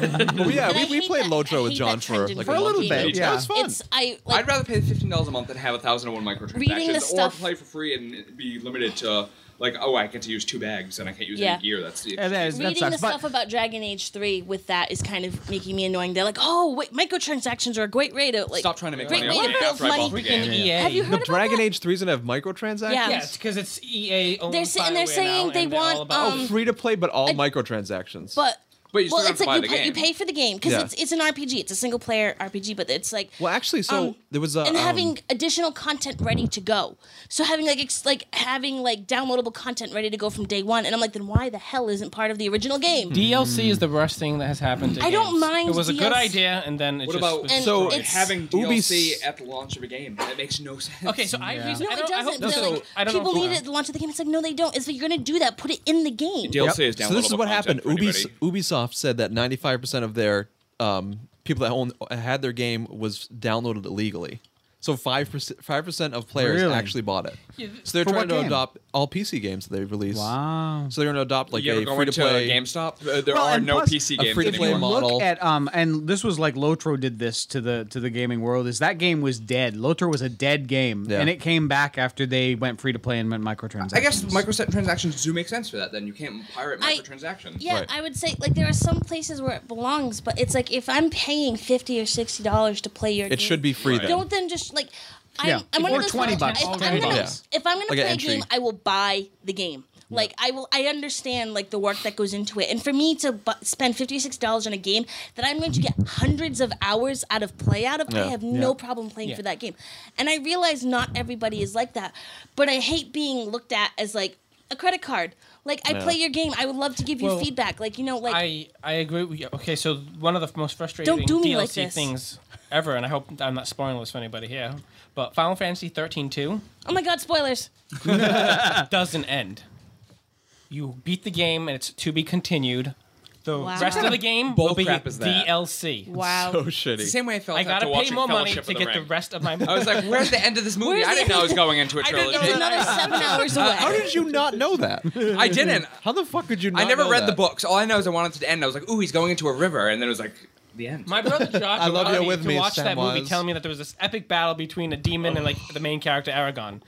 Speaker 6: Well, yeah,
Speaker 4: But I
Speaker 6: we, we
Speaker 4: hate
Speaker 6: played
Speaker 4: that- I
Speaker 6: Lotro with
Speaker 4: hate
Speaker 6: John
Speaker 4: that
Speaker 6: for
Speaker 4: trend in
Speaker 6: like
Speaker 3: For a little
Speaker 4: video
Speaker 3: bit,
Speaker 4: games.
Speaker 3: yeah.
Speaker 6: It was fun.
Speaker 4: It's I like
Speaker 2: I'd rather pay fifteen dollars a month than have a thousand and one
Speaker 4: Reading the
Speaker 2: microtransactions, or
Speaker 4: stuff-
Speaker 2: play for free and be limited to like, "Oh, I get to use two bags and I can't use
Speaker 4: Yeah.
Speaker 2: any gear." That's the
Speaker 3: Yeah, that is- that
Speaker 4: reading
Speaker 3: sucks,
Speaker 4: the
Speaker 3: but-
Speaker 4: stuff about Dragon Age Three with that is kind of making me annoying. They're like, oh, wait, microtransactions are a great way to like.
Speaker 2: stop trying to make
Speaker 4: great
Speaker 2: money off
Speaker 4: way
Speaker 2: the
Speaker 4: to
Speaker 2: game
Speaker 4: build
Speaker 2: after I bought the
Speaker 4: money.
Speaker 2: game.
Speaker 5: Freaking EA.
Speaker 4: Have you heard
Speaker 6: The
Speaker 4: about
Speaker 6: Dragon
Speaker 4: that?
Speaker 6: Age 3's gonna have microtransactions?
Speaker 4: Yeah.
Speaker 5: Yes, because it's EA. owned
Speaker 4: They're saying- they're
Speaker 5: Bioware
Speaker 4: saying
Speaker 5: now,
Speaker 4: they
Speaker 5: and they're all
Speaker 4: want,
Speaker 5: about-
Speaker 4: um,
Speaker 6: Free to play, oh, but all
Speaker 4: I-
Speaker 6: microtransactions.
Speaker 4: But
Speaker 2: But you still
Speaker 4: Well,
Speaker 2: have
Speaker 4: it's
Speaker 2: to buy
Speaker 4: like
Speaker 2: the
Speaker 4: you pay, you
Speaker 2: game.
Speaker 4: pay for the game because
Speaker 6: Yeah.
Speaker 4: it's it's an RPG. It's a single player RPG, but it's like
Speaker 6: Well, actually, so
Speaker 4: Um,
Speaker 6: there was a
Speaker 4: and
Speaker 6: um,
Speaker 4: having additional content ready to go. So having like ex- like having like downloadable content ready to go from day one, and I'm like, then why the hell isn't part of the original game?
Speaker 5: DLC is the worst thing that has happened. To
Speaker 4: I don't
Speaker 5: games.
Speaker 4: mind
Speaker 5: It was a good
Speaker 4: DLC.
Speaker 5: idea, and then it
Speaker 2: What
Speaker 5: just
Speaker 2: about-
Speaker 5: was
Speaker 4: And
Speaker 6: So,
Speaker 2: and
Speaker 4: it's-
Speaker 2: having
Speaker 6: Ubis-
Speaker 2: DLC at the launch of a game. That makes no sense.
Speaker 5: Okay, so I,
Speaker 3: Yeah.
Speaker 5: I
Speaker 4: No,
Speaker 5: don't,
Speaker 4: it
Speaker 5: I hope
Speaker 4: doesn't.
Speaker 5: this
Speaker 4: They're
Speaker 5: is-
Speaker 4: like,
Speaker 5: I don't know
Speaker 4: people
Speaker 5: if-
Speaker 4: need it at the launch of the game. It's like, no, they don't. It's like you're gonna do that. Put it in the game.
Speaker 2: DLC
Speaker 6: Yep.
Speaker 2: is downloadable.
Speaker 6: So this is what happened.
Speaker 2: content for
Speaker 6: Ubis-
Speaker 2: anybody.
Speaker 6: Ubisoft said that 95% of their um, people that owned, had their game was downloaded illegally. So 5%, 5% of players
Speaker 3: Really?
Speaker 6: actually bought it. So they're
Speaker 3: For
Speaker 6: trying
Speaker 3: what
Speaker 6: to
Speaker 3: game?
Speaker 6: adopt all PC games that they release.
Speaker 3: Wow.
Speaker 6: So they're going to adopt like
Speaker 2: you ever
Speaker 6: a
Speaker 2: going
Speaker 6: free to
Speaker 2: to
Speaker 6: play
Speaker 2: GameStop? Uh, there
Speaker 3: Well,
Speaker 2: are
Speaker 3: and
Speaker 2: no
Speaker 3: plus-
Speaker 2: PC
Speaker 6: a
Speaker 2: games
Speaker 6: free-to-play
Speaker 2: anymore.
Speaker 6: model.
Speaker 3: Look at um, and this was like Lotro did this to the to the gaming world. Is that game was dead? Lotro was a dead game,
Speaker 6: Yeah.
Speaker 3: and it came back after they went free to play and went microtransactions.
Speaker 2: I guess microtransactions do make sense for that. Then you can't pirate
Speaker 4: I-
Speaker 2: microtransactions.
Speaker 4: Yeah,
Speaker 6: Right.
Speaker 4: I would say like there are some places where it belongs, but it's like if I'm paying fifty or sixty dollars to play your game,
Speaker 6: It should be free then.
Speaker 4: Don't then just like. I'm,
Speaker 3: Yeah.
Speaker 4: I'm one
Speaker 3: Or
Speaker 4: of those
Speaker 3: 20
Speaker 4: people-
Speaker 3: bucks,
Speaker 4: If I'm
Speaker 5: 10
Speaker 4: gonna,
Speaker 6: bucks.
Speaker 4: if I'm gonna
Speaker 6: Like an
Speaker 4: play a
Speaker 6: entry.
Speaker 4: game, I will buy the game. Like I will, I understand like the work that goes into it, and for me to bu- spend fifty six dollars on a game that I'm going to get hundreds of hours out of play out of, I
Speaker 6: Yeah.
Speaker 4: have no problem playing for that game. And I realize not everybody is like that, but I hate being looked at as like a credit card. Like I play your game, I would love to give you
Speaker 5: Well,
Speaker 4: feedback. Like you know, like
Speaker 5: I I agree. With you. Okay, so one of the most frustrating
Speaker 4: Don't do me
Speaker 5: DLC
Speaker 4: like this.
Speaker 5: things ever, and I hope I'm not spoiling this for anybody here. But Final Fantasy 13 2
Speaker 4: oh my god, spoilers. Ah.
Speaker 5: doesn't end. You beat the game, and it's to be continued. The
Speaker 4: Wow.
Speaker 5: rest of the game
Speaker 2: bull
Speaker 5: will be
Speaker 2: crap is that?
Speaker 5: DLC.
Speaker 4: Wow.
Speaker 6: So
Speaker 2: It's
Speaker 6: shitty.
Speaker 2: the same way I felt
Speaker 5: I gotta
Speaker 2: after
Speaker 5: pay
Speaker 2: watching
Speaker 5: more money
Speaker 2: Fellowship
Speaker 5: to
Speaker 2: of
Speaker 5: get
Speaker 2: the
Speaker 5: the
Speaker 2: Ring.
Speaker 5: rest of my.
Speaker 2: [laughs] I was like, "Where's the end of this movie?"
Speaker 4: Where's
Speaker 2: I didn't
Speaker 4: the-
Speaker 2: know I was going into a
Speaker 5: I didn't
Speaker 2: trilogy.
Speaker 5: know
Speaker 4: There's another
Speaker 5: [laughs]
Speaker 4: seven hours
Speaker 5: Uh,
Speaker 4: away.
Speaker 6: How did [laughs] you not know that?
Speaker 2: I didn't.
Speaker 6: How the fuck could you not
Speaker 2: I never
Speaker 6: know
Speaker 2: read the
Speaker 6: that?
Speaker 2: books. All I know is I wanted it to end. I was like, "Ooh, he's going into a river," and then it was like the end.
Speaker 5: [laughs] My brother Josh I
Speaker 6: love you're with
Speaker 5: to
Speaker 6: me,
Speaker 5: watch that movie
Speaker 6: Samwise.
Speaker 5: telling me that there was this epic battle between a demon and like the main character Aragon.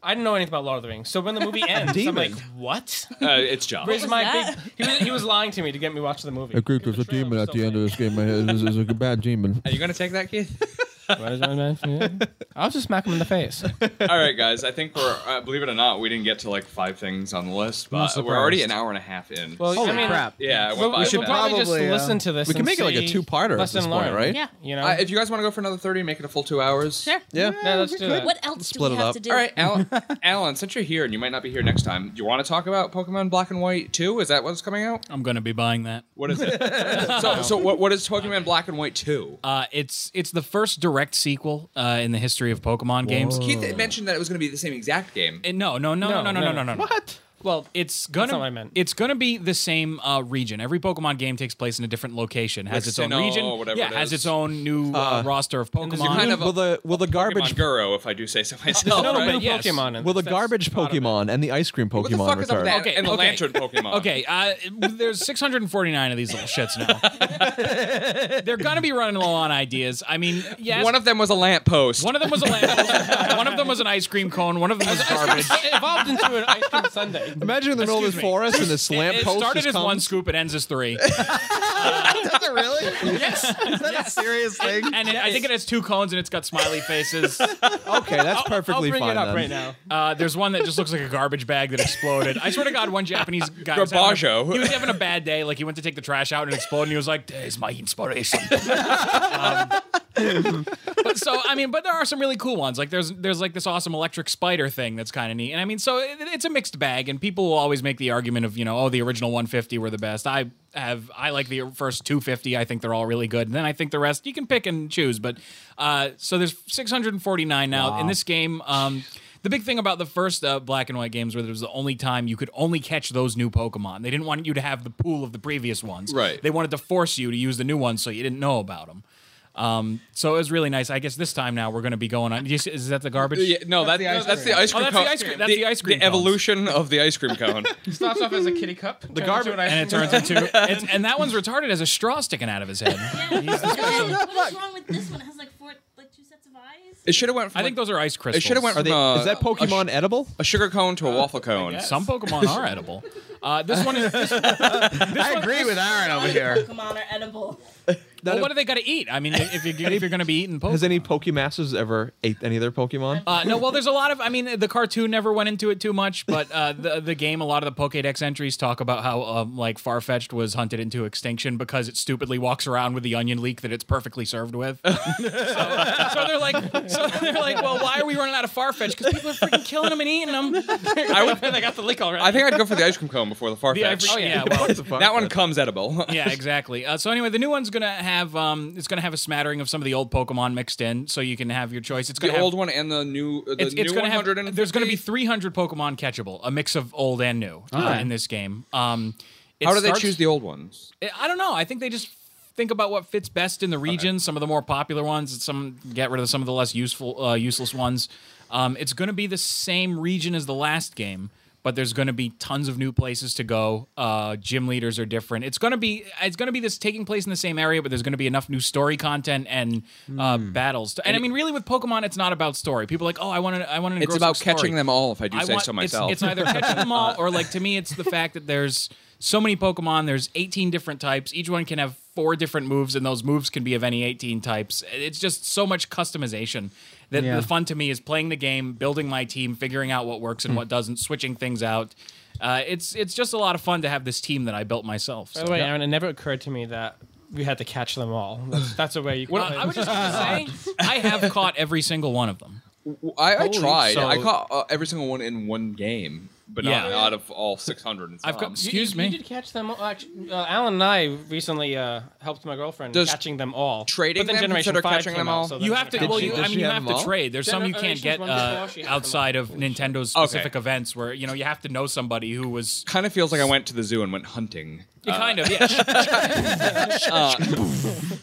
Speaker 5: I didn't know anything about Lord of the Rings. So when
Speaker 2: [laughs]
Speaker 5: the movie ends, I'm
Speaker 6: demon.
Speaker 5: like, what?
Speaker 2: uh, it's Job.
Speaker 5: Where's
Speaker 4: was
Speaker 5: my
Speaker 4: that?
Speaker 5: big he was, he was lying to me to get me watch the movie.
Speaker 6: [laughs] Agreed, there's a demon at the end of this game. uh, It's a bad demon.
Speaker 2: Are you gonna take that, Keith?
Speaker 5: it. I'll just smack him in the face.
Speaker 2: [laughs] All right, guys. I think we're uh, believe it or not, we didn't get to like five things on the list, but we're already an hour and a half in.
Speaker 5: Well,
Speaker 3: Holy
Speaker 5: I mean,
Speaker 3: crap!
Speaker 2: yeah,
Speaker 5: We'll, we should
Speaker 3: should
Speaker 5: probably, just
Speaker 3: probably, uh,
Speaker 5: listen to this.
Speaker 6: We can
Speaker 5: and
Speaker 6: make it like a
Speaker 5: see
Speaker 6: two-parter at
Speaker 5: lesson
Speaker 6: this point,
Speaker 5: learned.
Speaker 6: right?
Speaker 4: Yeah.
Speaker 5: You know.
Speaker 2: Uh, if you guys want to go for another thirty, make it a full two hours.
Speaker 4: Sure.
Speaker 6: Yeah.
Speaker 5: yeah, let's do that.
Speaker 4: What else
Speaker 6: Split
Speaker 4: do we
Speaker 6: it
Speaker 4: have
Speaker 6: up.
Speaker 4: to do?
Speaker 2: All right, Alan, [laughs] Alan, since you're here and you might not be here next time, do you want to talk about Pokemon Black and White 2? Is that what's coming out?
Speaker 7: I'm gonna be buying that.
Speaker 2: What is
Speaker 7: [laughs]
Speaker 2: it? so, so what, what is Pokemon Black and White 2?
Speaker 7: Uh, it's it's the first direct sequel uh, in the history of Pokemon games.
Speaker 2: Keith had mentioned that it was going to be the same exact game.
Speaker 7: And Uh, no, no, no, no, no, no, no, no, no.
Speaker 5: What?
Speaker 7: Well, it's gonna
Speaker 5: not what I meant.
Speaker 7: it's gonna be the same uh, region. Every Pokemon game takes place in a different location, has
Speaker 2: Like
Speaker 7: its own
Speaker 2: Sinnoh
Speaker 7: region,
Speaker 2: or whatever
Speaker 7: yeah,
Speaker 2: it
Speaker 7: has
Speaker 2: is.
Speaker 7: its own new uh, roster of
Speaker 5: there's a
Speaker 7: Pokemon.
Speaker 2: kind of
Speaker 6: will the will the
Speaker 2: Pokemon
Speaker 6: garbage
Speaker 2: Guro, if I do say so myself.
Speaker 5: No,
Speaker 2: right?
Speaker 5: but
Speaker 7: yes.
Speaker 5: Pokemon. in
Speaker 6: will the
Speaker 5: this. That's
Speaker 6: garbage
Speaker 5: part of it.
Speaker 6: Pokemon and the ice cream
Speaker 2: What the
Speaker 6: Pokemon
Speaker 2: fuck is up
Speaker 6: return?
Speaker 2: with that?
Speaker 7: Okay,
Speaker 2: and the
Speaker 7: okay.
Speaker 2: Lantern Pokemon.
Speaker 7: Okay, uh, there's 649 of these little shits now. They're gonna be running low on ideas. I mean, yes,
Speaker 2: One of them was a lamp post.
Speaker 7: one of them was a lamp, one of them was an ice cream cone, one of them was garbage.
Speaker 5: It evolved into an ice cream sundae.
Speaker 6: Imagine in the middle of this
Speaker 7: Excuse me.
Speaker 6: forest and this lamp
Speaker 7: It
Speaker 6: post
Speaker 7: started
Speaker 6: just
Speaker 7: as
Speaker 6: comes. [laughs]
Speaker 7: one scoop, it ends as three.
Speaker 3: really?
Speaker 6: [laughs]
Speaker 7: yes,
Speaker 3: That's a serious thing.
Speaker 7: and it, I think it has two cones and it's got smiley faces.
Speaker 6: Okay, that's
Speaker 5: I'll
Speaker 6: perfectly
Speaker 5: bring
Speaker 6: fine.
Speaker 5: it up
Speaker 6: then.
Speaker 5: right now.
Speaker 7: Uh, there's one that just looks like a garbage bag that exploded. I swear to God, one Japanese guy was having, a,
Speaker 2: Garbaggio.
Speaker 7: he was having a bad day. Like he went to take the trash out and it exploded. And he was like, "There's my inspiration." Um, but so I mean, but there are some really cool ones. Like there's there's like this awesome electric spider thing that's kind of neat. And I mean, so it, it's a mixed bag. And people will always make the argument of you know, oh, the original 150 were the best. I have I like the first 250. I think they're all really good. And then I think the rest you can pick and choose. But uh, so there's 649 now in this game. Um, the big thing about the first uh, black and white games where there was the only time you could only catch those new Pokemon. They didn't want you to have the pool of the previous ones.
Speaker 2: Right.
Speaker 7: They wanted to force you to use the new ones so you didn't know about them. Um, so it was really nice. I guess this time now we're going to be going on. Is, is that the garbage?
Speaker 2: Yeah, no, that, that's, the ice
Speaker 7: Oh,
Speaker 2: cream
Speaker 7: that's
Speaker 2: cone.
Speaker 7: the ice cream. That's the, ice cream.
Speaker 2: The
Speaker 7: cones.
Speaker 2: evolution of the ice cream
Speaker 7: [laughs]
Speaker 2: cone.
Speaker 5: Starts off as a kitty cup. The
Speaker 6: garbage-
Speaker 7: And it turns into, it's, and that one's retarded as a straw sticking out of his head.
Speaker 4: What's wrong with this one? It has like four, like two sets of eyes.
Speaker 2: it should have went from.
Speaker 7: I think those are ice crystals.
Speaker 2: It should have went
Speaker 6: Are
Speaker 2: from.
Speaker 6: they,
Speaker 2: uh,
Speaker 6: is that
Speaker 2: a sh-
Speaker 6: Pokemon edible?
Speaker 2: a sugar cone to a waffle cone.
Speaker 7: Some Pokemon are edible. Uh, this one is. This,
Speaker 3: I agree with Aaron over here.
Speaker 4: Pokemon are edible.
Speaker 7: well, what do they got to eat? I mean, if you're if you're going to be eating Pokemon,
Speaker 6: Has any Pokemasters ever ate any of their Pokemon?
Speaker 7: Uh, no, well, there's a lot of. I mean, the cartoon never went into it too much, but uh, the the game, a lot of the Pokédex entries talk about how um, like Farfetch'd was hunted into extinction because it stupidly walks around with the onion leek that it's perfectly served [laughs] with. so, so they're like, so they're like, well, why are we running out of Farfetch'd? Because people are freaking killing them and eating them. [laughs] I would, they got the leek already.
Speaker 2: I think I'd go for the ice cream cone before the far
Speaker 7: The ivory-
Speaker 2: fetch.
Speaker 7: oh, yeah, well, [laughs]
Speaker 2: That one comes edible.
Speaker 7: yeah, exactly. Uh, so anyway, the new one's gonna have um, it's gonna have a smattering of some of the old Pokemon mixed in, so you can have your choice. It's
Speaker 2: [laughs] the
Speaker 7: gonna have,
Speaker 2: old one and the new. uh, The
Speaker 7: it's,
Speaker 2: new
Speaker 7: it's gonna
Speaker 2: 100
Speaker 7: have there's gonna be 300 Pokemon catchable, a mix of old and new uh,
Speaker 3: Alright.
Speaker 7: in this game. Um, it
Speaker 2: Ah. How do they
Speaker 7: starts-
Speaker 2: choose the old ones?
Speaker 7: I don't know. I think they just think about what fits best in the region. Some of the more popular ones, and some get rid of some of the less useful, uh, useless ones. Um, it's going to be the same region as the last game, but there's going to be tons of new places to go. Uh, gym leaders are different. It's going to be it's going to be this taking place in the same area, but there's going to be enough new story content and uh,
Speaker 2: Hmm.
Speaker 7: battles. To, and, I mean, really, with Pokemon, it's not about story. People are like, oh, I want to, I want to.
Speaker 2: It's about catching them all. If I do say so
Speaker 7: it's-
Speaker 2: myself.
Speaker 7: It's, either catching them all or like to me, it's the fact that there's so many Pokemon. There's 18 different types. Each one can have four different moves, and those moves can be of any 18 types. It's just so much customization that
Speaker 3: Yeah.
Speaker 7: the fun to me is playing the game, building my team, figuring out what works and what doesn't, switching things out. Uh, it's it's just a lot of fun to have this team that I built myself.
Speaker 5: By
Speaker 7: so.
Speaker 5: the way, Aaron, it never occurred to me that we had to catch them all. That's, that's a way you. Can
Speaker 7: Uh, I was just gonna say, I have caught every single one of them.
Speaker 2: W- I, I
Speaker 7: Holy-
Speaker 2: tried.
Speaker 7: so-
Speaker 2: I caught uh, every single one in one game, but not
Speaker 7: Yeah.
Speaker 2: out of all 600. And
Speaker 7: I've got-
Speaker 2: some.
Speaker 7: You- Excuse
Speaker 5: you,
Speaker 7: me?
Speaker 5: You did catch them all. Actually, uh, Alan and I recently uh, helped my girlfriend
Speaker 2: Does
Speaker 5: catching them all.
Speaker 2: trading
Speaker 5: but then
Speaker 2: them
Speaker 5: Generation
Speaker 2: consider
Speaker 5: Five
Speaker 2: catching
Speaker 5: came
Speaker 2: them
Speaker 5: out,
Speaker 2: all?
Speaker 5: so that's
Speaker 7: You have to.
Speaker 5: different.
Speaker 7: Well,
Speaker 6: she-
Speaker 7: you,
Speaker 6: did
Speaker 7: I
Speaker 6: she
Speaker 7: mean, you
Speaker 6: have
Speaker 7: have
Speaker 6: them
Speaker 7: to
Speaker 6: all?
Speaker 7: trade. There's some you can't
Speaker 5: Generations
Speaker 7: get
Speaker 5: one before,
Speaker 7: uh,
Speaker 5: she had them all.
Speaker 7: outside of Nintendo's
Speaker 2: Okay.
Speaker 7: specific events, where you know you have to know somebody who was uh,
Speaker 2: kind of feels like I went to the zoo and went hunting.
Speaker 7: kind [laughs] of yeah. it's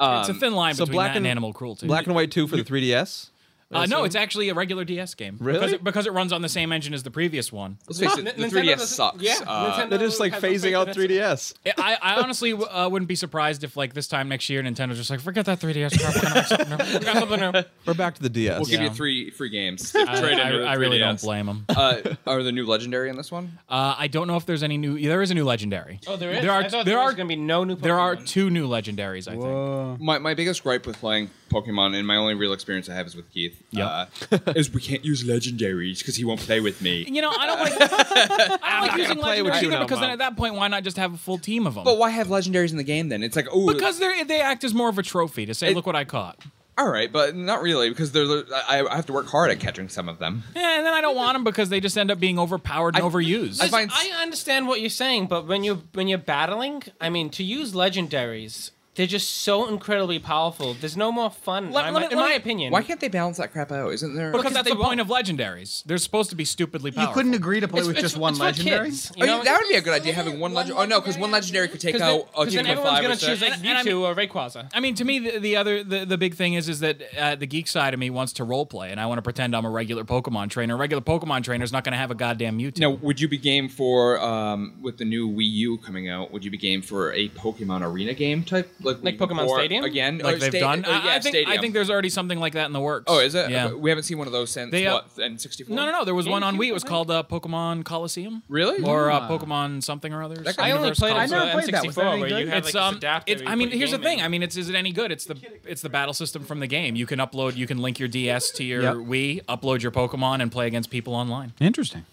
Speaker 7: a thin line
Speaker 6: so
Speaker 7: between
Speaker 6: black
Speaker 7: that
Speaker 6: and-
Speaker 7: and animal cruelty.
Speaker 6: Black and White 2 for the 3DS?
Speaker 7: uh, no, it's actually a regular DS game.
Speaker 6: Really?
Speaker 7: Because it, because it runs on the same engine as the previous one.
Speaker 2: Let's face it,
Speaker 5: N-
Speaker 2: the
Speaker 5: Nintendo
Speaker 2: 3DS
Speaker 5: doesn't-
Speaker 2: sucks.
Speaker 5: Yeah,
Speaker 2: Uh,
Speaker 5: Nintendo
Speaker 6: They're just like
Speaker 5: has no faith
Speaker 6: phasing
Speaker 5: in
Speaker 6: out
Speaker 5: its-
Speaker 6: 3DS.
Speaker 7: I, I honestly uh, wouldn't be surprised if like this time next year Nintendo's just like forget that 3DS crap. We're gonna make something new. We got something new.
Speaker 6: We're back to the DS.
Speaker 2: we'll give you three free games. Trade
Speaker 7: [laughs] I, I-
Speaker 2: into the
Speaker 7: I really don't
Speaker 2: 3DS.
Speaker 7: blame them.
Speaker 2: Uh, are the new legendary in this one?
Speaker 7: Uh, I don't know if there's any new. There is a new legendary.
Speaker 5: Oh, there is.
Speaker 7: There
Speaker 5: I
Speaker 7: are
Speaker 5: thought
Speaker 7: there,
Speaker 5: was
Speaker 7: are
Speaker 5: going to be no new. Pokemon.
Speaker 7: there are two new legendaries. I think.
Speaker 2: My, my biggest gripe with playing Pokemon, and my only real experience I have is with Keith,
Speaker 7: Yeah.
Speaker 2: uh, is we can't use legendaries because he won't play with me.
Speaker 7: You know, I don't like. I
Speaker 2: [laughs]
Speaker 7: don't like using
Speaker 6: play with
Speaker 7: legendaries
Speaker 6: you
Speaker 7: either
Speaker 6: no
Speaker 7: because then
Speaker 6: more.
Speaker 7: at that point, why not just have a full team of them?
Speaker 2: But why have legendaries in the game then? It's like, oh,
Speaker 7: because they they act as more of a trophy to say,
Speaker 2: It-
Speaker 7: look what I caught.
Speaker 2: all right, but not really because they're, I, I have to work hard at catching some of them.
Speaker 7: Yeah, and then I don't want them because they just end up being overpowered and
Speaker 2: I-
Speaker 7: overused.
Speaker 2: I find-
Speaker 5: I understand what you're saying, but when you when you're battling, I mean, to use legendaries, they're just so incredibly powerful. There's no more fun,
Speaker 7: Let-
Speaker 5: I'm-
Speaker 7: let me-
Speaker 5: in
Speaker 7: let
Speaker 5: my
Speaker 7: me-
Speaker 5: opinion.
Speaker 2: Why can't they balance that crap out? Isn't there?
Speaker 7: because
Speaker 5: because
Speaker 7: that's
Speaker 5: they
Speaker 7: the point of legendaries. They're supposed to be stupidly
Speaker 3: You
Speaker 7: powerful.
Speaker 3: couldn't agree to play with just one
Speaker 5: it's For
Speaker 3: legendary.
Speaker 5: kids, you
Speaker 2: Oh,
Speaker 5: know?
Speaker 2: yeah, that would be a good idea having one legend. Oh no, because one legendary could take
Speaker 5: Because
Speaker 2: out a Oh,
Speaker 5: then
Speaker 2: team of
Speaker 5: everyone's
Speaker 2: five. or
Speaker 5: gonna
Speaker 2: six.
Speaker 5: choose like
Speaker 7: And- and I
Speaker 5: Mewtwo or Rayquaza.
Speaker 7: I mean, to me, the, the other the, the big thing is is that uh, the geek side of me wants to role play, and I want to pretend I'm a regular Pokemon trainer. A regular Pokemon trainer is not going to have a goddamn Mewtwo.
Speaker 2: Now, would you be game for um, with the new Wii U coming out? Would you be game for a Pokemon Arena game type, like
Speaker 5: Like
Speaker 2: we-
Speaker 5: Pokemon
Speaker 2: or
Speaker 5: Stadium?
Speaker 2: again?
Speaker 7: like
Speaker 2: or
Speaker 7: they've
Speaker 2: sta-
Speaker 7: done.
Speaker 2: uh,
Speaker 7: I-
Speaker 2: yeah,
Speaker 7: I think I
Speaker 2: Stadium.
Speaker 7: think there's already something like that in the works.
Speaker 2: Oh, is it?
Speaker 7: Yeah.
Speaker 2: We haven't seen one of those since
Speaker 7: They, uh,
Speaker 2: what? And sixty four.
Speaker 7: No, no, no. There was one on Wii. It was called uh, Pokemon Coliseum.
Speaker 2: Really?
Speaker 7: Or uh, Pokemon something or other.
Speaker 2: That
Speaker 7: some
Speaker 2: guy-
Speaker 5: I only
Speaker 7: universe
Speaker 5: played
Speaker 7: called-
Speaker 5: it
Speaker 3: I never
Speaker 5: on
Speaker 3: played that.
Speaker 5: M64
Speaker 3: Was that any
Speaker 5: where you
Speaker 3: good?
Speaker 5: had like
Speaker 7: It's
Speaker 5: this
Speaker 7: um,
Speaker 5: adapter.
Speaker 7: it,
Speaker 5: where you
Speaker 7: I mean,
Speaker 5: put your
Speaker 7: here's the
Speaker 5: game
Speaker 7: thing.
Speaker 5: in.
Speaker 7: I mean, it's is it any good? It's the it's the battle system from the game. You can upload, you can link your DS to your
Speaker 3: Yep.
Speaker 7: Wii, upload your Pokemon, and play against people online.
Speaker 3: Interesting.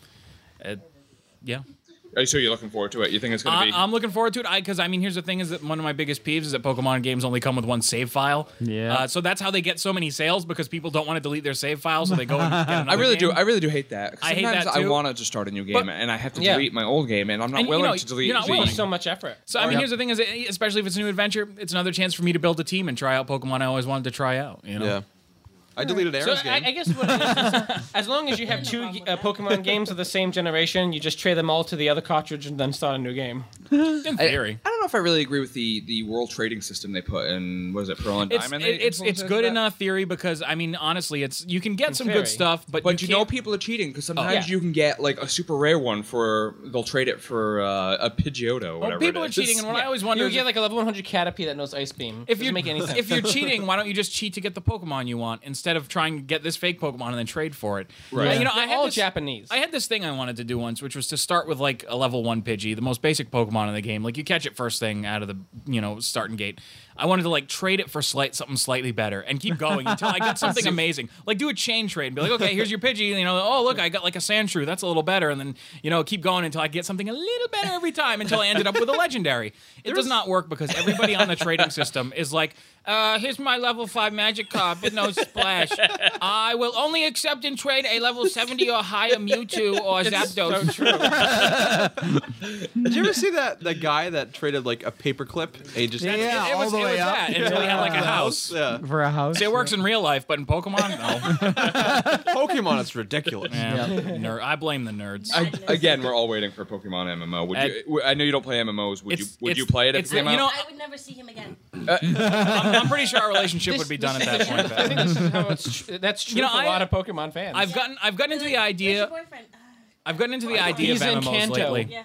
Speaker 7: Yeah,
Speaker 2: Are so you're looking forward to it? You think it's going to
Speaker 7: I,
Speaker 2: be?
Speaker 7: I'm looking forward to it. I because I mean, here's the thing: is that one of my biggest peeves is that Pokemon games only come with one save file.
Speaker 3: Yeah.
Speaker 7: Uh, so that's how they get so many sales because people don't want to delete their save file, so they go and just get another.
Speaker 2: I really do.
Speaker 7: game.
Speaker 2: I really do hate that. 'cause
Speaker 7: I hate
Speaker 2: Sometimes
Speaker 7: that, too.
Speaker 2: I want to just start a new game,
Speaker 7: But-
Speaker 2: and I have to
Speaker 5: Yeah.
Speaker 2: delete my old game, and I'm not
Speaker 7: And, you
Speaker 2: willing
Speaker 7: know,
Speaker 2: to delete.
Speaker 7: you're not
Speaker 2: the-
Speaker 7: willing.
Speaker 5: It's so much effort.
Speaker 7: So I mean, here's the thing: is it, especially if it's a new adventure, it's another chance for me to build a team and try out Pokemon I always wanted to try out. You know.
Speaker 6: Yeah. I deleted
Speaker 5: So
Speaker 6: Aaron's
Speaker 5: I, I
Speaker 6: game.
Speaker 5: guess what it is, [laughs] is as long as you have two uh, Pokemon games of the same generation, you just trade them all to the other cartridge and then start a new game.
Speaker 7: In theory.
Speaker 2: I don't know if I really agree with the the world trading system they put in. What is it, Pearl and
Speaker 7: it's
Speaker 2: Diamond?
Speaker 7: it-
Speaker 2: they
Speaker 7: it's, it's
Speaker 2: implemented
Speaker 7: good
Speaker 2: that?
Speaker 7: enough theory because I mean honestly it's you can get some
Speaker 5: theory.
Speaker 7: good stuff but,
Speaker 2: But you, know
Speaker 7: can't- Oh,
Speaker 2: people are cheating because sometimes
Speaker 5: yeah.
Speaker 2: you can get like a super rare one for they'll trade it for uh, a Pidgeotto. Or whatever
Speaker 7: well, people
Speaker 2: it
Speaker 7: are
Speaker 2: is.
Speaker 7: cheating and what I always wonder
Speaker 5: You
Speaker 7: is
Speaker 5: get
Speaker 7: if-
Speaker 5: like a level 100 Caterpie that knows Ice Beam.
Speaker 7: if
Speaker 5: Doesn't
Speaker 7: you're
Speaker 5: make any sense.
Speaker 7: [laughs]
Speaker 5: [laughs]
Speaker 7: if you're cheating, why don't you just cheat to get the Pokemon you want instead of trying to get this fake Pokemon and then trade for it?
Speaker 2: Right.
Speaker 7: You know, I
Speaker 5: They're
Speaker 7: had
Speaker 5: all
Speaker 7: this,
Speaker 5: Japanese.
Speaker 7: I had this thing I wanted to do once, which was to start with like a level one Pidgey, the most basic Pokemon in the game. Like you catch it first thing out of the you know starting gate. I wanted to like trade it for slight something slightly better and keep going until
Speaker 5: [laughs]
Speaker 7: I got something amazing. Like do a chain trade and be like, okay, here's your Pidgey. You know, oh look, I got like a Sandshrew. That's a little better, and then you know keep going until I get something a little better every time until I ended up with a legendary. It does not work because everybody on the trading system is like, uh, here's my level five magic card with no splash. I will only accept and trade a level seventy or higher Mewtwo or Zapdos.
Speaker 6: [laughs] Did you ever see that [laughs] the guy that traded like a paperclip? And he just
Speaker 3: Yeah,
Speaker 7: it
Speaker 3: all
Speaker 7: was,
Speaker 3: the
Speaker 7: it
Speaker 3: way
Speaker 7: was
Speaker 3: up.
Speaker 7: that until he had like a house.
Speaker 6: [laughs] Yeah.
Speaker 3: [laughs] for a house.
Speaker 7: It works in real life, but in Pokemon, no.
Speaker 6: Pokemon, it's ridiculous.
Speaker 7: Yeah. Nerd. I blame the nerds.
Speaker 2: I, again, we're all waiting for a Pokemon MMO. Would you, w- I know you don't play MMOs. Would you
Speaker 7: It's-
Speaker 2: Would you
Speaker 7: it's-
Speaker 2: play it if
Speaker 7: it's-
Speaker 2: it came
Speaker 7: you
Speaker 2: out?
Speaker 7: know,
Speaker 4: I would never see him again.
Speaker 7: I'm, I'm pretty sure our relationship would be done at that
Speaker 5: [laughs]
Speaker 7: point.
Speaker 5: I think
Speaker 7: Ben.
Speaker 5: this is how it's tr- that's true
Speaker 7: You know,
Speaker 5: for a
Speaker 7: I-
Speaker 5: lot of Pokemon fans.
Speaker 7: I've gotten I've gotten into the idea
Speaker 4: Where's your boyfriend? [sighs] Ah,
Speaker 7: I've gotten into the idea of
Speaker 5: He's in
Speaker 7: MMOs
Speaker 5: Kanto.
Speaker 7: lately.
Speaker 4: yeah.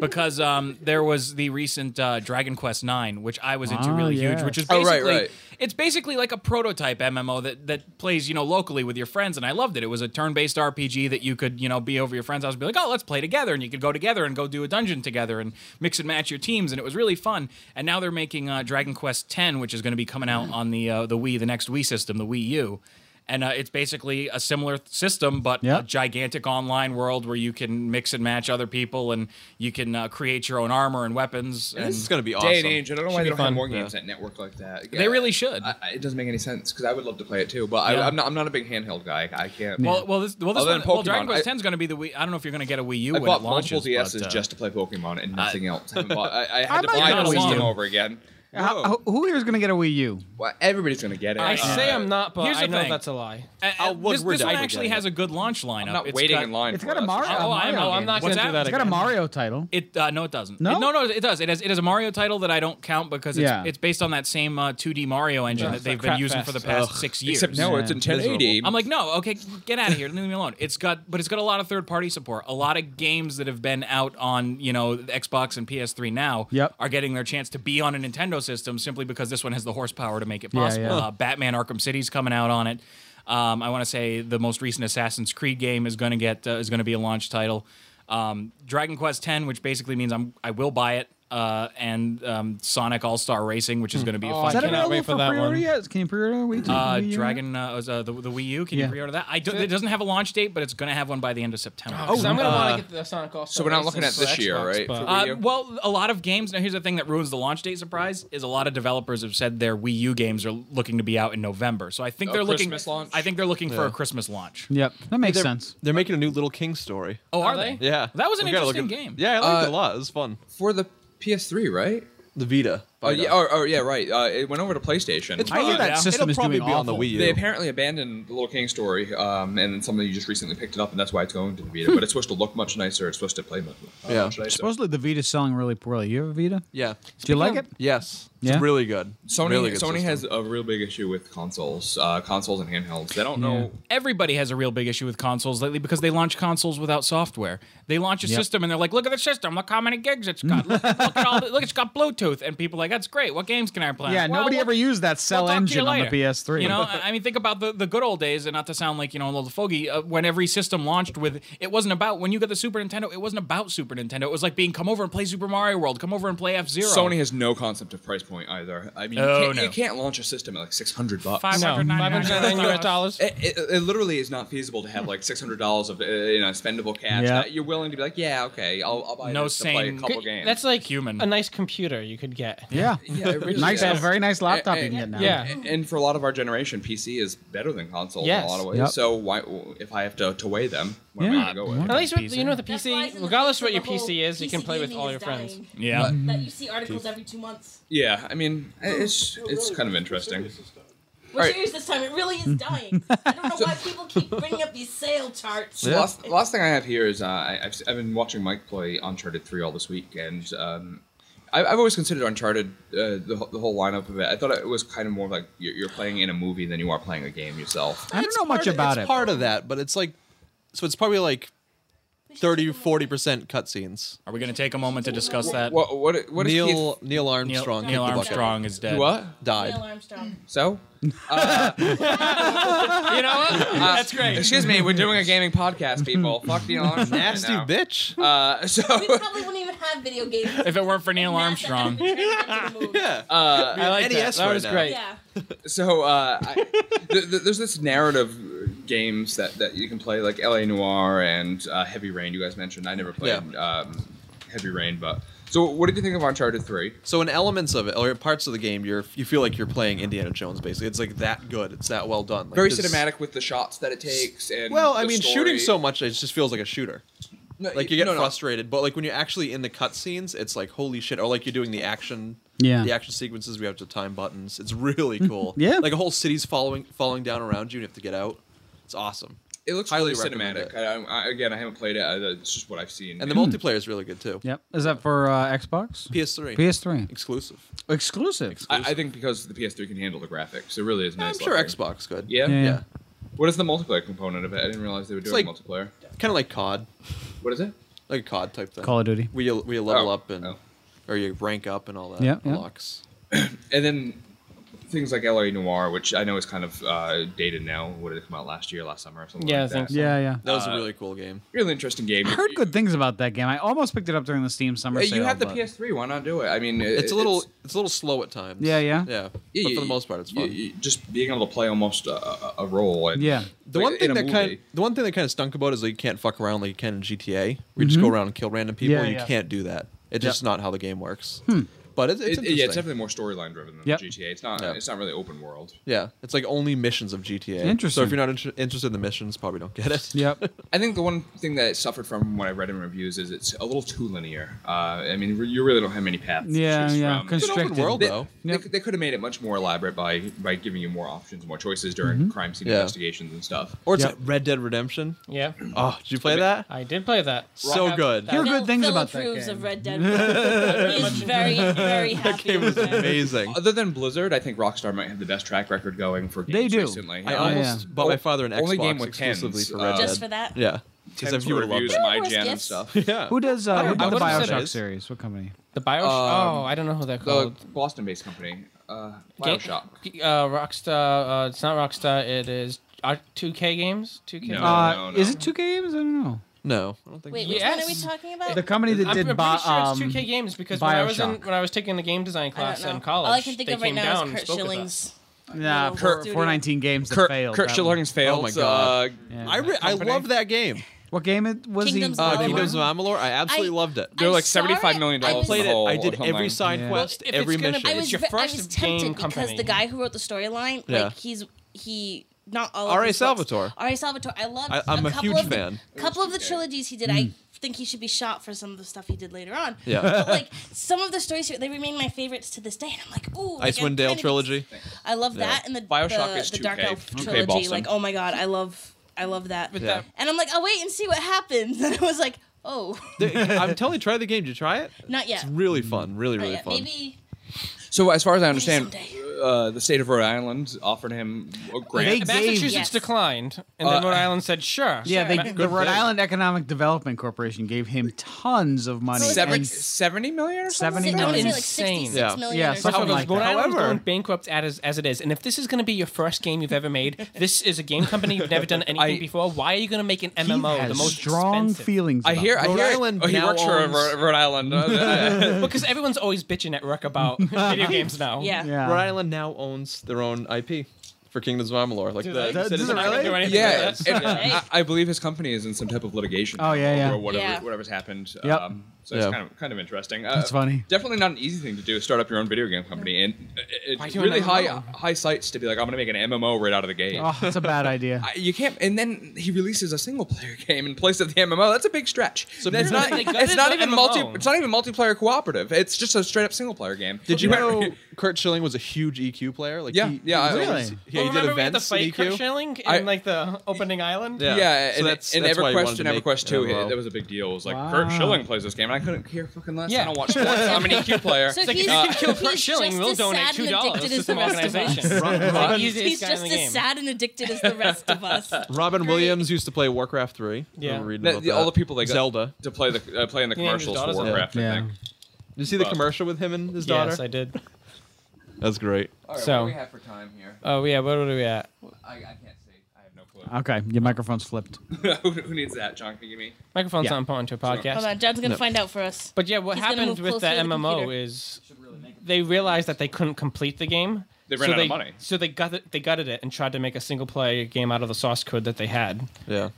Speaker 7: because um, there was the recent uh, Dragon Quest IX, which I was into
Speaker 3: Ah,
Speaker 7: really
Speaker 3: yeah.
Speaker 7: huge, which is
Speaker 2: Oh,
Speaker 7: basically
Speaker 2: right, right.
Speaker 7: it's basically like a prototype MMO that that plays you know locally with your friends, and I loved it. It was a turn-based RPG that you could you know be over your friends' house, and be like, oh, let's play together, and you could go together and go do a dungeon together and mix and match your teams, and it was really fun. And now they're making uh, Dragon Quest X, which is going to be coming out on the uh, the Wii, the next Wii system, the Wii U. And uh, it's basically a similar th- system, but
Speaker 3: Yep.
Speaker 7: a gigantic online world where you can mix and match other people and you can uh, create your own armor and weapons. And
Speaker 6: This is gonna be awesome.
Speaker 2: Day and age, I don't know why
Speaker 5: Should be
Speaker 2: they don't have
Speaker 5: fun.
Speaker 2: more games that network like that.
Speaker 7: They really should.
Speaker 2: I, I- it doesn't make any sense because I would love to play it too, but
Speaker 7: Yeah.
Speaker 2: I, I'm, not, I'm not a big handheld guy. I can't.
Speaker 7: [laughs] well, well, this, well, this
Speaker 2: Other
Speaker 7: one,
Speaker 2: than
Speaker 7: well, Dragon
Speaker 2: Pokemon,
Speaker 7: Quest
Speaker 2: I-
Speaker 7: X is going to be the. Wii, I don't know if you're going to get a Wii U
Speaker 2: I
Speaker 7: when
Speaker 2: bought
Speaker 7: it launches.
Speaker 2: multiple DSs
Speaker 7: but, uh,
Speaker 2: just to play Pokemon and nothing else. I, haven't bought, I, I
Speaker 3: I
Speaker 2: had to
Speaker 3: might
Speaker 2: buy
Speaker 3: get
Speaker 2: the
Speaker 3: a Wii
Speaker 2: Wii
Speaker 3: U.
Speaker 2: game over again.
Speaker 3: How- how- who here is going to get a Wii U?
Speaker 2: Well, everybody's gonna get it.
Speaker 5: I
Speaker 2: Uh,
Speaker 5: say I'm not, but
Speaker 7: here's the
Speaker 5: I know
Speaker 7: thing.
Speaker 5: that's a lie.
Speaker 7: uh,
Speaker 6: I'll- we're-
Speaker 7: this
Speaker 6: we're
Speaker 7: this one
Speaker 6: definitely
Speaker 7: actually
Speaker 6: getting
Speaker 7: has a good launch lineup.
Speaker 2: I'm not
Speaker 7: It's
Speaker 2: waiting
Speaker 7: got-
Speaker 2: in line.
Speaker 3: It's
Speaker 2: for
Speaker 3: got a
Speaker 2: it.
Speaker 3: Mario.
Speaker 7: Oh,
Speaker 3: a
Speaker 7: I
Speaker 3: Mario
Speaker 7: know, I'm
Speaker 3: game.
Speaker 7: not
Speaker 3: What's
Speaker 7: gonna do that
Speaker 3: It's got a
Speaker 7: again.
Speaker 3: Mario title.
Speaker 7: It uh, no, it doesn't.
Speaker 3: No?
Speaker 7: It- no, no, it does. It has it has a Mario title that I don't count because it's,
Speaker 3: Yeah.
Speaker 7: it's based on that same uh, 2D Mario engine
Speaker 5: Yeah,
Speaker 7: that
Speaker 5: it's
Speaker 7: they've
Speaker 5: a
Speaker 7: been
Speaker 5: crap
Speaker 7: using
Speaker 5: fest.
Speaker 7: for the past six years.
Speaker 2: Except no, it's in 1080.
Speaker 7: I'm like, no, okay, get out of here, leave me alone. It's got, but it's got a lot of third party support. A lot of games that have been out on, you know, the Xbox and PS3 now
Speaker 3: Yep.
Speaker 7: are getting their chance to be on a Nintendo system simply because this one has the horsepower to make it
Speaker 3: Yeah,
Speaker 7: possible.
Speaker 3: yeah.
Speaker 7: Uh, Batman Arkham City's coming out on it. Um, I want to say the most recent Assassin's Creed game is going to get uh, is going to be a launch title. Um, Dragon Quest X, which basically means I'm I will buy it, uh, and um, Sonic All Star Racing, which is going to be a
Speaker 5: I
Speaker 7: fun
Speaker 3: Oh, Is that
Speaker 7: game.
Speaker 5: cannot
Speaker 3: available
Speaker 5: wait for
Speaker 3: for
Speaker 5: that
Speaker 3: pre-order
Speaker 5: one.
Speaker 3: yet? Can you pre-order a Wii T-
Speaker 7: Uh,
Speaker 3: Wii U?
Speaker 7: Dragon uh, was, uh, the, the Wii U. Can
Speaker 3: Yeah.
Speaker 7: you pre-order that? I don't, it doesn't have a launch date, but it's going to have one by the end of September.
Speaker 5: Oh, I'm gonna want to get the Sonic All
Speaker 2: So we're not looking at this year, right? For Wii
Speaker 7: Uh,
Speaker 2: U?
Speaker 7: well, a lot of games. Now, here's the thing that ruins the launch date surprise: is a lot of developers have said their Wii U games are looking to be out in November. So I think
Speaker 2: A
Speaker 7: they're looking.
Speaker 2: Oh, Christmas launch?
Speaker 7: I think they're looking for a Christmas launch.
Speaker 3: Yep, that makes
Speaker 6: They're-
Speaker 3: sense.
Speaker 6: They're making a new Little King story.
Speaker 7: Oh, are,
Speaker 5: Are
Speaker 7: they?
Speaker 5: they?
Speaker 6: Yeah,
Speaker 7: That was an
Speaker 6: We gotta look
Speaker 7: interesting
Speaker 6: at-
Speaker 7: game.
Speaker 6: Yeah, I liked it
Speaker 2: Uh,
Speaker 6: a lot. It was fun.
Speaker 2: for the PS3, right?
Speaker 6: The Vita.
Speaker 2: Oh yeah, oh, oh yeah, right. Uh, it went over to PlayStation.
Speaker 6: It's
Speaker 3: I hear
Speaker 6: fun.
Speaker 3: that system
Speaker 6: It'll
Speaker 3: is
Speaker 6: probably
Speaker 3: doing
Speaker 6: be on the
Speaker 3: awful.
Speaker 6: Wii U.
Speaker 2: They apparently abandoned the Little King story, um, and somebody just recently picked it up, and that's why it's going to the Vita. but it's supposed to look much nicer. It's supposed to play much, uh,
Speaker 6: Yeah.
Speaker 2: much nicer.
Speaker 3: Supposedly the Vita's selling really poorly. You have a Vita?
Speaker 6: yeah.
Speaker 3: Do you like it?
Speaker 6: Yes.
Speaker 3: Yeah?
Speaker 6: It's really good.
Speaker 2: Sony,
Speaker 6: really
Speaker 2: Sony
Speaker 6: good system.
Speaker 2: has a real big issue with consoles, uh, consoles and handhelds. They don't know.
Speaker 7: Everybody has a real big issue with consoles lately because they launch consoles without software. They launch a
Speaker 3: Yep.
Speaker 7: system and they're like, "Look at the system! Look how many gigs it's
Speaker 3: [laughs]
Speaker 7: got! look, look at all! The, look, it's got Bluetooth!" And people are like, "That's great! What games can I play?"
Speaker 3: Yeah,
Speaker 7: Well,
Speaker 3: nobody
Speaker 7: what-
Speaker 3: ever used that cell
Speaker 7: We'll talk to
Speaker 3: engine
Speaker 7: you
Speaker 3: on the
Speaker 7: later.
Speaker 3: PS3.
Speaker 7: You know,
Speaker 3: [laughs]
Speaker 7: I I mean, think about the, the good old days, and not to sound like you know a little fogey. Uh, when every system launched with, it wasn't about when you got the Super Nintendo. It wasn't about Super Nintendo. It was like being come over and play Super Mario World, come over and play F Zero.
Speaker 2: Sony has no concept of price point either. I mean,
Speaker 7: Oh,
Speaker 2: you, can't,
Speaker 7: no.
Speaker 2: you can't launch a system at like six hundred bucks.
Speaker 7: five
Speaker 5: No,
Speaker 7: hundred ninety nine
Speaker 5: 599 US dollars.
Speaker 2: It, it, it literally is not feasible to have like six hundred dollars of uh, you know spendable cash.
Speaker 3: Yeah.
Speaker 2: That you're willing to be like, yeah, okay, I'll, I'll buy
Speaker 7: No
Speaker 2: this to play a
Speaker 7: sane-
Speaker 2: couple games.
Speaker 5: That's like
Speaker 7: Human.
Speaker 5: a nice computer you could get.
Speaker 7: [laughs]
Speaker 3: yeah.
Speaker 2: Yeah, it really
Speaker 3: [laughs] nice,
Speaker 2: is.
Speaker 3: a very nice laptop you can get now.
Speaker 5: Yeah.
Speaker 2: And, and for a lot of our generation, PC is better than consoles in
Speaker 5: Yes.
Speaker 2: a lot of ways.
Speaker 3: Yep.
Speaker 2: So why, if I have to, to weigh them, what am I
Speaker 3: Yeah.
Speaker 2: gonna go with?
Speaker 5: At least with,
Speaker 7: PC.
Speaker 5: you know with the
Speaker 4: That's why it's
Speaker 5: PC,
Speaker 4: in the
Speaker 5: regardless
Speaker 4: face
Speaker 5: of what your
Speaker 4: of the whole
Speaker 5: PC is, you can
Speaker 4: PC
Speaker 5: play with
Speaker 4: gaming
Speaker 5: all
Speaker 4: is
Speaker 5: your friends.
Speaker 4: dying.
Speaker 7: Yeah.
Speaker 4: That you see articles every two months.
Speaker 2: Yeah, I mean, it's it's kind of interesting.
Speaker 4: We're
Speaker 2: All right.
Speaker 4: serious this time. It really is
Speaker 5: [laughs]
Speaker 4: dying. I don't know why people keep bringing up these sale charts.
Speaker 2: So last, last thing I have here is uh, I, I've, s- I've been watching Mike play Uncharted 3 all this week, and um, I, I've always considered Uncharted, uh, the, wh- the whole lineup of it, I thought it was kind of more like you're, you're playing in a movie than you are playing a game yourself.
Speaker 3: I don't
Speaker 6: It's
Speaker 3: know much
Speaker 6: part of-
Speaker 3: about
Speaker 6: it's
Speaker 3: it.
Speaker 6: part of that, but it's like, so it's probably like 30, 40 percent cutscenes.
Speaker 7: Are we going to take a moment to discuss that?
Speaker 2: What, what, what is
Speaker 6: Neil
Speaker 2: Keith-
Speaker 6: Neil
Speaker 7: Neil,
Speaker 6: Armstrong.
Speaker 7: Neil
Speaker 6: kicked the bucket.
Speaker 7: Armstrong is dead.
Speaker 2: What?
Speaker 6: died?
Speaker 4: Neil Armstrong.
Speaker 2: So?
Speaker 7: You know what?
Speaker 2: That's great. Uh, Excuse me, we're doing a gaming podcast, people. Fuck Neil Armstrong.
Speaker 6: Nasty
Speaker 2: now.
Speaker 6: bitch.
Speaker 2: Uh, [laughs] so,
Speaker 4: We probably wouldn't even have video
Speaker 5: [laughs]
Speaker 4: games.
Speaker 7: If it weren't for Neil Armstrong.
Speaker 6: yeah.
Speaker 7: I like that.
Speaker 6: NES
Speaker 7: That
Speaker 6: right
Speaker 7: was
Speaker 6: now.
Speaker 7: great.
Speaker 4: Yeah.
Speaker 2: so uh,
Speaker 6: [laughs]
Speaker 2: I, th- th- there's this narrative games that, that you can play like la noir and uh, heavy rain you guys mentioned i never played um, heavy rain but so what did you think of uncharted 3
Speaker 6: So in elements of it or parts of the game, you're you feel like you're playing Indiana Jones. Basically, it's like that good. It's that well done. Like,
Speaker 2: very
Speaker 6: this-
Speaker 2: cinematic with the shots that it takes and
Speaker 6: Well, I
Speaker 2: the
Speaker 6: mean,
Speaker 2: story.
Speaker 6: shooting so much, it just feels like a shooter.
Speaker 2: No,
Speaker 6: Like you get
Speaker 2: no, no.
Speaker 6: frustrated, but like when you're actually in the cutscenes, it's like holy shit. Or like you're doing the action,
Speaker 3: Yeah. Mm-hmm.
Speaker 6: the action sequences. We have to time buttons. It's really cool.
Speaker 3: Yeah.
Speaker 6: like a whole city's following falling down around you, and you have to get out. It's awesome.
Speaker 2: it looks
Speaker 6: Highly
Speaker 2: highly
Speaker 6: recommend
Speaker 2: cinematic
Speaker 6: it.
Speaker 2: I, I, again i haven't played it I, it's just what i've seen
Speaker 6: And the
Speaker 3: Mm.
Speaker 6: multiplayer is really good too.
Speaker 3: Yep. Is that for uh, Xbox?
Speaker 6: PS3
Speaker 3: PS3.
Speaker 6: exclusive.
Speaker 3: Exclusive.
Speaker 2: I, I think because the ps3 can handle the graphics it really is nice
Speaker 6: I'm sure
Speaker 2: looking.
Speaker 6: Xbox could.
Speaker 2: yeah?
Speaker 3: Yeah.
Speaker 2: what is the multiplayer component of it i didn't realize they were doing
Speaker 6: like-
Speaker 2: multiplayer
Speaker 6: kind of like COD,
Speaker 2: what is it
Speaker 6: like a COD type thing.
Speaker 3: Call of Duty.
Speaker 6: We we level
Speaker 2: Oh.
Speaker 6: up and
Speaker 2: Oh.
Speaker 6: or you rank up and all that.
Speaker 3: Yeah, yeah.
Speaker 6: unlocks.
Speaker 2: and then things like LA Noir, which I know is kind of uh, dated now. What did it come out last year, last summer, or something?
Speaker 5: Yeah,
Speaker 2: like
Speaker 5: I think
Speaker 2: that.
Speaker 5: so.
Speaker 3: Yeah, yeah.
Speaker 6: That was a really
Speaker 2: Uh,
Speaker 6: cool game.
Speaker 2: Really interesting game.
Speaker 3: I heard good things about that game. I almost picked it up during the Steam summer
Speaker 2: You,
Speaker 3: sale.
Speaker 2: you have the
Speaker 3: but-
Speaker 2: PS3. Why not do it? I mean, it-
Speaker 6: It's a little it's, a little slow at times.
Speaker 3: Yeah, yeah.
Speaker 6: yeah.
Speaker 2: yeah,
Speaker 6: but
Speaker 2: you-
Speaker 6: for the most part, it's
Speaker 2: you-
Speaker 6: fun.
Speaker 2: you- just being able to play almost a, a, a role. And
Speaker 3: Yeah.
Speaker 6: the
Speaker 2: like,
Speaker 6: one thing
Speaker 2: in a
Speaker 6: that kind
Speaker 2: movie.
Speaker 6: the one thing that kind of stunk about is that you can't fuck around like you can in GTA. We just Mm-hmm. go around and kill random people.
Speaker 3: Yeah,
Speaker 6: you
Speaker 3: yeah.
Speaker 6: can't do that. It's
Speaker 3: Yeah.
Speaker 6: just not how the game works. But it's,
Speaker 2: It- it-
Speaker 6: it's
Speaker 2: yeah, it's
Speaker 6: interesting.
Speaker 2: definitely more storyline driven than
Speaker 3: Yep.
Speaker 2: GTA. It's not.
Speaker 6: Yeah.
Speaker 2: It's not really open world.
Speaker 6: yeah, it's like only missions of GTA. So
Speaker 3: Interesting.
Speaker 6: if you're not inter- interested in the missions, probably don't get it.
Speaker 3: Yep.
Speaker 2: I think the one thing that it suffered from what I read in reviews is it's a little too linear. Uh, I mean, re- you really don't have many paths. to
Speaker 3: Yeah,
Speaker 2: choose
Speaker 3: yeah.
Speaker 2: from.
Speaker 6: It's an open
Speaker 3: Restricted.
Speaker 6: world
Speaker 2: They,
Speaker 6: though.
Speaker 2: they
Speaker 3: Yep.
Speaker 2: c- they could have made it much more elaborate by by giving you more options, more choices during
Speaker 3: Mm-hmm.
Speaker 2: crime scene
Speaker 6: Yeah.
Speaker 2: investigations and stuff.
Speaker 6: Or it's
Speaker 3: Yep.
Speaker 6: like Red Dead Redemption.
Speaker 5: Yeah,
Speaker 6: Oh, did you play that?
Speaker 5: I did play that.
Speaker 6: So
Speaker 5: Rock-
Speaker 6: good.
Speaker 5: that-
Speaker 3: You're- good things
Speaker 4: Phil
Speaker 3: about that
Speaker 4: approves
Speaker 3: game. [laughs]
Speaker 4: of Red Dead. He's very, very happy.
Speaker 6: That game was
Speaker 4: with it.
Speaker 6: [laughs] [laughs] amazing.
Speaker 2: Other than Blizzard, I think Rockstar might have the best track record going for games
Speaker 3: They do.
Speaker 2: recently.
Speaker 6: I
Speaker 2: Uh,
Speaker 6: almost
Speaker 3: yeah.
Speaker 6: bought my father an
Speaker 2: Only
Speaker 6: Xbox
Speaker 2: game with
Speaker 6: exclusively
Speaker 2: tens,
Speaker 6: for Red
Speaker 2: uh,
Speaker 6: Dead.
Speaker 4: Just for that.
Speaker 6: yeah,
Speaker 2: tens
Speaker 6: because if you would have loved
Speaker 2: reviews,
Speaker 6: that.
Speaker 2: my
Speaker 4: Everyone
Speaker 2: jam and
Speaker 4: gifts.
Speaker 2: stuff. [laughs]
Speaker 6: Yeah.
Speaker 3: Who does uh,
Speaker 5: don't know
Speaker 3: the
Speaker 5: what it
Speaker 3: Bioshock
Speaker 6: is.
Speaker 3: series? What company?
Speaker 5: The Bioshock. Oh, I don't know who they're
Speaker 2: The
Speaker 5: called.
Speaker 2: Boston-based company, uh,
Speaker 5: Ga-
Speaker 2: Bioshock.
Speaker 5: Uh, Rockstar. Uh, it's not Rockstar. It is uh, 2K games. 2K.
Speaker 2: No.
Speaker 5: Uh,
Speaker 3: uh,
Speaker 2: no.
Speaker 3: Is it two games? I don't know.
Speaker 6: No, I don't think.
Speaker 4: Wait,
Speaker 6: so.
Speaker 4: which one are we
Speaker 5: Yes.
Speaker 4: talking about?
Speaker 3: The company that
Speaker 5: I'm,
Speaker 3: did
Speaker 5: I'm
Speaker 3: Bi-
Speaker 5: pretty sure it's
Speaker 3: um,
Speaker 5: 2K games because when I was in
Speaker 3: Bioshock.
Speaker 5: when I was taking the game design
Speaker 4: I
Speaker 5: class
Speaker 4: don't know.
Speaker 5: in college,
Speaker 4: All I can think
Speaker 5: they
Speaker 4: of right
Speaker 5: came
Speaker 4: now
Speaker 5: down
Speaker 4: is
Speaker 5: and
Speaker 4: Kurt
Speaker 5: spoke with us.
Speaker 4: Schilling's.
Speaker 3: Nah,
Speaker 4: Little
Speaker 2: Kurt-
Speaker 4: studio.
Speaker 3: 419 games that
Speaker 2: Kurt,
Speaker 3: failed.
Speaker 2: Kurt
Speaker 3: that one.
Speaker 2: Schilling's failed.
Speaker 6: Oh my God.
Speaker 2: Uh,
Speaker 3: Yeah.
Speaker 6: I, re- I
Speaker 5: Company.
Speaker 6: love that game.
Speaker 3: What game it was
Speaker 4: Kingdoms
Speaker 3: he?
Speaker 4: of
Speaker 6: Uh,
Speaker 4: Oh,
Speaker 6: Kingdoms of
Speaker 4: wow.
Speaker 6: Amalur. I absolutely
Speaker 4: I-
Speaker 6: loved it.
Speaker 2: They're
Speaker 4: I
Speaker 2: like
Speaker 4: saw it.
Speaker 2: $75 million
Speaker 4: I
Speaker 6: I
Speaker 2: dollars.
Speaker 4: was-
Speaker 6: played it.
Speaker 2: Oh,
Speaker 6: I did
Speaker 2: hold
Speaker 6: every
Speaker 2: on.
Speaker 6: side
Speaker 3: Yeah.
Speaker 6: quest,
Speaker 5: Well, if it's
Speaker 6: every
Speaker 5: gonna-
Speaker 6: mission.
Speaker 4: I
Speaker 5: It's
Speaker 4: was,
Speaker 5: your
Speaker 4: ve- I
Speaker 5: first
Speaker 4: was
Speaker 5: game
Speaker 4: tempted because
Speaker 5: company.
Speaker 4: the guy who wrote the storyline,
Speaker 6: Yeah.
Speaker 4: like he's he not all of
Speaker 6: R.A.
Speaker 4: his books-
Speaker 6: Salvatore.
Speaker 4: R.A. Salvatore. I love.
Speaker 6: I- I'm a
Speaker 4: couple
Speaker 6: huge
Speaker 4: of the-
Speaker 6: fan. Mm.
Speaker 4: Couple of the trilogies he did, I think he should be shot for some of the stuff he did later on.
Speaker 6: yeah, [laughs]
Speaker 4: But like some of the stories, here, they remain my favorites to this day. And I'm like, ooh, like, I'm
Speaker 6: Icewind
Speaker 4: kind
Speaker 6: Dale
Speaker 4: of- [laughs]
Speaker 6: trilogy.
Speaker 4: I love that, and the
Speaker 2: Bioshock
Speaker 4: the,
Speaker 2: is
Speaker 4: the
Speaker 2: 2K.
Speaker 4: Dark Elf
Speaker 2: 2K
Speaker 4: trilogy.
Speaker 2: Boston.
Speaker 4: Like, oh my god, I love, I love that.
Speaker 6: Yeah.
Speaker 4: And I'm like, I'll wait and see what happens. [laughs] And I was like, oh,
Speaker 6: I'm telling you, try the game. Did you try it?
Speaker 4: not yet.
Speaker 6: It's really
Speaker 2: Mm.
Speaker 6: fun. Really,
Speaker 4: Not
Speaker 6: really
Speaker 4: yet.
Speaker 6: fun.
Speaker 4: Oh, Maybe
Speaker 2: So as far as I understand,
Speaker 4: someday.
Speaker 2: uh, the state of Rhode Island offered him a grant.
Speaker 3: They
Speaker 5: Massachusetts
Speaker 4: Yes.
Speaker 5: declined, and then
Speaker 2: Uh,
Speaker 5: Rhode Island said, "Sure."
Speaker 3: Yeah,
Speaker 5: sure.
Speaker 3: they, the Rhode Island Economic Development Corporation gave him tons of money.
Speaker 4: Seven-
Speaker 3: and-
Speaker 2: 70 million or something?
Speaker 4: I
Speaker 3: 70
Speaker 4: want to say
Speaker 3: million.
Speaker 4: like
Speaker 5: Insane.
Speaker 4: 66
Speaker 6: Yeah.
Speaker 4: million
Speaker 3: Yeah,
Speaker 4: or
Speaker 6: Oh,
Speaker 2: Oh
Speaker 3: something
Speaker 4: something.
Speaker 5: Rhode
Speaker 3: like that.
Speaker 5: Island's
Speaker 6: However-
Speaker 5: going bankrupt as, as it is, and if this is going to be your first game you've ever
Speaker 3: [laughs]
Speaker 5: made, this is a game company you've never done anything
Speaker 2: I-
Speaker 5: before. Why are you going to make an
Speaker 3: He
Speaker 5: MMO the
Speaker 3: has
Speaker 5: most
Speaker 3: strong
Speaker 5: expensive?
Speaker 3: feelings.
Speaker 2: I
Speaker 3: about
Speaker 2: hear,
Speaker 3: it.
Speaker 2: I
Speaker 6: Rhode
Speaker 2: hear.
Speaker 6: Island
Speaker 2: oh, he
Speaker 6: now
Speaker 2: works for
Speaker 6: owns-
Speaker 2: Rhode Rhode
Speaker 6: [laughs]
Speaker 2: Island.
Speaker 5: [laughs]
Speaker 2: Oh,
Speaker 5: Because everyone's always bitching at
Speaker 3: [laughs]
Speaker 5: Ruck about video games now.
Speaker 4: Yeah.
Speaker 3: Yeah.
Speaker 6: Rhode Island now owns their own IP for Kingdoms of Amalur. Like the,
Speaker 5: Like,
Speaker 3: Does
Speaker 5: it's
Speaker 3: it
Speaker 5: not gonna
Speaker 3: really?
Speaker 5: do anything
Speaker 2: Yeah,
Speaker 5: with it. [laughs]
Speaker 2: and I, I believe his company is in some type of litigation.
Speaker 3: Oh, yeah, yeah.
Speaker 2: Or whatever,
Speaker 4: Yeah.
Speaker 2: whatever's happened.
Speaker 3: Yep.
Speaker 2: Um, so it's
Speaker 6: Yeah.
Speaker 2: kind of kind of interesting. Uh,
Speaker 3: That's funny.
Speaker 2: Definitely not an easy thing to do. Start up your own video game company, and it-
Speaker 5: Why
Speaker 2: it's
Speaker 5: do an
Speaker 2: really high
Speaker 5: MMO?
Speaker 2: high sights to be like, I'm gonna make an MMO right out of the gate.
Speaker 3: Oh, that's a bad idea.
Speaker 2: [laughs] I- You can't, and then he releases a single player [laughs] game in place of the MMO. That's a big stretch. So it's not, e,
Speaker 5: they gutted
Speaker 2: it's not
Speaker 5: the
Speaker 2: even
Speaker 5: MMO.
Speaker 2: multi, it's not even multiplayer cooperative. It's just a straight up single player game.
Speaker 6: Did you know [laughs] Kurt Schilling was a huge EQ player. Like
Speaker 2: Yeah,
Speaker 6: he,
Speaker 2: yeah, I-
Speaker 6: he was-
Speaker 3: Really?
Speaker 6: yeah, he
Speaker 5: well,
Speaker 6: did
Speaker 5: Oh, remember we had to
Speaker 6: events in E
Speaker 5: fight Kurt
Speaker 6: EQ.
Speaker 5: Schilling in
Speaker 2: I-
Speaker 5: like the opening island.
Speaker 6: Yeah.
Speaker 2: Yeah,
Speaker 6: So
Speaker 2: and,
Speaker 6: that's-
Speaker 2: and
Speaker 6: that's why
Speaker 2: EverQuest
Speaker 6: he wanted to
Speaker 2: and
Speaker 6: make
Speaker 2: EverQuest
Speaker 6: it
Speaker 2: two,
Speaker 6: an MMO.
Speaker 2: it, that was a big deal. It was like
Speaker 3: Wow.
Speaker 2: Kurt Schilling plays this game, and I couldn't care fucking less.
Speaker 5: Yeah.
Speaker 2: I don't watch
Speaker 5: [laughs]
Speaker 2: sports. I'm an EQ player.
Speaker 4: So
Speaker 5: It's like, if
Speaker 4: he's,
Speaker 5: you can kill
Speaker 4: he's
Speaker 5: Kurt Schilling,
Speaker 4: just
Speaker 5: we'll
Speaker 4: as
Speaker 5: donate
Speaker 4: sad
Speaker 5: two
Speaker 4: and
Speaker 5: dollars
Speaker 4: addicted
Speaker 5: to
Speaker 4: as
Speaker 5: some
Speaker 4: the rest of us.
Speaker 5: organization.
Speaker 4: [laughs]
Speaker 5: It's the easiest
Speaker 4: He's
Speaker 5: guy in
Speaker 4: just
Speaker 5: the
Speaker 4: as
Speaker 5: game.
Speaker 4: sad and addicted as the rest of
Speaker 5: [laughs]
Speaker 4: us.
Speaker 6: Robin
Speaker 4: Great.
Speaker 6: Williams used to play Warcraft three.
Speaker 5: Yeah.
Speaker 6: Remember reading
Speaker 2: That-
Speaker 6: about
Speaker 2: the- all
Speaker 6: that.
Speaker 2: the people they got
Speaker 6: Zelda.
Speaker 2: to play the uh, play in the
Speaker 5: Yeah, and his
Speaker 2: commercials for
Speaker 5: daughter's in it.
Speaker 2: Warcraft. I
Speaker 3: Yeah.
Speaker 2: think.
Speaker 6: Did you see the
Speaker 2: But-
Speaker 6: commercial with him and his daughter?
Speaker 5: Yes, I did.
Speaker 6: That's great.
Speaker 2: All right,
Speaker 5: So-
Speaker 2: what do we have for time here?
Speaker 5: Oh yeah, what are we at?
Speaker 2: I, I can't see. I have no clue.
Speaker 3: Okay, your microphone's flipped.
Speaker 2: [laughs] who, who needs that, John? Can you give me?
Speaker 5: Microphone's
Speaker 3: Yeah.
Speaker 5: on point to a podcast.
Speaker 4: Hold on, John's gonna find out for us.
Speaker 5: But yeah, what
Speaker 4: He's gonna
Speaker 5: happened
Speaker 4: move
Speaker 5: with the
Speaker 4: closer to the
Speaker 5: MMO
Speaker 4: computer.
Speaker 5: is they realized that they couldn't complete the game.
Speaker 2: They ran
Speaker 5: so
Speaker 2: out of
Speaker 5: they,
Speaker 2: money.
Speaker 5: So they gutted, they gutted it and tried to make a single player game out of the source code that they had.
Speaker 6: Yeah.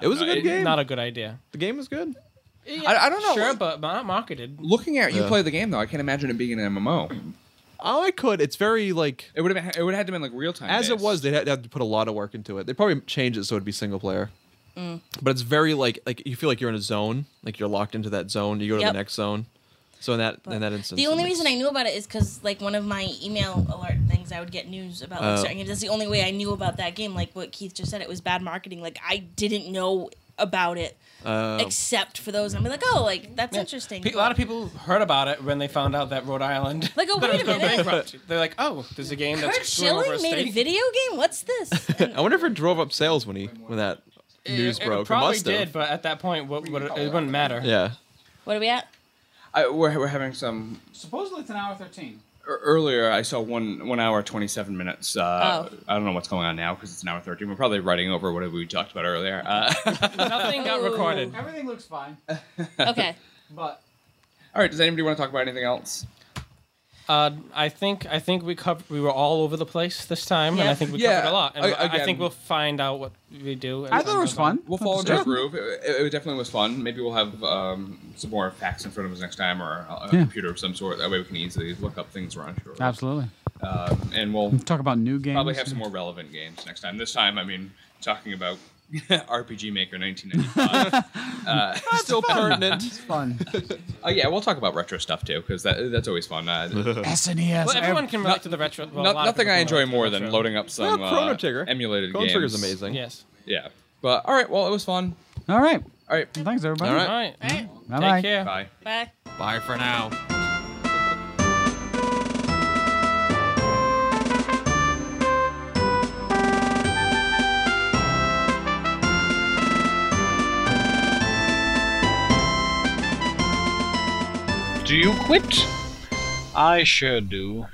Speaker 6: It was a
Speaker 2: know.
Speaker 6: good
Speaker 2: It-
Speaker 6: game.
Speaker 5: Not a good idea.
Speaker 6: the game was good.
Speaker 2: I, I don't know.
Speaker 5: Sure, but not marketed.
Speaker 2: Looking at you
Speaker 6: Yeah.
Speaker 2: play the game though, I can't imagine it being an MMO.
Speaker 6: Oh, I could. It's very like
Speaker 2: It would have it would have had to been like real time.
Speaker 6: as it was. They'd have- have to put a lot of work into it. They probably changed it so it'd be single player. But it's very like like you feel like you're in a zone. Like you're locked into that zone. You go to
Speaker 4: Yep.
Speaker 6: the next zone. So in that in that instance,
Speaker 4: The
Speaker 6: it
Speaker 4: only
Speaker 6: makes-
Speaker 4: reason I knew about it is because like one of my email alert things, I would get news about like
Speaker 6: Oh.
Speaker 4: certain games. That's the only way I knew about that game. Like what Keith just said, it was bad marketing. Like I didn't know about it
Speaker 6: Oh.
Speaker 4: except for those. I'm like, oh, like that's interesting.
Speaker 5: Pe- A lot of people heard about it when they found out that Rhode Island.
Speaker 4: Like, oh, wait
Speaker 5: that
Speaker 4: a
Speaker 5: it was going
Speaker 4: minute.
Speaker 5: bankrupt. They're like, oh, there's a game
Speaker 4: Kurt
Speaker 5: that's screwing over
Speaker 4: Schilling
Speaker 5: a
Speaker 4: made
Speaker 5: state.
Speaker 4: a video game. What's
Speaker 5: [laughs]
Speaker 4: this?
Speaker 6: I wonder if it drove up sales when he when that news
Speaker 5: It- It
Speaker 6: broke.
Speaker 5: probably
Speaker 6: must have.
Speaker 5: did, but at that point, what, what, it wouldn't matter.
Speaker 6: Yeah.
Speaker 4: what are we at?
Speaker 2: I, we're, we're having some
Speaker 3: Supposedly it's an hour thirteen.
Speaker 2: ear- earlier. I saw one one hour twenty seven minutes. Uh,
Speaker 4: Oh.
Speaker 2: I don't know what's going on now because it's an hour thirteen. We're probably writing over whatever we talked about earlier. Uh, [laughs]
Speaker 5: Nothing got recorded.
Speaker 4: Oh.
Speaker 3: Everything looks fine,
Speaker 5: [laughs]
Speaker 4: Okay.
Speaker 3: but
Speaker 2: all right. Does anybody want to talk about anything else?
Speaker 5: Uh, I think I think we covered. We were all over the place this time, and
Speaker 4: Yeah.
Speaker 5: I think we
Speaker 2: Yeah,
Speaker 5: covered a lot. And
Speaker 2: a-
Speaker 5: I- I
Speaker 2: again.
Speaker 5: think we'll find out what we do.
Speaker 3: I thought it was fun.
Speaker 2: We'll fall into
Speaker 3: Yeah.
Speaker 2: a groove. It, it- it definitely was fun. Maybe we'll have um, some more facts in front of us next time, or a, a
Speaker 3: Yeah.
Speaker 2: computer of some sort. That way we can easily look up things we're unsure. of.
Speaker 3: Absolutely. Mm-hmm.
Speaker 2: Um, and we'll
Speaker 3: Talk about new games.
Speaker 2: probably have some more relevant games next time. This time, I mean, talking about [laughs] RPG Maker 1995.
Speaker 6: Still pertinent.
Speaker 3: fun.
Speaker 2: Oh yeah, we'll talk about retro stuff too, because that, that's always fun.
Speaker 6: [laughs]
Speaker 2: Uh,
Speaker 3: SNES.
Speaker 5: [laughs] Well, everyone can relate
Speaker 2: Not-
Speaker 5: to the retro. Well, a
Speaker 2: no-
Speaker 5: lot of
Speaker 2: nothing
Speaker 5: people
Speaker 2: I
Speaker 5: can
Speaker 2: enjoy
Speaker 5: relate to
Speaker 2: more
Speaker 5: the
Speaker 2: than
Speaker 5: retro.
Speaker 2: loading up some
Speaker 6: well, Chrono
Speaker 2: uh,
Speaker 6: Trigger.
Speaker 2: emulated
Speaker 6: Chrono Trigger's
Speaker 2: games.
Speaker 6: amazing.
Speaker 5: Yes.
Speaker 2: Yeah, but all right. Well, it was fun.
Speaker 3: All right.
Speaker 2: All right,
Speaker 3: Well, Thanks everybody.
Speaker 6: All
Speaker 5: All
Speaker 6: right.
Speaker 5: right.
Speaker 4: All right.
Speaker 3: Bye
Speaker 5: Take care.
Speaker 2: bye.
Speaker 4: Bye.
Speaker 7: Bye for now.
Speaker 1: Do you quit? I sure do.